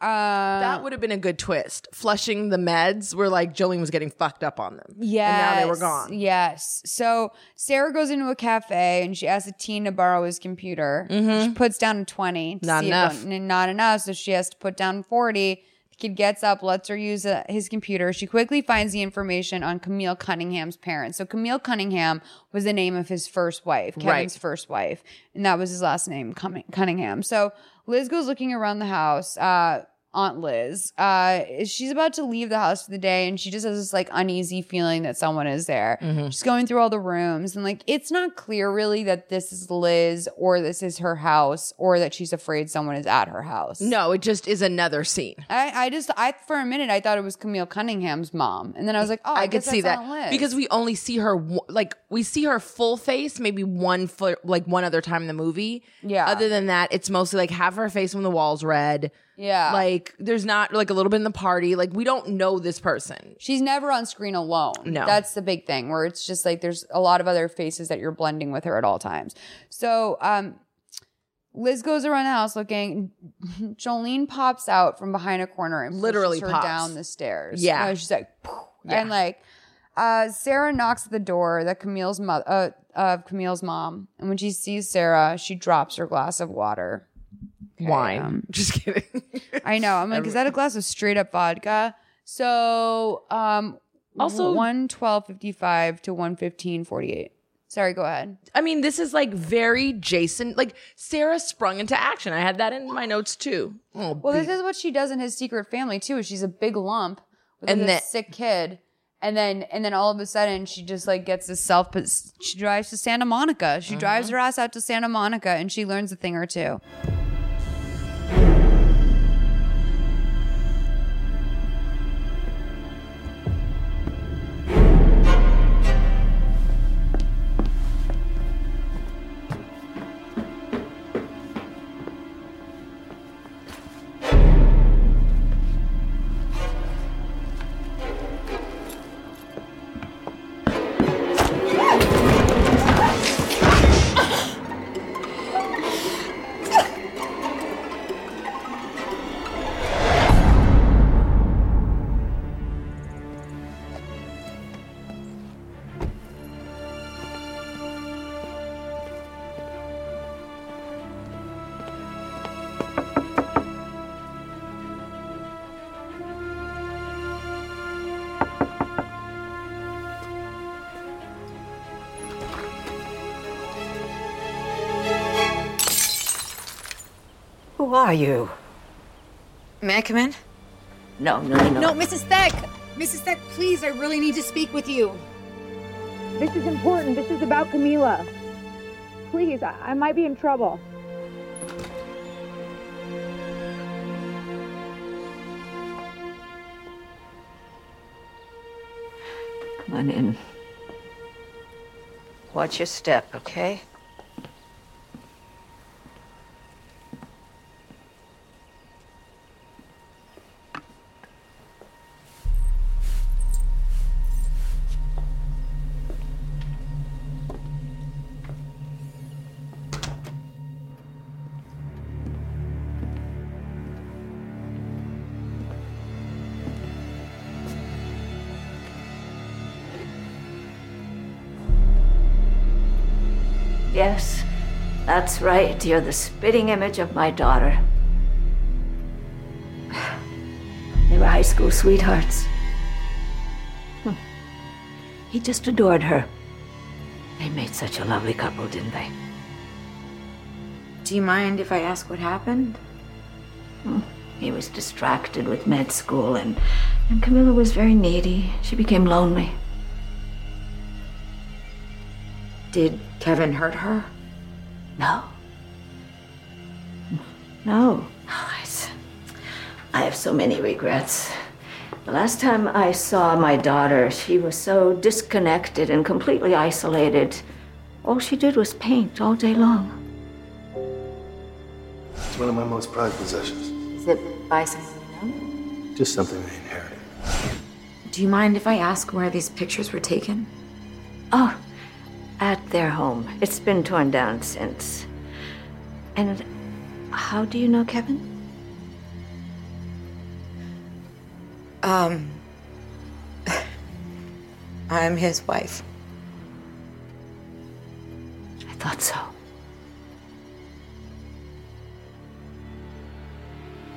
uh,
that would have been a good twist. Flushing the meds where like Jolene was getting fucked up on them.
Yes.
And now they were gone.
Yes. So Sarah goes into a cafe and she asks a teen to borrow his computer. She puts down a 20. to
Mm-hmm. Not
see if
enough.
it- not enough. So she has to put down 40. The kid gets up, lets her use uh, his computer. She quickly finds the information on Camille Cunningham's parents. So Camille Cunningham was the name of his first wife, Kevin's
Right.
first wife. And that was his last name, Cunning- Cunningham. So Liz goes looking around the house. Uh, Aunt Liz. Uh, she's about to leave the house for the day, and she just has this like uneasy feeling that someone is there.
Mm-hmm.
Mhm.
She's going through all the rooms, and like it's not clear really that this is Liz or this is her house or that she's afraid someone is at her house.
No, it just is another scene.
I, I just I for a minute I thought it was Camille Cunningham's mom, and then I was like, oh, I, guess
could see
that's
that
Aunt Liz.
because we only see her wo- like we see her full face maybe one foot like one other time in the movie.
Yeah.
Other than that, it's mostly like half her face when the walls red.
Yeah.
Like there's not like a little bit in the party. Like we don't know this person.
She's never on screen alone.
No.
That's the big thing where it's just like there's a lot of other faces that you're blending with her at all times. So um Liz goes around the house looking. Jolene pops out from behind a corner and pushes
Literally
her
pops.
down the stairs.
Yeah.
And she's like, "Poof,"
Yeah.
and like uh, Sarah knocks at the door that Camille's mother uh, of Camille's mom, and when she sees Sarah, she drops her glass of water. um,
Wine. Just kidding.
I know. I'm like, is that a glass of straight up vodka? So, um,
Also-
one twelve fifty five to one fifteen forty eight. Sorry, go ahead.
I mean, this is like very Jason. Like Sarah sprung into action. I had that in my notes too. Oh,
Well, this is what she does in his secret family too. Is she's a big lump with
And
like,
then-
a sick kid, and then and then all of a sudden she just like gets this self. But she drives to Santa Monica. She drives
Uh-huh.
her ass out to Santa Monica, and she learns a thing or two.
Who are you?
May I come in?
No, no, no.
No,
Mrs. Thack! Mrs. Thack, please, I really need to speak with you.
This is important. This is about Camila. Please, I, I might be in trouble.
Come on in.
Watch your step, okay?
Yes, that's right. You're the spitting image of my daughter. They were high school sweethearts. Hmm. He just adored her. They made such a lovely couple, didn't they?
Do you mind if I ask what happened?
He was distracted with med school, and, and Camilla was very needy. She became lonely. Did Kevin hurt her? No. No. Oh, I, s- I have so many regrets. The last time I saw my daughter, she was so disconnected and completely isolated. All she did was paint all day long.
It's one of my most prized possessions.
Is it by someone you know?
Just something I inherited.
Do you mind if I ask where these pictures were taken?
Oh, at their home. It's been torn down since. And how do you know Kevin?
Um, I'm his wife.
I thought so.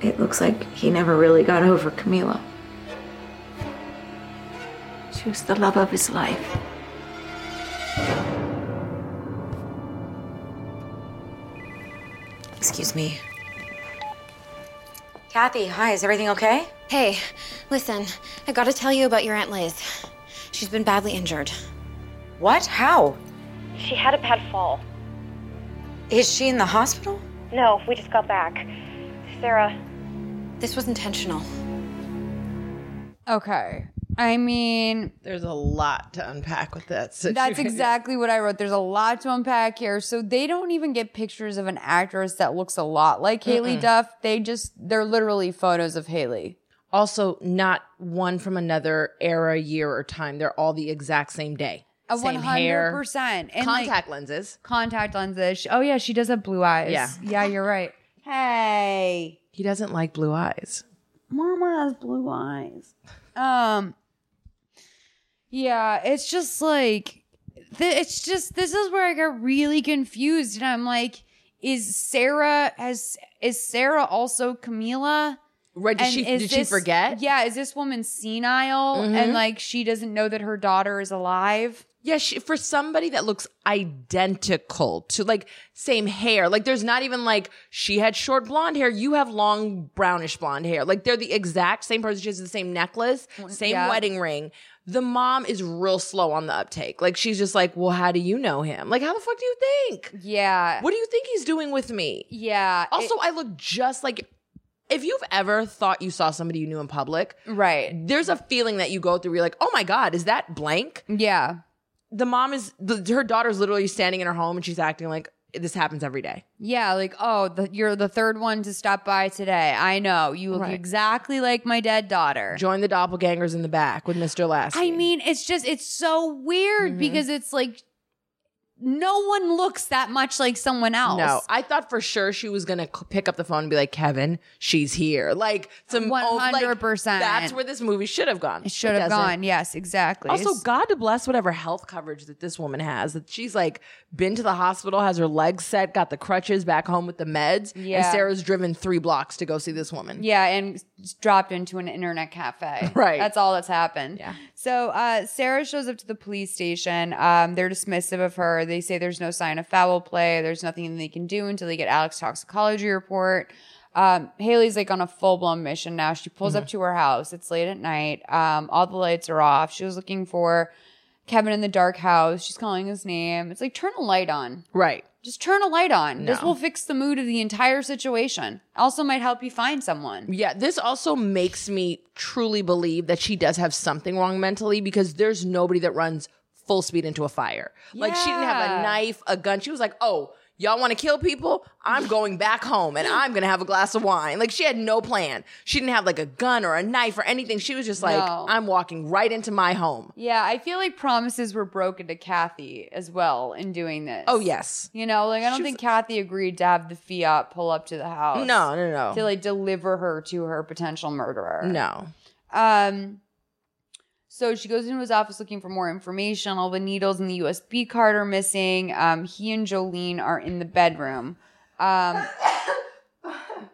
It looks like he never really got over Camila. She was the love of his life.
Excuse me. Kathy, hi, is everything okay?
Hey, listen, I gotta tell you about your Aunt Liz. She's been badly injured.
What? How?
She had a bad fall.
Is she in the hospital?
No, we just got back. Sarah, this was intentional.
Okay. I mean,
There's a lot to unpack with that situation.
That's exactly what I wrote. There's a lot to unpack here. So they don't even get pictures of an actress that looks a lot like Haley
Mm-mm.
Duff. They just they're literally photos of Haley.
Also, not one from another era, year, or time. They're all the exact same day.
A
same hair.
100%.
Contact
lenses. Contact lenses. She- Oh yeah, she does have blue eyes.
Yeah.
Yeah, you're right. Hey.
He doesn't like blue eyes.
Mama has blue eyes. Um Yeah, it's just like th- it's just this is where I got really confused and I'm like is Sarah has is Sarah also Camila?
Right, did
And
she-
is
did she forget?
Yeah, is this woman senile and
Mhm.
like she doesn't know that her daughter is alive?
Yeah, she, for somebody that looks identical to like same hair, like there's not even like she had short blonde hair, you have long brownish blonde hair. Like they're the exact same person. She has the same necklace, same
yeah.
wedding ring. The mom is real slow on the uptake. Like she's just like, well, how do you know him? Like, how the fuck do you think?
Yeah.
What do you think he's doing with me?
Yeah.
Also, I look just like if you've ever thought you saw somebody you knew in public,
right?
There's a feeling that you go through. You're like, oh my god, is that blank?
Yeah.
The mom is the, her daughter's literally standing in her home and she's acting like this happens every day.
Yeah, like, oh, the, you're the third one to stop by today. I know. You look
Right.
exactly like my dead daughter.
Join the doppelgangers in the back with Mr. Lassie.
I mean, it's just, it's so weird
Mm-hmm.
because it's like, no one looks that much like someone else.
no, I thought for sure she was gonna c- pick up the phone and be like, "Kevin, she's here." Like some
One
oh, like,
hundred percent.
That's where this movie should have gone.
it should have
doesn't.
gone. Yes, exactly.
Also, God bless whatever health coverage that this woman has. That she's like been to the hospital, has her legs set, got the crutches back home with the meds.
Yeah.
And Sarah's driven three blocks to go see this woman.
Yeah, and s- dropped into an internet cafe.
Right.
That's all that's happened. Yeah. So uh, Sarah shows up to the police station. Um, they're dismissive of her. They say there's no sign of foul play. There's nothing they can do until they get Alex's toxicology report. Um, Haley's like on a full blown mission now. She pulls
Mm-hmm.
up to her house. It's late at night. Um, all the lights are off. She was looking for Kevin in the dark house. She's calling his name. It's like, turn a light on.
Right.
Just turn a light on. This
No.
will fix the mood of the entire situation. Also, might help you find someone.
Yeah, this also makes me truly believe that she does have something wrong mentally because there's nobody that runs full speed into a fire. Like she didn't have
Yeah.
a knife, a gun. She was like, "Oh, y'all want to kill people? I'm going back home and I'm going to have a glass of wine." Like she had no plan. She didn't have like a gun or a knife or anything. She was just like,
No.
"I'm walking right into my home."
Yeah, I feel like promises were broken to Kathy as well in doing this.
Oh, yes.
You know, like I don't think Kathy agreed to have the fiat pull up to the house.
No, no, no.
To like deliver her to her potential murderer.
No.
Um so she goes into his office looking for more information. All the needles and the USB card are missing. Um, he and Jolene are in the bedroom. Um,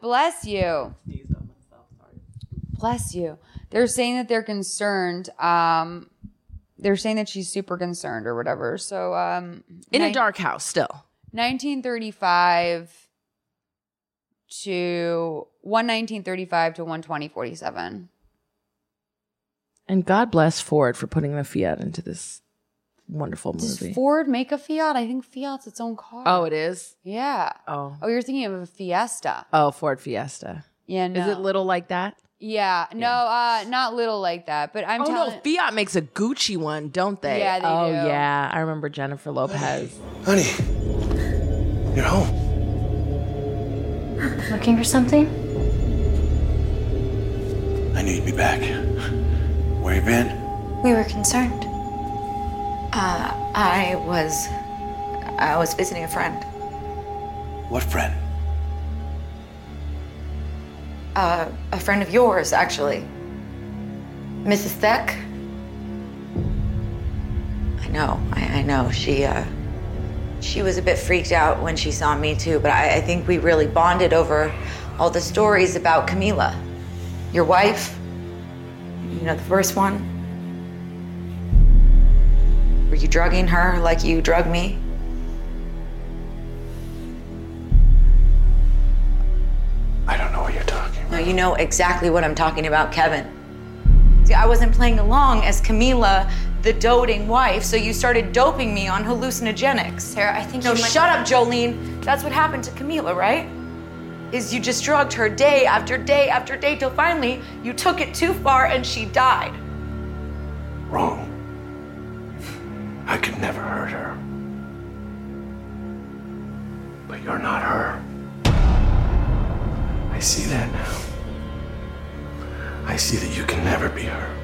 bless you. Bless you. They're saying that they're concerned. Um, they're saying that she's super concerned or whatever. So um,
In a
nin-
dark house still.
1935 to one 1935 to one 2047.
And God bless Ford for putting the fiat into this wonderful movie.
Ford make a Fiat? I think Fiat's its own car.
oh, it is.
Yeah.
Oh.
Oh, you're thinking of a Fiesta.
Oh, Ford Fiesta.
Yeah, no.
Is it little like that?
Yeah. No, uh, not little like that, but I'm
oh
telling
no, Fiat makes a Gucci one, don't they?
Yeah, they
oh,
do.
yeah, I remember Jennifer Lopez.
Honey, you're home.
Looking for something?
I knew you'd be back. Where you been?
We were concerned.
Uh, I was. I was visiting a friend.
What friend?
Uh, a friend of yours, actually. Mrs. Thack?
I know, I, I know. She uh, she was a bit freaked out when she saw me too, but I, I think we really bonded over all the stories about Camila,
your wife.
You know, the first one. Were you drugging her like you drug me?
I don't know what you're talking
No, you know exactly what I'm talking about, Kevin. See, I wasn't playing along as Camila, the doting wife, so you started doping me on hallucinogenics. Sarah, I think no.
you might-
shut up, Jolene. That's what happened to Camila, right? Is you just drugged her day after day after day till finally you took it too far and she died.
Wrong. I could never hurt her. But you're not her. I see that now. I see that you can never be her.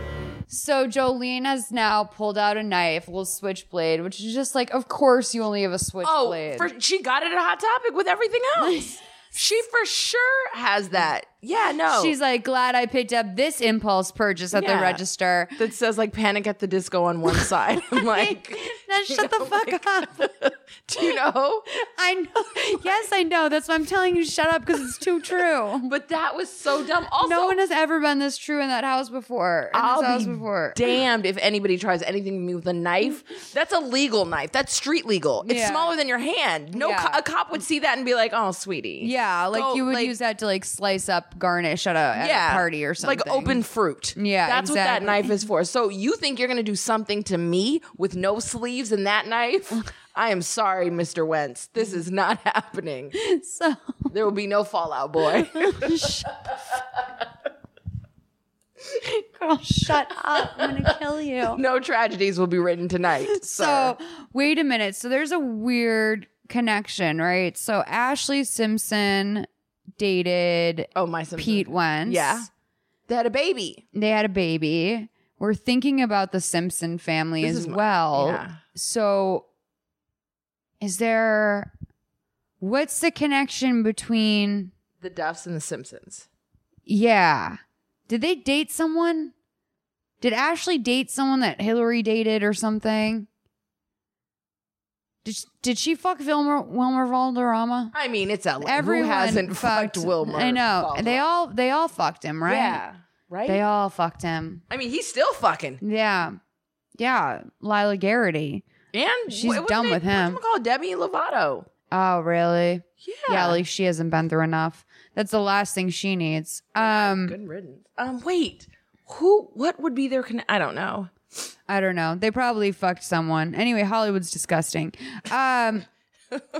So Jolene has now pulled out a knife, a little switchblade, which is just like, of course you only have a switchblade.
Oh, for, she got it at Hot Topic with everything else. she for sure has that. Yeah, no.
She's like, glad I picked up this impulse purchase at
Yeah.
the register.
That says like panic at the disco on one side. I'm like,
now shut the fuck up.
Do you know?
I know. Yes, I know. That's why I'm telling you, shut up because it's too true.
but that was so dumb. Also,
no one has ever been this true in that house before. In this
I'll
house
be
before.
damned if anybody tries anything to me with a knife. That's a legal knife. That's street legal. It's
Yeah.
smaller than your hand. No,
Yeah.
co- a cop would see that and be like, "Oh, sweetie."
Yeah, like
Go,
you would
like-
use that to like slice up garnish at a, at a
Yeah,
party or something.
like open fruit.
Yeah,
That's
exactly.
what that knife is for. So you think you're going to do something to me with no sleeves and that knife? I am sorry, Mr. Wentz. This is not happening.
So
there will be no fallout, boy.
Girl, shut up. I'm going to kill you.
No tragedies will be written tonight.
So wait a minute. So there's a weird connection, right? So Ashley Simpson dated
oh my Simpson.
Pete Wentz.
Yeah. They had a baby.
They had a baby. We're thinking about the Simpson family
This
as
is my-
well.
yeah.
So is there what's the connection between
The Duffs and the Simpsons.
yeah. Did they date someone? Did Ashley date someone that Hillary dated or something? Did she, did she fuck Wilmer Wilmer Valderrama?
I mean, it's LA.
Everyone
Who hasn't fucked, Wilmer?
I know. They all they all fucked him, right?
Yeah. Right?
They all fucked him.
I mean, he's still fucking.
Yeah. Yeah, Lila Garrity.
And
She's done with him.
Call Debbie Lovato.
Oh, really? Yeah. Yeah, like she hasn't been through enough. That's the last thing she needs.
Oh
Um
Good riddance. Um, wait. Who? What would be their? Con- I don't know.
I don't know. They probably fucked someone. Anyway, Hollywood's disgusting. Um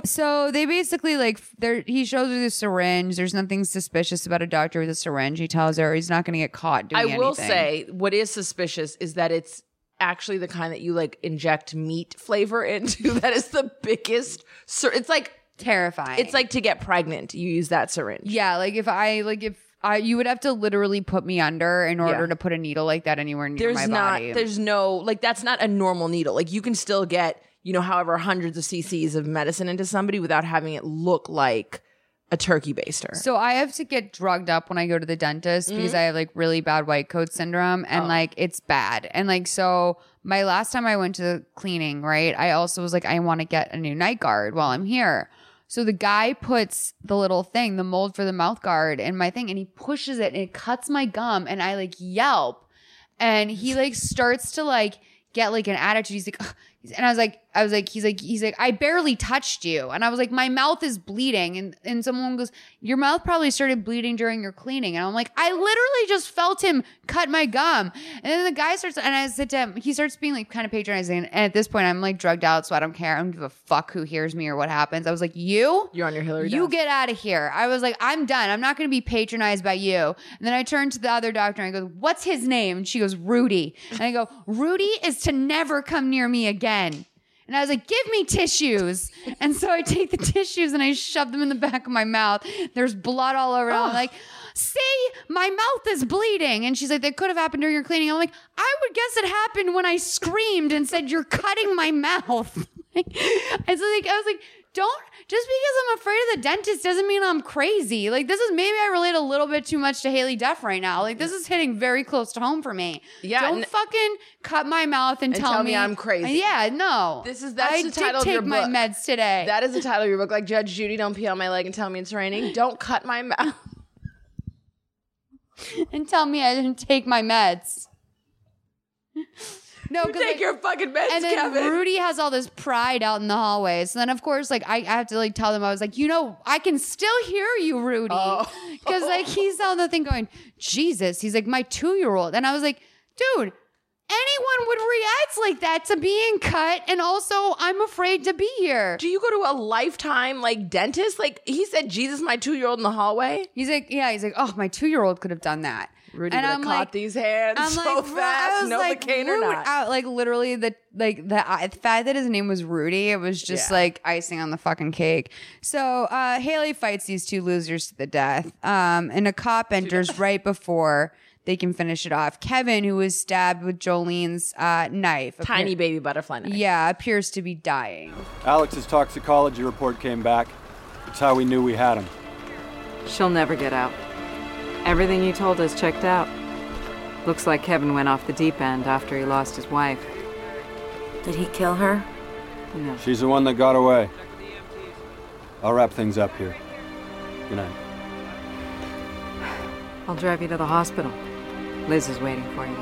so they basically like there he shows her the syringe. There's nothing suspicious about a doctor with a syringe. He tells her he's not going to get caught doing
I
anything.
will say what is suspicious is that it's actually the kind that you like inject meat flavor into. that is the biggest. Sir, it's like
terrifying.
It's like to get pregnant. You use that syringe.
Yeah, like if I like if I you would have to literally put me under in order
Yeah.
to put a needle like that anywhere near
There's
my
not.
body.
There's no like that's not a normal needle. Like you can still get you know however hundreds of cc's of medicine into somebody without having it look like a turkey baster.
So I have to get drugged up when I go to the dentist because
Mhm.
I have like really bad white coat syndrome and like it's bad. And like so my last time I went to the cleaning, right? I also was like I want to get a new night guard while I'm here. So the guy puts the little thing, the mold for the mouth guard in my thing and he pushes it and it cuts my gum and I like yelp and he like starts to like get like an attitude. He's like, "Ugh." and I was like, I was like, he's like, he's like, I barely touched you, and I was like, my mouth is bleeding, and and someone goes, your mouth probably started bleeding during your cleaning, and I'm like, I literally just felt him cut my gum, and then the guy starts, and I sit down, he starts being like kind of patronizing, and at this point, I'm like drugged out, so I don't care, I don't give a fuck who hears me or what happens. I was like, you,
You're on your Hillary.
you
Duff.
get out of here. I was like, I'm done. I'm not going to be patronized by you. And then I turned to the other doctor and I go, What's his name? And she goes, Rudy. And I go, Rudy is to never come near me again. And I was like, Give me tissues. And so I take the tissues and I shove them in the back of my mouth. There's blood all over. it. I'm like, See, my mouth is bleeding. And she's like, That could have happened during your cleaning. I'm like, I would guess it happened when I screamed and said, You're cutting my mouth. and so like, I was like, Don't just because I'm afraid of the dentist doesn't mean I'm crazy. Like this is maybe I relate a little bit too much to Haley Duff right now. Like this is hitting very close to home for me.
Yeah,
Don't
and-
fucking cut my mouth and,
And tell me I'm crazy.
Yeah, no.
This is that's
I
the
did
title of
take
your
my
book.
meds today.
That is the title of your book. Like Judge Judy, don't pee on my leg and tell me it's raining. Don't cut my mouth.
and tell me I didn't take my meds. No,
You
'cause,
take your fucking meds,
And then
Kevin.
Rudy has all this pride out in the hallway. So then, of course, like I, I have to like tell them I was like, you know, I can still hear you, Rudy,
Oh.
because like he's on the thing going, Jesus. He's like my two year old, and I was like, dude, anyone would react like that to being cut, and also I'm afraid to be here.
Do you go to a lifetime like dentist? Like he said, Jesus, my two year old in the hallway.
He's like, yeah, he's like, oh, my two year old could have done that.
Rudy would have caught these hands
"Bro,"
so fast, no cane or
Rude
not.
Out. Uh, Like literally the like the, I the fact that his name was Rudy, it was just
Yeah.
like icing on the fucking cake. So uh, Haley fights these two losers to the death, um, and a cop enters right before they can finish it off. Kevin, who was stabbed with Jolene's uh, knife,
Tiny
appear-
baby butterfly knife.
yeah, appears to be dying.
Alex's toxicology report came back. It's how we knew we had him.
She'll never get out. Everything you told us checked out. Looks like Kevin went off the deep end after he lost his wife. Did he kill her? No.
She's the one that got away. I'll wrap things up here. Good night.
I'll drive you to the hospital. Liz is waiting for you.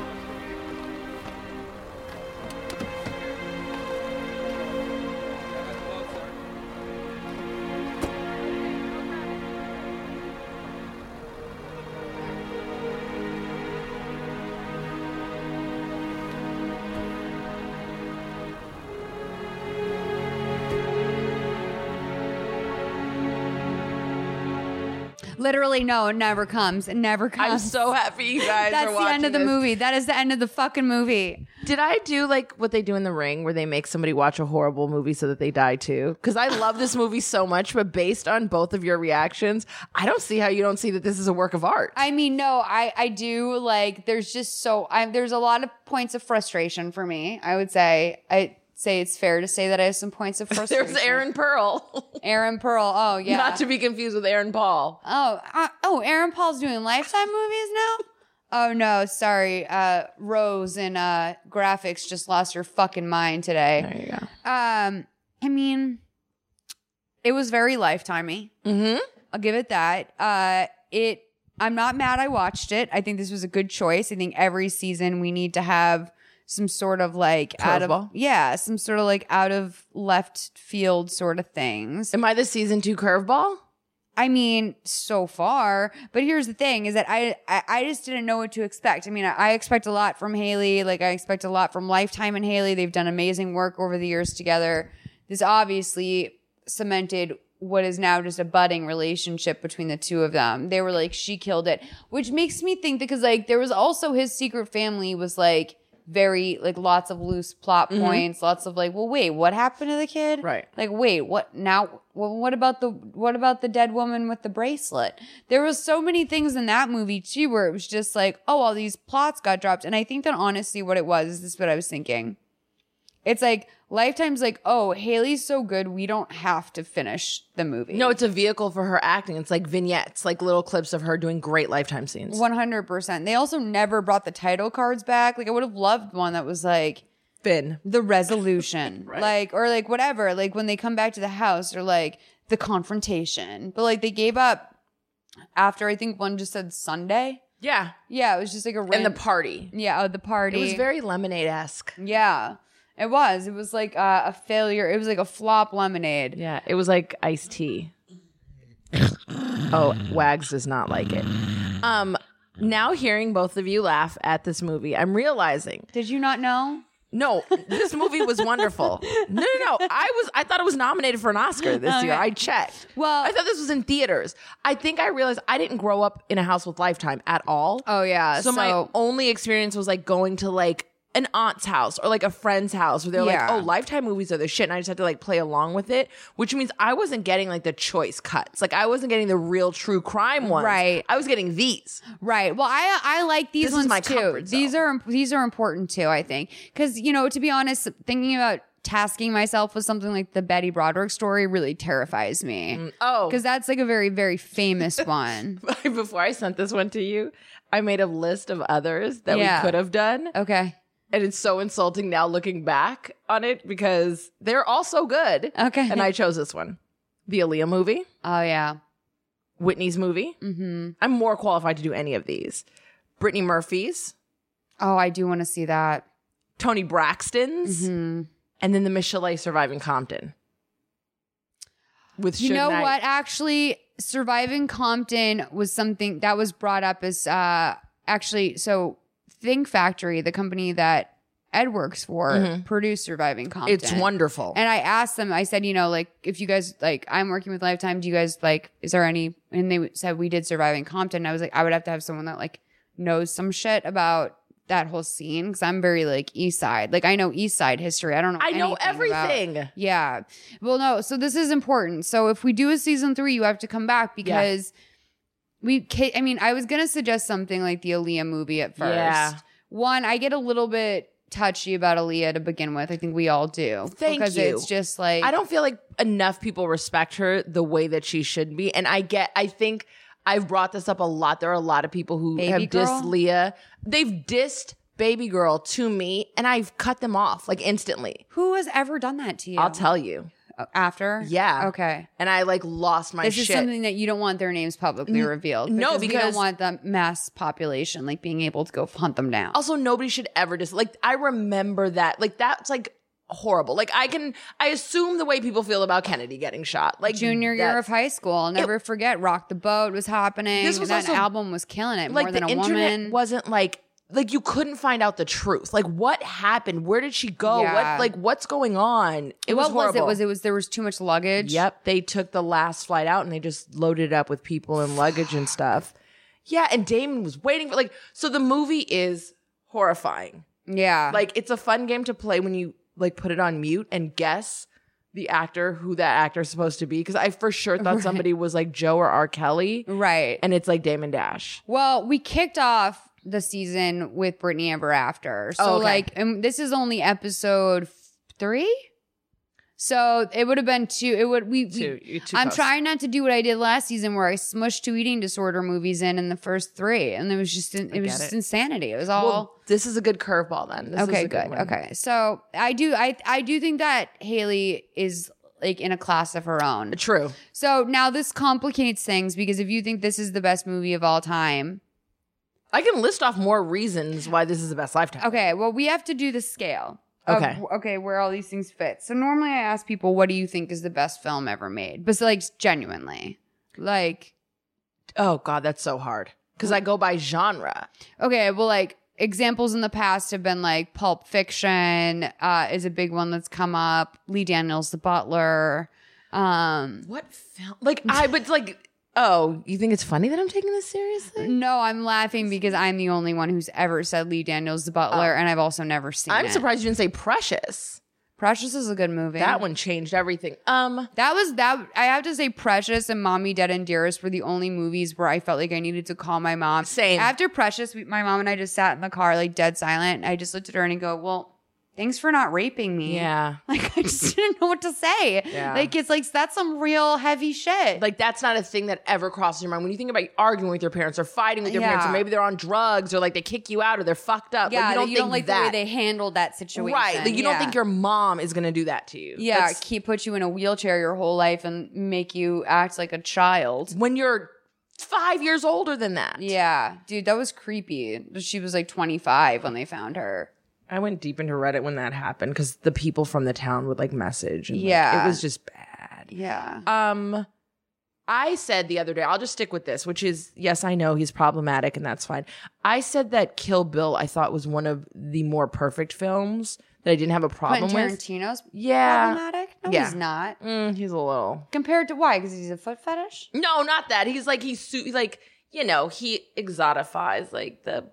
Literally, no, it never comes. It never comes.
I'm so happy you guys
That's
are
the end
watching
of the
this.
movie. That is the end of the fucking movie.
Did I do like what they do in The Ring, where they make somebody watch a horrible movie so that they die too? Because I love this movie so much, but based on both of your reactions, I don't see how you don't see that this is a work of art.
I mean, no, I I do like. There's just so I there's a lot of points of frustration for me. I would say I say it's fair to say that I have some points of frustration.
There's Aaron Pearl.
Aaron Pearl. Oh yeah.
Not to be confused with Aaron Paul.
Oh uh, oh, Aaron Paul's doing Lifetime movies now. Oh no, sorry. Uh, Rose in uh, graphics just lost her fucking mind today. There
you go.
Um, I mean, it was very lifetimey.
Mm-hmm.
I'll give it that. Uh, it. I'm not mad. I watched it. I think this was a good choice. I think every season we need to have some sort of like out of
Curveball.
yeah, some sort of like out of left field sort of things.
Am I the season two curveball?
I mean, so far. But here's the thing: is that I I, I just didn't know what to expect. I mean, I, I expect a lot from Haley. Like I expect a lot from Lifetime and Haley. They've done amazing work over the years together. This obviously cemented what is now just a budding relationship between the two of them. They were like, she killed it, which makes me think because like there was also his secret family was like very like lots of loose plot
Mhm.
points it's lots of like, well, wait, what happened to the kid? Right. Like, wait, what now? Well, what about the what about the dead woman with the bracelet? There was so many things in that movie too, where it was just like, oh, all these plots got dropped. And I think that honestly, what it was, this is what I was thinking. It's like Lifetime's like, oh, Haley's so good, we don't have to finish the movie.
No, it's a vehicle for her acting. It's like vignettes, like little clips of her doing great lifetime scenes.
One hundred percent. They also never brought the title cards back. Like I would have loved one that was like
Finn,
the resolution, like or like whatever. Like when they come back to the house or like the confrontation. But like they gave up after I think one just said Sunday.
Yeah,
yeah. It was just like a
And the
ran-
party.
Yeah, oh, the party.
It was very lemonade esque.
Yeah, it was. It was like uh, a failure. It was like a flop lemonade.
Yeah, it was like iced tea. oh, Wags does not like it. Um, now hearing both of you laugh at this movie, I'm realizing.
Did you not know?
No, this movie was wonderful. No, no, no. I was I thought it was nominated for an Oscar this
Okay.
year. I checked.
Well,
I thought this was in theaters. I think I realized I didn't grow up in a house with Lifetime at all.
Oh yeah.
So, my
so-
only experience was like going to like an aunt's house or like a friend's house where they're
Yeah.
like, oh, Lifetime movies are the shit, and I just had to like play along with it, which means I wasn't getting like the choice cuts. Like I wasn't getting the real true crime ones.
Right.
I was getting these.
Right. Well, I I like these
This is
ones
my
too.
comfort
These are these are important too. I think because you know to be honest, thinking about tasking myself with something like the Betty Broderick story really terrifies me.
oh.
because that's like a very, very famous one.
Before I sent this one to you, I made a list of others that
Yeah.
we could have done.
Okay.
And it's so insulting now looking back on it because they're all so good.
Okay.
And I chose this one the Aaliyah movie.
Oh, yeah.
Whitney's movie.
Mm-hmm.
I'm more qualified to do any of these. Brittany Murphy's.
Oh, I do want to see that. Mm-hmm.
Tony Braxton's. And then the Miss Chalet Surviving Compton. With
You
Suge
know
Knight.
what? Actually, surviving Compton was something that was brought up as uh actually so Think Factory, the company that Ed works for,
Mhm.
produced Surviving Compton.
It's wonderful.
And I asked them, I said, you know, like if you guys like I'm working with Lifetime, do you guys like is there any and they said we did Surviving Compton. I was like I would have to have someone that like knows some shit about that whole scene because I'm very like East Side. Like I know East Side history. I don't know.
I know
anything about-
everything.
yeah. Well, no. So this is important. So if we do a season three, you have to come back because we. ca- I mean, I was gonna suggest something like the Aaliyah movie at first.
Yeah.
One, I get a little bit touchy about Aaliyah to begin with. I think we all do.
Thank
because
you.
it's just like
I don't feel like enough people respect her the way that she should be. And I get, I think I've brought this up a lot. There are a lot of people who
Baby
have
girl?
dissed Leah. They've dissed Baby Girl to me, and I've cut them off like instantly.
Who has ever done that to you? Uh,
I'll tell you.
After?
Yeah.
Okay.
And I like lost my
this
shit.
is something that you don't want their names publicly
N-
revealed.
no,
we don't
because-
want the mass population like being able to go hunt them down.
also, nobody should ever just like, I remember that. Like, that's like, Horrible. Like I can, I assume the way people feel about Kennedy getting shot. Like
junior year of high school. I'll never forget. Rock the boat was happening.
This was
that
also-
album was killing it
like
more than
the
a
internet
woman.
wasn't like like you couldn't find out the truth. Like what happened? Where did she go?
Yeah.
What like what's going on? It was
what was it?
horrible.
Was it was there was too much luggage?
Yep, they took the last flight out and they just loaded it up with people and luggage and stuff. Yeah, and Damon was waiting for like so the movie is horrifying.
Yeah.
Like it's a fun game to play when you like put it on mute and guess the actor who that actor is supposed to be cuz I for sure thought
Right.
somebody was like Joe or R Kelly.
Right.
And it's like Damon Dash.
Well, we kicked off the season with Brittany Ever After. So
Oh, okay.
like and this is only episode f- three. So it would have been two. It would we. we-
Two. You're too
I'm
close.
trying not to do what I did last season, where I smushed two eating disorder movies in in the first three, and it was just in- it was
get
just
it.
insanity. It was all.
Well, this is a good curveball then. This is
okay,
a
good.
one.
okay, so I do, I, I do think that Haley is like in a class of her own.
True.
So now this complicates things because if you think this is the best movie of all time,
I can list off more reasons why this is the best lifetime.
okay, well we have to do the scale. of-
Okay.
okay, where all these things fit. So normally I ask people, what do you think is the best film ever made? But like genuinely, like
Oh God, that's so hard because I go by genre.
Okay, well, like examples in the past have been like Pulp Fiction uh, is a big one that's come up. Lee Daniels, The Butler. Um,
what film? Like I, but like, oh, you think it's funny that I'm taking this seriously?
No, I'm laughing because I'm the only one who's ever said Lee Daniels, The Butler, and I've also never seen.
Oh. I'm
it.
surprised you didn't say Precious.
Precious is a good movie.
That one changed everything. Um,
that was that. I have to say, Precious and Mommy Dead and Dearest were the only movies where I felt like I needed to call my mom. Same. After Precious, we, my mom and I just sat in the car like dead silent. And I just looked at her and I go, "Well, thanks for not raping me."
Yeah.
Like I just didn't know what to say.
Yeah.
Like it's like that's some real heavy shit.
Like that's not a thing that ever crosses your mind when you think about arguing with your parents or fighting with your parents, or
Yeah.
maybe they're on drugs or like they kick you out or they're fucked up.
yeah,
like,
that
you don't,
you don't
think
like
that.
the way they handled that situation.
Right, like, you don't
Yeah.
think your mom is gonna do that to you.
Yeah,
That's-
keep put you in a wheelchair your whole life and make you act like a child
when you're five years older than that.
Yeah, dude, that was creepy. She was like 25 when they found her.
I went deep into Reddit when that happened because the people from the town would like message. And, like,
Yeah.
it was just bad.
Yeah.
Um, I said the other day, I'll just stick with this, which is yes, I know he's problematic and that's fine. I said that Kill Bill I thought was one of the more perfect films that I didn't have a problem
Quentin
with.
Tarantino's
Yeah.
problematic? No,
Yeah.
he's not.
Mm, he's a little.
Compared to why? Because he's a foot fetish?
No, not that. He's like he's su- he's like you know he exotifies like the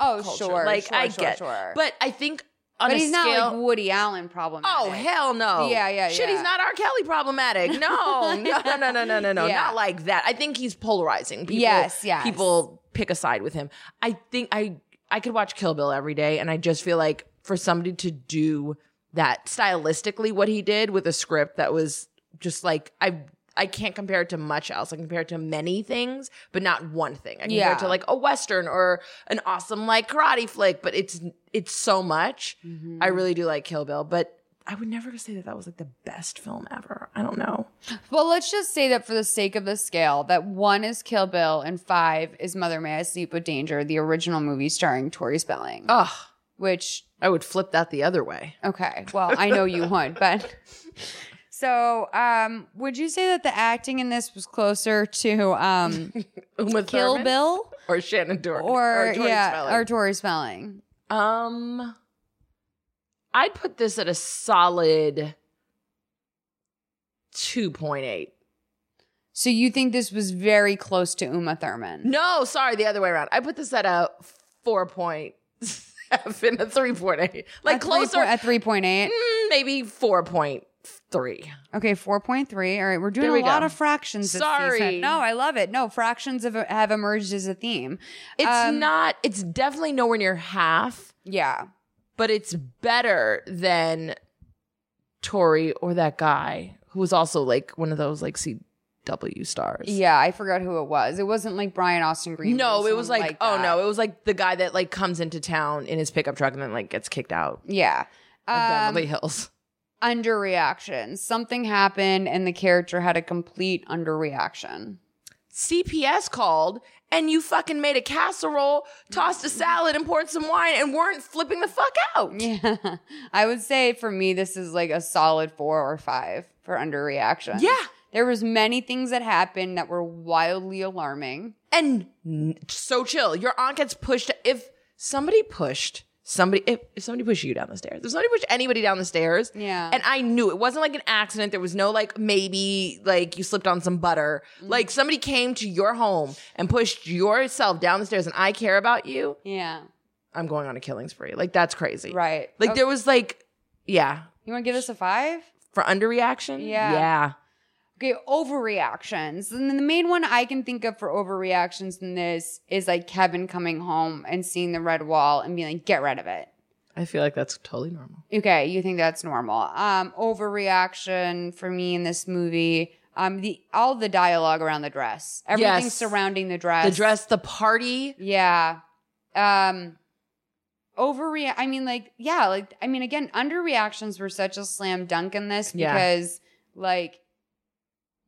Oh,
culture.
sure.
like
sure,
I
sure,
get
sure.
but I think on
But
a
he's not
scale
like Woody Allen problematic.
Oh hell no!
Yeah, yeah,
Shit,
yeah.
he's not R. Kelly problematic. No, no, no, no, no, no, no, no.
Yeah.
not like that. I think he's polarizing. People,
Yes, yes.
People pick a side with him. I think I I could watch Kill Bill every day, and I just feel like for somebody to do that stylistically what he did with a script that was just like I I can't compare it to much else. I can compare it to many things, but not one thing. I can compare
Yeah.
it to like a western or an awesome like karate flick, but it's it's so much.
Mm-hmm.
I really do like Kill Bill, but I would never say that that was like the best film ever. I don't know.
Well, let's just say that for the sake of the scale, that one is Kill Bill and five is Mother May I Sleep with Danger, the original movie starring Tori Spelling.
Ugh.
Which
I would flip that the other way.
Okay. Well, I know you would, but so um would you say that the acting in this was closer to um
Uma
Kill
Thurman?
Bill
or Shannon Doran
or,
Tori
yeah
Spelling.
or Tori Spelling?
Um, I'd put this at a solid 2.8.
So you think this was very close to Uma Thurman?
No, sorry, the other way around. I put this at a 4.7, a 3.8. Like
A three
closer.
point- a 3.8?
Mm, maybe 4.3.
Okay, 4.3. All right, we're doing
There we
a lot
go.
of fractions this
Sorry.
season. No, I love it. No, fractions have, have emerged as a theme.
It's
Um,
not, it's definitely nowhere near half.
Yeah.
But it's better than Tori or that guy who was also like one of those like CW stars.
Yeah, I forgot who it was. It wasn't like Brian Austin Green.
No, it was
someone
like, oh
that.
no, it was like the guy that like comes into town in his pickup truck and then like gets kicked out.
Yeah.
of Beverly
Um,
Hills.
underreaction. Something happened and the character had a complete underreaction.
CPS called and you fucking made a casserole, tossed a salad, and poured some wine and weren't flipping the fuck out.
Yeah. I would say for me this is like a solid 4 or 5 for underreaction.
Yeah.
There was many things that happened that were wildly alarming.
And so chill. Your aunt gets pushed. If somebody pushed somebody, if, if somebody pushed you down the stairs, if somebody pushed anybody down the stairs,
Yeah.
and I knew it wasn't like an accident. There was no like maybe like you slipped on some butter.
Mm-hmm.
Like somebody came to your home and pushed yourself down the stairs, and I care about you.
Yeah.
I'm going on a killing spree. Like that's crazy,
right? Oh.
Like
Okay.
there was like, yeah,
You want to give us a 5?
for underreaction.
Yeah.
yeah.
Okay, overreactions. And then the main one I can think of for overreactions in this is like Kevin coming home and seeing the red wall and being like, get rid of it.
I feel like that's totally normal.
Okay, you think that's normal. Um, overreaction for me in this movie. Um, the all the dialogue around the dress, everything
Yes.
surrounding the dress,
The dress, the party.
Yeah. Um, overreact. I mean, like, yeah, like I mean, again, underreactions were such a slam dunk in this
Yeah.
because, like,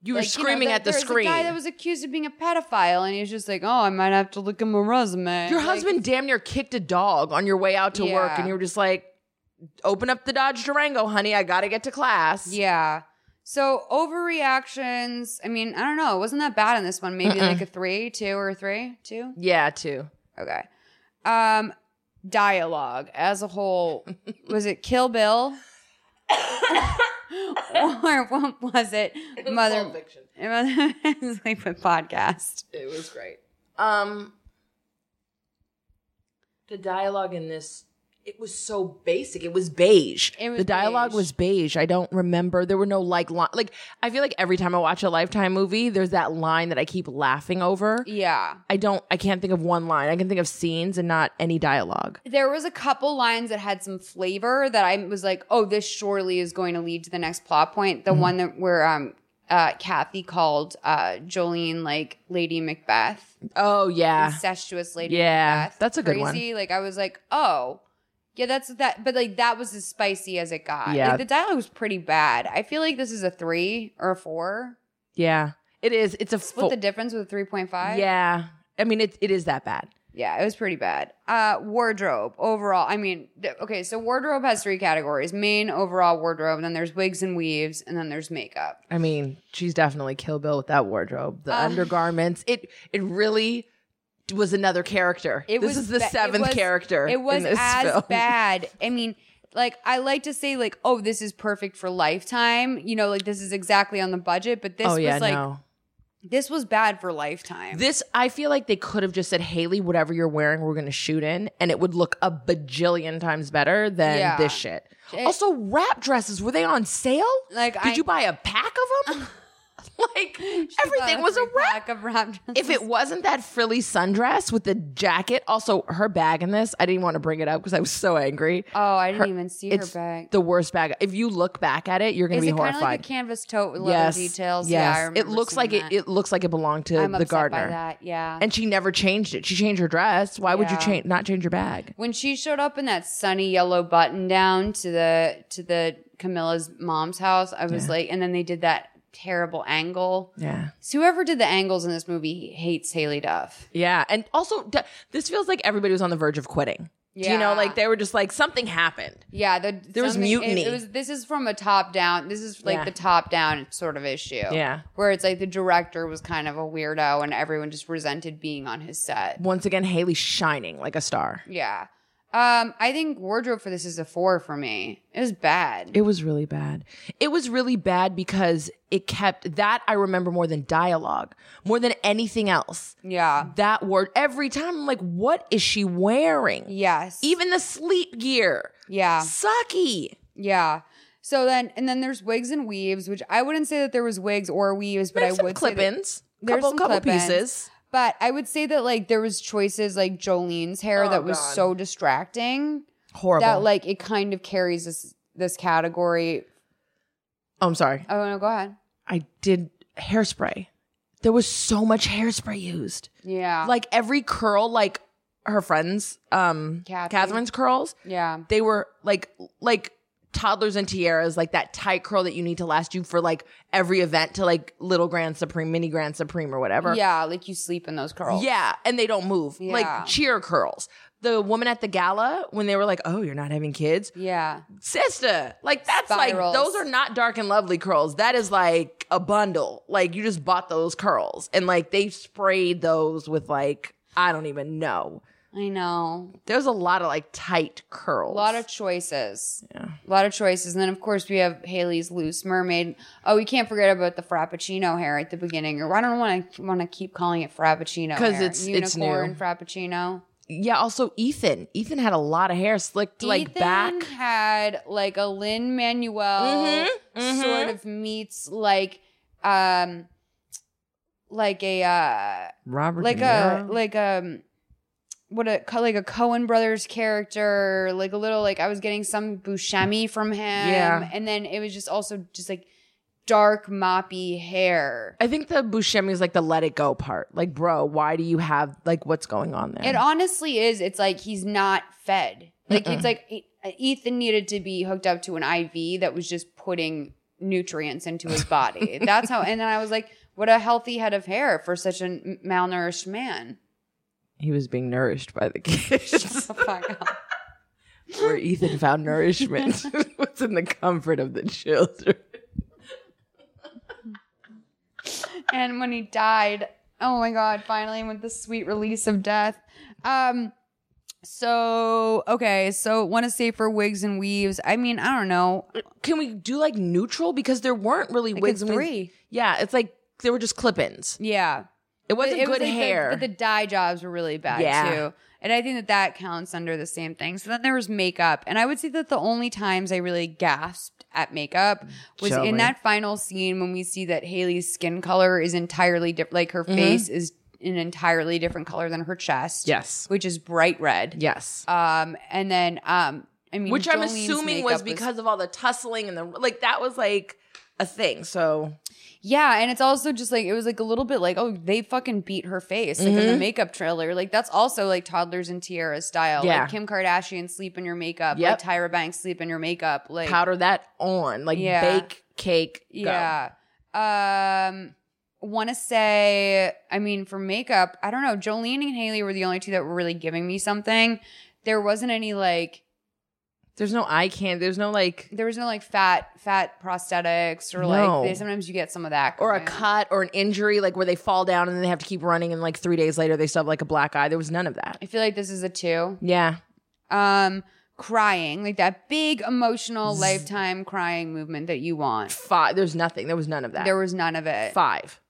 You were
like, know,
screaming
there-
at the
there was
screen.
A guy that was accused of being a pedophile, and he was just like, "Oh, I might have to look at my resume."
your
Like,
husband damn near kicked a dog on your way out to work,
Yeah.
and you were just like, "Open up the Dodge Durango, honey. I gotta get to class."
Yeah. So overreactions. I mean, I don't know. It wasn't that bad in this one. Maybe
Mm-mm.
like a three, two, or a three, two.
Yeah, too.
Okay. Um, dialogue as a whole. was it Kill Bill? or what was it?
It was
Mother
Pulp Fiction.
Mother Sleep with podcast.
It was great. Um, the dialogue in this it was so basic. It was beige.
It was
the dialogue was beige. I don't remember. There were no like li- like I feel like every time I watch a Lifetime movie, there's that line that I keep laughing over.
Yeah.
I don't. I can't think of one line. I can think of scenes and not any dialogue.
There was a couple lines that had some flavor that I was like, "Oh, this surely is going to lead to the next plot point." The
Mhm.
one that where um uh Kathy called uh Jolene like Lady Macbeth,
Oh yeah,
incestuous Lady
Yeah,
Macbeth.
that's a good one.
Crazy. Like I was like, "Oh, yeah, that's that." But like that was as spicy as it got.
Yeah.
Like the dialogue was pretty bad. I feel like this is a three or a four.
yeah. It is. It's a
Split
full-
the difference with a three point five.
Yeah, I mean it. It is that bad.
Yeah, it was pretty bad. Uh, wardrobe overall. I mean, th- okay, so wardrobe has three categories: main, overall wardrobe. Then there's wigs and weaves, and then there's makeup.
I mean, she's definitely Kill Bill with that wardrobe, the
Uh.
undergarments. It it really was another character.
It
this
was
is the
ba- it
seventh
was-
character.
It was
in this
as
film.
bad. I mean, like I like to say, like, oh, this is perfect for Lifetime. You know, like this is exactly on the budget. But this
oh yeah,
was like
no.
this was bad for Lifetime.
This I feel like they could have just said, Haley, whatever you're wearing, we're gonna shoot in, and it would look a bajillion times better than
Yeah.
this shit.
It-
also, wrap dresses were they on sale?
Like,
did
I-
you buy a pack of them? like everything was a wreck.
Of wrap
if it wasn't that frilly sundress with the jacket, also her bag in this, I didn't want to bring it up because I was so angry.
Oh, I didn't even see her bag.
The worst bag. If you look back at it, you're gonna
Is
be
it kind of like a
horrified.
canvas tote with
yes,
little details?
Yes,
Yeah, I
it
remember
looks
seeing
like
that.
it. It looks like it belonged to
I'm
the
upset
gardener.
By that, yeah.
And she never changed it. She changed her dress. Why would you
Yeah.
change? Not change your bag?
when she showed up in that sunny yellow button down to the to the Camilla's mom's house, I was
Yeah.
like, and then they did that terrible angle.
Yeah.
So whoever did the angles in this movie hates Haley Duff.
Yeah, and also d- this feels like everybody was on the verge of quitting. Do you know,
Yeah.
like they were just like something happened.
Yeah, the,
There was
something-
mutiny.
It, it was this is from a top down. This is like
Yeah.
the top down sort of issue.
Yeah.
where it's like the director was kind of a weirdo and everyone just resented being on his set.
Once again, Haley shining like a star.
Yeah. Um, I think wardrobe for this is a four for me. It was bad.
It was really bad. It was really bad because it kept that I remember more than dialogue, more than anything else.
Yeah.
That word every time I'm like, what is she wearing?
Yes.
Even the sleep gear.
Yeah.
Sucky.
Yeah. So then, and then there's wigs and weaves, which I wouldn't say that there was wigs or weaves, but
There's
I
some
would say that-
clip-ins. Couple- couple pieces.
But I would say that like there was choices like Jolene's hair
Oh,
that was
God.
so distracting,
Horrible.
that like it kind of carries this this category.
oh, I'm sorry.
Oh no, go ahead.
I did hairspray. There was so much hairspray used.
Yeah,
Like every curl, like her friends, um, Catherine's curls.
Yeah,
they were like like toddlers and tiaras, like that tight curl that you need to last you for like every event to like little grand supreme, mini grand supreme, or whatever.
yeah, like you sleep in those curls.
Yeah, and they don't move.
Yeah.
Like cheer curls. The woman at the gala when they were like, "Oh, you're not having kids."
Yeah.
Sister, like that's
Spirals.
like those are not dark and lovely curls. That is like a bundle. Like you just bought those curls and like they sprayed those with like I don't even know.
I know.
There's a lot of like tight curls.
A lot of choices. Yeah. A lot of choices. And then, of course, we have Haley's Loose Mermaid. Oh, we can't forget about the Frappuccino hair at the beginning. Or I don't want to want to keep calling it Frappuccino
'Cause
hair.
it's- it's new.
Unicorn Frappuccino.
Yeah, also Ethan. Ethan had a lot of hair slicked like
Ethan
back.
had like a Lynn Manuel
Mhm, mhm.
sort of meets like um like a uh
Robert
like
De
a
Niro?
like um what a co- like a Cohen brothers character like a little like I was getting some Buscemi from him
Yeah.
and then it was just also just like dark moppy hair.
I think the Buscemi is like the let it go part. Like, bro, why do you have like what's going on there?
It honestly is. It's like he's not fed. Like
Mm-mm.
it's like E- Ethan needed to be hooked up to an IV that was just putting nutrients into his body. That's how. And then I was like, what a healthy head of hair for such a m- malnourished man.
he was being nourished by the kids. Where Ethan found nourishment was in the comfort of the children.
And when he died, oh my god! Finally, with the sweet release of death. Um. So okay, so want to say for wigs and weaves. I mean, I don't know.
Can we do like neutral because there weren't really
Like a
wigs? and we-
three.
Yeah, it's like they were just clip-ins.
Yeah.
It wasn't good
like the-
hair.
but the dye jobs were really bad
Yeah.
too. And I think that that counts under the same thing. So then there was makeup. And I would say that the only times I really gasped at makeup was
Show
in
me.
that final scene when we see that Haley's skin color is entirely different. Like her
Mhm.
face is an entirely different color than her chest.
Yes.
Which is bright red.
Yes.
Um, and then, um, I mean,
Which I'm
Jolene's
assuming was
makeup
because of all the tussling and the like that was like a thing. So
Yeah, and it's also just like it was like a little bit like, oh, they fucking beat her face like in the
Mhm.
makeup trailer. Like that's also like toddlers and tiara style.
Yeah.
Like Kim Kardashian sleep in your makeup. Like
Yep.
Tyra Banks sleep in your makeup. Like
powder that on, like
Yeah.
bake cake. go.
Yeah. Um want to say I mean for makeup, I don't know, Jolene and Haley were the only two that were really giving me something. There wasn't any like
There's no eye candy. There's no like
there was no like fat fat prosthetics or like
No.
they, sometimes you get some of that
or a
going on.
cut or an injury, like where they fall down and then they have to keep running, and like three days later they still have like a black eye. There was none of that.
I feel like this is a 2.
Yeah.
um crying like that big emotional lifetime crying movement that you want
five there's nothing there was none of that
there was none of it
Five.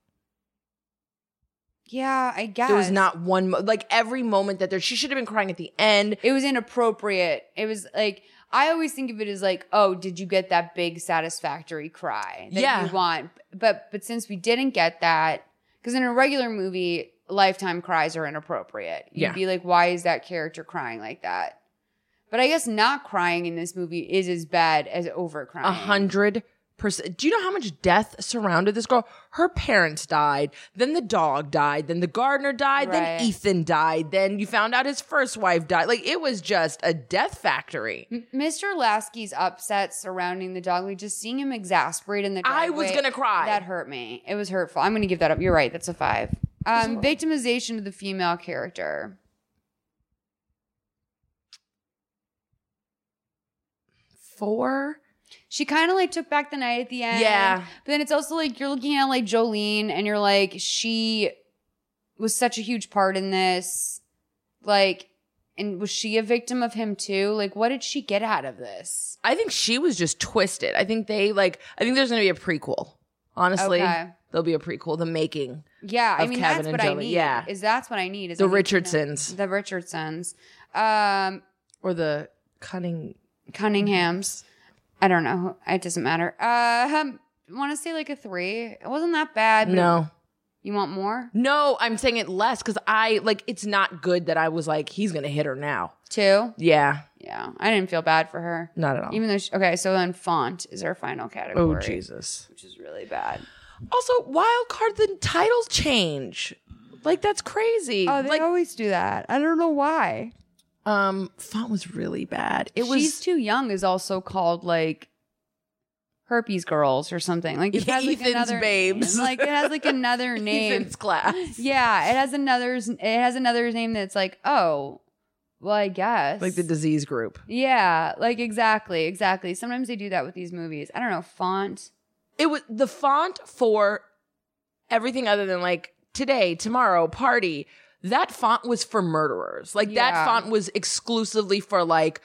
yeah i guess
There was not one mo- like every moment that there she should have been crying at the end.
it was inappropriate it was like I always think of it as like, oh, did you get that big satisfactory cry that
Yeah.
you want? But but since we didn't get that, because in a regular movie, lifetime cries are inappropriate. You'd
Yeah.
be like, why is that character crying like that? But I guess not crying in this movie is as bad as over crying.
A hundred percent. Do you know how much death surrounded this girl? Her parents died, then the dog died, then the gardener died,
Right.
then Ethan died, then you found out his first wife died. Like it was just a death factory.
M- Mr. Lasky's upset surrounding the dog. We just seeing him exasperated in the
I was
driveway,
gonna cry.
That hurt me. It was hurtful. I'm gonna give that up. You're right. That's a five. Um, victimization of the female character.
Four.
She kind of like took back the night at the end.
Yeah.
But then it's also like you're looking at like Jolene and you're like, she was such a huge part in this. Like, and was she a victim of him too? Like, what did she get out of this?
I think she was just twisted. I think they like. I think there's gonna be a prequel. Honestly,
Okay.
there'll be a prequel. The making.
Yeah, I
of
mean
Kevin
that's
and
what I
Jolene.
need.
Yeah,
is that's what I need. Is
The
I need to know-
Richardsons.
the Richardsons, um,
or the Cunning
Cunninghams. I don't know. It doesn't matter. Uh, um, want to say like a three? It wasn't that bad. but-
No.
you want more?
No, I'm saying it less because I like. It's not good that I was like, he's gonna hit her now.
Two.
Yeah.
Yeah, I didn't feel bad for her.
Not at all.
Even though, she, okay, so then font is our final category.
Oh Jesus.
which is really bad.
Also, wild card. The titles change. Like that's crazy.
Oh, they
like
always do that. I don't know why.
Um, font was really bad. It was.
She's too young is also called like herpes girls or something. Like it has like
Ethan's
another
babes.
Like it has like another name.
Ethan's class.
Yeah, it has another. It has another name that's like oh, well I guess
like the disease group.
Yeah, like exactly, exactly. Sometimes they do that with these movies. I don't know font.
It was the font for everything other than like today, tomorrow, party. That font was for murderers. Like
Yeah.
that font was exclusively for like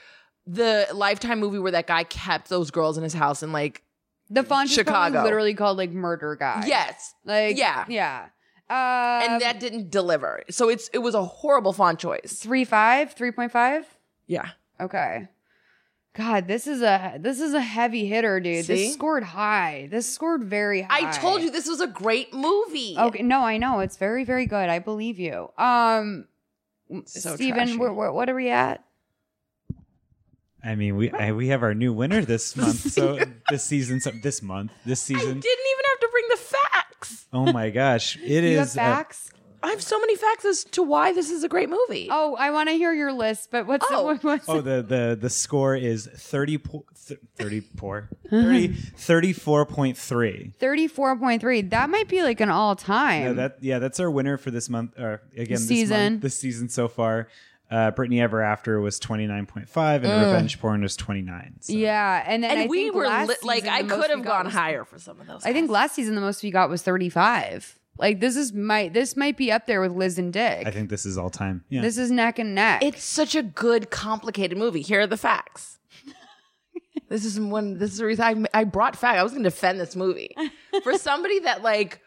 the Lifetime movie where that guy kept those girls in his house and like
The font is
Chicago.
probably literally called like murder guy.
Yes.
like
Yeah.
yeah. Um,
and that didn't deliver. So it's it was a horrible font choice.
three five, three point five.
Yeah.
Okay. God, this is a this is a heavy hitter, dude.
See?
This scored high. This scored very high.
I told you this was a great movie.
Okay, no, I know it's very very good. I believe you. Um,
So
Steven,
trashy.
wh- wh- what are we at?
I mean, we I, we have our new winner this month. So this season, so this month, this season.
Didn't even have to bring the facts.
Oh my gosh, it is. uh,
you have
a-
facts.
I have so many facts as to why this is a great movie.
Oh, I want to hear your list, but what's the what, what's
oh, the the the score is 30 po- th- 30 poor 30 34.3.
thirty four point three? That might be like an all time.
Yeah, that yeah, that's our winner for this month. Or again, this
Season.
month, this season so far. Uh, Brittany Ever After was 29.5 and
Mm.
Revenge Porn was 29.
yeah, and then
and
I
we
think
were
last
li- like,
season
I
the most
could
we
have
got
gone
was-
higher for some of those.
I think last season the most we got was thirty five. Like this is my this might be up there with Liz and Dick.
I think this is all time. Yeah.
This is neck and neck.
It's such a good, complicated movie. Here are the facts. this is one. This is the reason I, I brought fact. I was going to defend this movie for somebody that like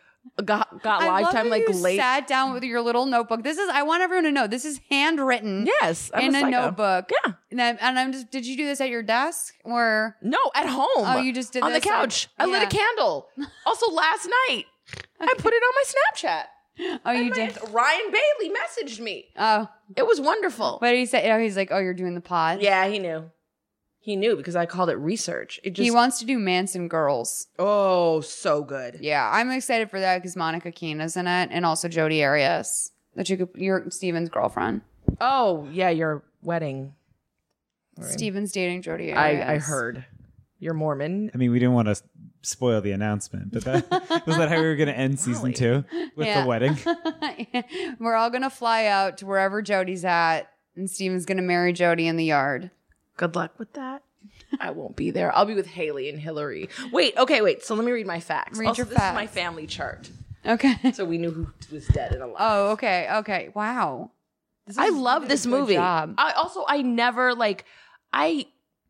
got got
I love
lifetime
that
like
you
late.
sat down with your little notebook. This is I want everyone to know this is handwritten.
Yes, I'm
in
a
a,
psycho.
notebook. Yeah, and I'm, and I'm just. Did you do this at your desk or
no at home?
Oh, you just did
on
this
the couch. I lit a candle. Also, last night I put it on my Snapchat.
Oh, you did.
Ryan Bailey messaged me.
Oh,
it was wonderful.
But he said, oh, he's like, oh, you're doing the pod.
Yeah, he knew. He knew because I called it research. It just
he wants to do Manson Girls.
Oh, so good.
Yeah, I'm excited for that because Monica Keene is in it, and also Jodi Arias, that you could, you're Steven's girlfriend.
Oh yeah, your wedding.
Steven's dating Jodi
I,
Arias.
I heard. You're Mormon.
I mean, we didn't want to spoil the announcement, but that was that how we were going to end season two with
Yeah.
the wedding.
We're all gonna fly out to wherever Jody's at, and Steven's gonna marry Jody in the yard.
Good luck with that. I won't be there. I'll be with Haley and Hillary. Wait, okay, wait. So let me read my facts.
Read
Also,
your
this
facts.
is my family chart.
Okay.
So we knew who was dead and alive.
Oh, okay, okay. Wow.
I love this
good
movie.
job.
I also I never like I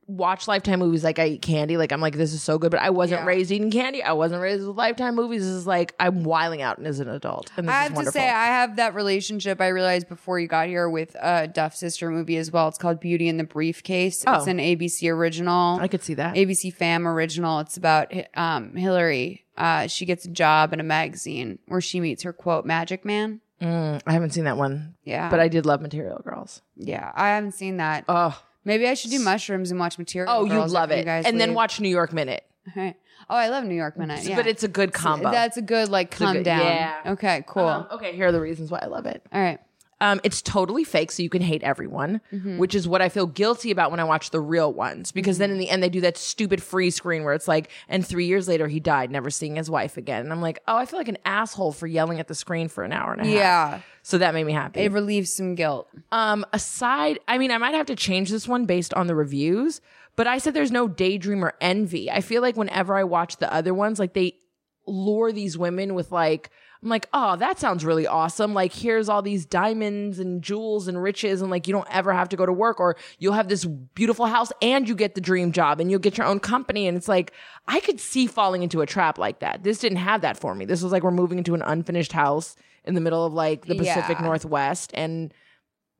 watch Lifetime movies like I eat candy. Like I'm like, this is so good. But I wasn't
Yeah.
raised eating candy. I wasn't raised with Lifetime movies. This is like I'm wiling out as an adult. And this
I
is
have to
wonderful.
say, I have that relationship I realized before you got here with a Duff sister movie as well. It's called Beauty in the Briefcase.
Oh.
It's an ABC original. I
could see that.
ABC Fam original. It's about um, Hillary. Uh, she gets a job in a magazine where she meets her quote magic man.
Mm, I haven't seen that one.
Yeah.
But I did love Material Girls.
Yeah, I haven't seen that.
Oh,
maybe I should do mushrooms and watch Material.
Oh, you
Girls
love
after
it.
guys
and then
leave.
watch New York Minute.
Right. Oh, I love New York Minute.
But
Yeah.
it's a good
It's-
combo.
That's a good like
It's a
calm
good-
down.
yeah.
Okay. Cool.
Um, okay, here are the reasons why I love it.
All right.
Um, it's totally fake, so you can hate everyone,
Mhm.
which is what I feel guilty about when I watch the real ones. Because
Mm-hmm.
then in the end, they do that stupid free screen where it's like, and three years later, he died, never seeing his wife again. And I'm like, oh, I feel like an asshole for yelling at the screen for an hour and a half.
Yeah.
So that made me happy.
It relieves some guilt.
Um, aside, I mean, I might have to change this one based on the reviews, but I said there's no daydream or envy. I feel like whenever I watch the other ones, like they lure these women with like, I'm like, oh, that sounds really awesome. Like, here's all these diamonds and jewels and riches, and like, you don't ever have to go to work, or you'll have this beautiful house and you get the dream job and you'll get your own company. And it's like, I could see falling into a trap like that. This didn't have that for me. This was like, we're moving into an unfinished house in the middle of like the Pacific
Yeah.
Northwest. And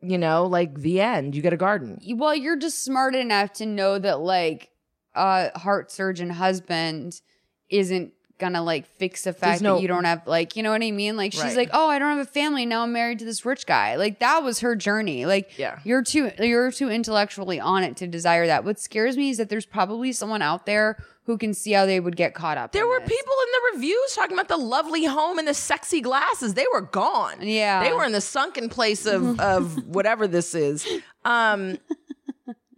you know, like the end. You get a garden.
Well, you're just smart enough to know that like a heart surgeon husband isn't gonna like fix the fact
There's no-
that you don't have like you know what I mean. Like she's
Right.
like, oh, I don't have a family now. I'm married to this rich guy. Like that was her journey. Like
Yeah.
you're too you're too intellectually on it to desire that. What scares me is that there's probably someone out there who can see how they would get caught up.
There were people in the reviews talking about the lovely home and the sexy glasses. They were gone.
Yeah. Mm-hmm.
They were in the sunken place of of whatever this is. Um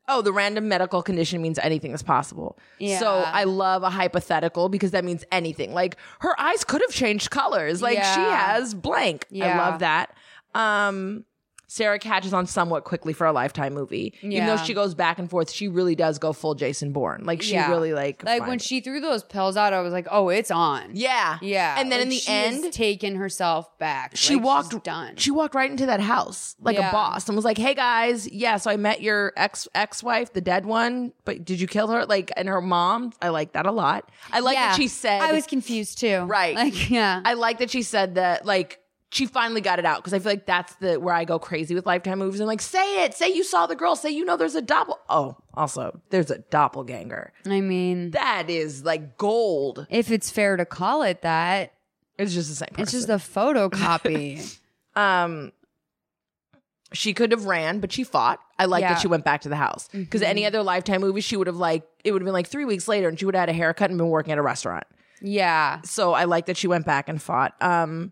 Oh, the random medical condition means anything is possible.
Yeah.
So I love a hypothetical because that means anything. Like her eyes could have changed colors. Like she
Yeah.
has blank.
Yeah.
I love that. Um Sarah catches on somewhat quickly for a lifetime movie. Even
Yeah.
though she goes back and forth, she really does go full Jason Bourne. Like she
Yeah.
really like
like
finds
when she threw those pills out, I was like, oh, it's on.
Yeah,
yeah.
And then in
Like,
the
she has
end-
taken herself back.
she
Like, she's
walked
done.
She walked right into that house like
Yeah.
a boss and was like, "Hey guys, yeah, so I met your ex ex wife, the dead one, but did you kill her?" Like, and her mom. I like that a lot. I like
Yeah.
that she said.
I was confused too.
Right.
Like, yeah.
I like that she said that. Like. She finally got it out because I feel like that's the where I go crazy with Lifetime movies. I'm like, say it, say you saw the girl, say you know there's a doppel. Oh, also there's a doppelganger.
I mean,
that is like gold.
If it's fair to call it that,
it's just the same.
It's just a photocopy.
um she could have ran but she fought i like
Yeah. Mm-hmm.
that she went back to the house because any other lifetime movie she would have like it would have been like three weeks later and she would have had a haircut and been working at a restaurant
yeah.
so i like that she went back and fought um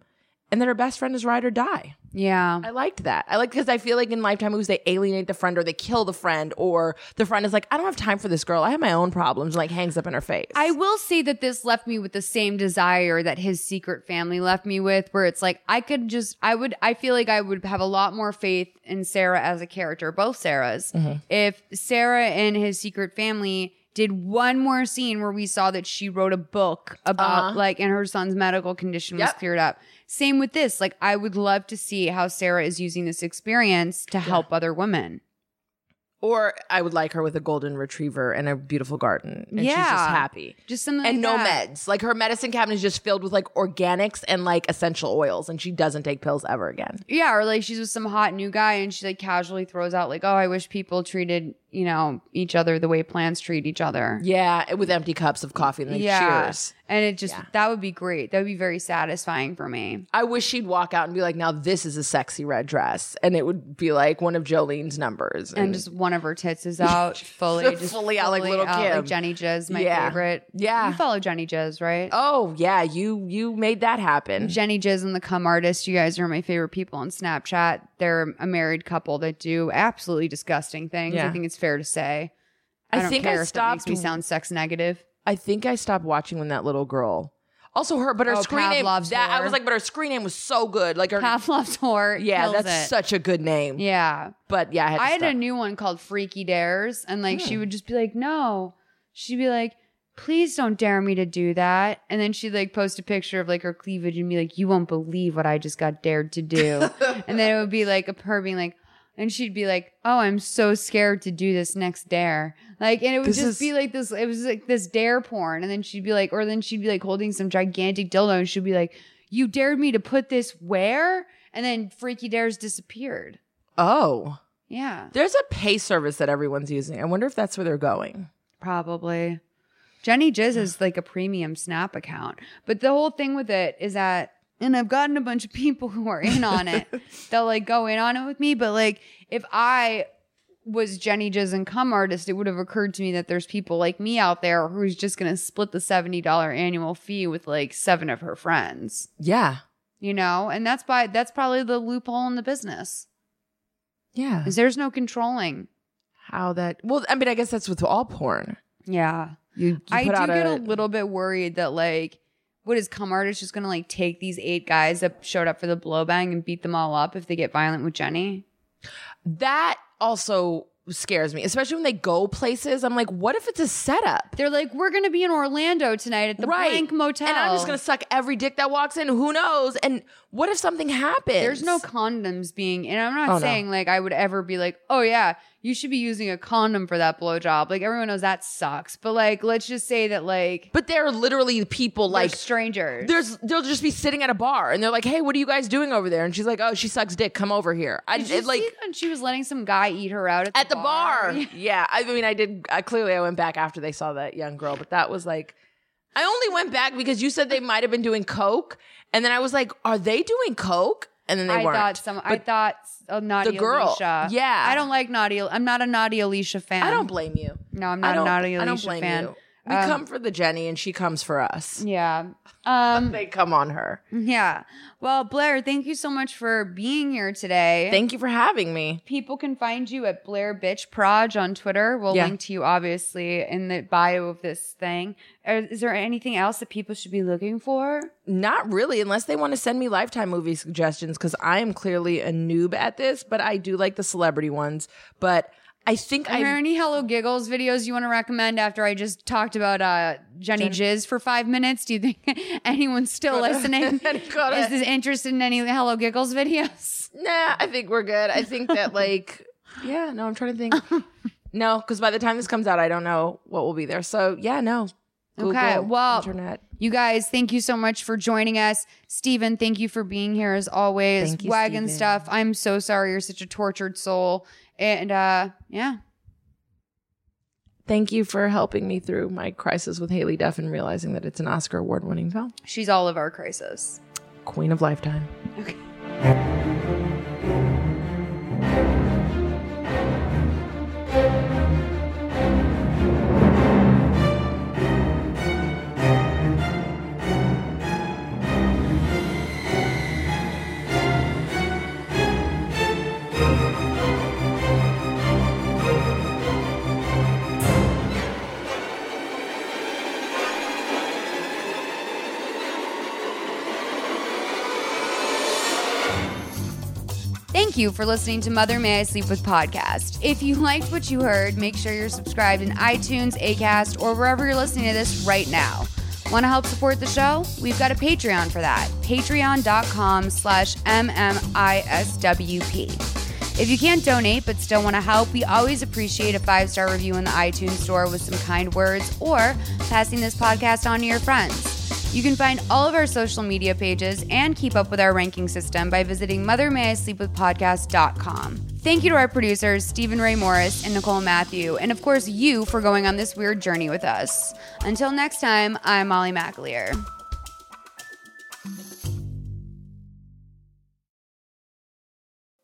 and that her best friend is ride or die
Yeah.
i liked that i like because i feel like in lifetime movies they alienate the friend or they kill the friend or the friend is like i don't have time for this girl i have my own problems and like hangs up in her face
I will say that this left me with the same desire that his secret family left me with, where it's like I could just, I would, I feel like I would have a lot more faith in Sarah as a character, both Sarahs,
Mhm.
if Sarah and his secret family did one more scene where we saw that she wrote a book about
Uh-huh.
like and her son's medical condition was
Yep.
cleared up. Same with this. Like I would love to see how Sarah is using this experience to help other women.
or i would like her with a golden retriever and a beautiful garden and she's just
Yeah.
happy
Just something
and
like
no
that.
meds. Like her medicine cabinet is just filled with like organics and like essential oils, and she doesn't take pills ever again.
Yeah, or like she's with some hot new guy and she like casually throws out like, "Oh, I wish people treated, you know, each other the way plants treat each other."
Yeah, with empty cups of coffee and then
Yeah.
cheers.
And it just that would be great. That would be very satisfying for me.
I wish she'd walk out and be like, "Now this is a sexy red dress," and it would be like one of Jolene's numbers,
And, just one of her tits is out fully,
Just
just
fully out like little
like
Kim.
Jenny Jizz, my
Yeah.
favorite.
Yeah.
you follow Jenny Jizz, right?
Oh yeah, you you made that happen.
Jenny Jizz and the Cum Artist, you guys are my favorite people on Snapchat. They're a married couple that do absolutely disgusting things. I
Yeah.
think it's fair to say.
I
don't
think I
care if that makes
stopped-
me sound sex negative.
I think I stopped watching when that little girl. Also, her but her
Oh,
screen name
Pavlov's
that I
whore.
was like, but her screen name was so good, like her
Pavlov's whore.
Yeah,
kills
that's
it.
such a good name.
Yeah,
but yeah, I had, to
I had
stop.
a new one called Freaky Dares, and like she
Hmm.
would just be like, "No," she'd be like, "Please don't dare me to do that," and then she'd like post a picture of like her cleavage and be like, "You won't believe what I just got dared to do," and then it would be like a her being like, And she'd be like, "Oh, I'm so scared to do this next dare." Like, and it would
This
just
is-
be like this. It was like this dare porn, and then she'd be like, or then she'd be like holding some gigantic dildo, and she'd be like, "You dared me to put this where?" And then Freaky Dares disappeared.
Oh.
Yeah,
There's a pay service that everyone's using. I wonder if that's where they're going.
probably. Jenny Jizz is like a premium Snap account, but the whole thing with it is that, and I've gotten a bunch of people who are in on it. They'll like go in on it with me, but like if I was Jenny Jizz and cum artist, it would have occurred to me that there's people like me out there who's just gonna split the seventy dollar annual fee with like seven of her friends.
Yeah.
you know, and that's by that's probably the loophole in the business.
Yeah.
Is there's no controlling
how that Well, I mean, I guess that's with all porn.
Yeah.
You, you
I do
put out
get a
a-
little bit worried that like what is cum artist just gonna like take these eight guys that showed up for the blow bang and beat them all up if they get violent with Jenny?
that also scares me, especially when they go places. I'm like, what if it's a setup?
They're like, we're gonna be in Orlando tonight at the blank motel.
And I'm just gonna suck every dick that walks in. Who knows? And what if something happens?
There's no condoms being, and I'm not
Oh, no.
saying like I would ever be like, oh yeah, you should be using a condom for that blowjob. Like everyone knows that sucks, but like let's just say that like,
but there are literally people like
strangers.
There's they'll just be sitting at a bar and they're like, "Hey, what are you guys doing over there?" And she's like, "Oh, she sucks dick. Come over here." I
Did you
it, like
see when she was letting some guy eat her out at the,
at the bar. yeah, I mean, I did. I, clearly, I went back after they saw that young girl, but that was like, I only went back because you said they might have been doing coke, and then I was like, "Are they doing coke?" And then they
I
weren't.
thought some. I
But
thought uh, naughty
the girl-
Alicia.
yeah.
I don't like naughty. I'm not a naughty Alicia fan.
I don't blame you.
No, I'm
I
not a
don't-
naughty Alicia
I don't blame
fan.
you. We
Um,
come for the Jenny, and she comes for us.
Yeah. Um,
they come on her.
Yeah. Well, Blair, thank you so much for being here today.
Thank you for having me.
People can find you at Blair Bitch Proj on Twitter. We'll
Yeah.
link to you obviously in the bio of this thing. Uh, Is there anything else that people should be looking for?
Not really, unless they want to send me lifetime movie suggestions, because I am clearly a noob at this, but I do like the celebrity ones. But I think
Are there
I
any Hello Giggles videos you want to recommend after I just talked about uh, Jenny Jizz for five minutes? Do you think anyone's still
Go to-
listening?
go to-
Is this interested in any Hello Giggles videos?
Nah, I think we're good. I think that like yeah, no, I'm trying to think. no, because by the time this comes out, I don't know what will be there. So yeah, no.
okay.
Google,
Well,
internet.
you guys, thank you so much for joining us. Steven, thank you for being here as always.
Thank you,
Wagon
Steven.
stuff. I'm so sorry you're such a tortured soul. And uh, yeah.
Thank you for helping me through my crisis with Haley Duff and realizing that it's an Oscar award winning film.
She's all of our crisis.
Queen of Lifetime.
Thank you for listening to Mother May I Sleep With podcast. If you liked what you heard, make sure you're subscribed in iTunes, Acast, or wherever you're listening to this right now. Want to help support the show? We've got a Patreon for that. Patreon.com slash MMISWP. If you can't donate but still want to help, we always appreciate a five star review in the iTunes store with some kind words or passing this podcast on to your friends. You can find all of our social media pages and keep up with our ranking system by visiting mothermayisleepwithpodcast.com. Thank you to our producers, Stephen Ray Morris and Nicole Matthew, and of course, you for going on this weird journey with us. Until next time, I'm Molly McAleer.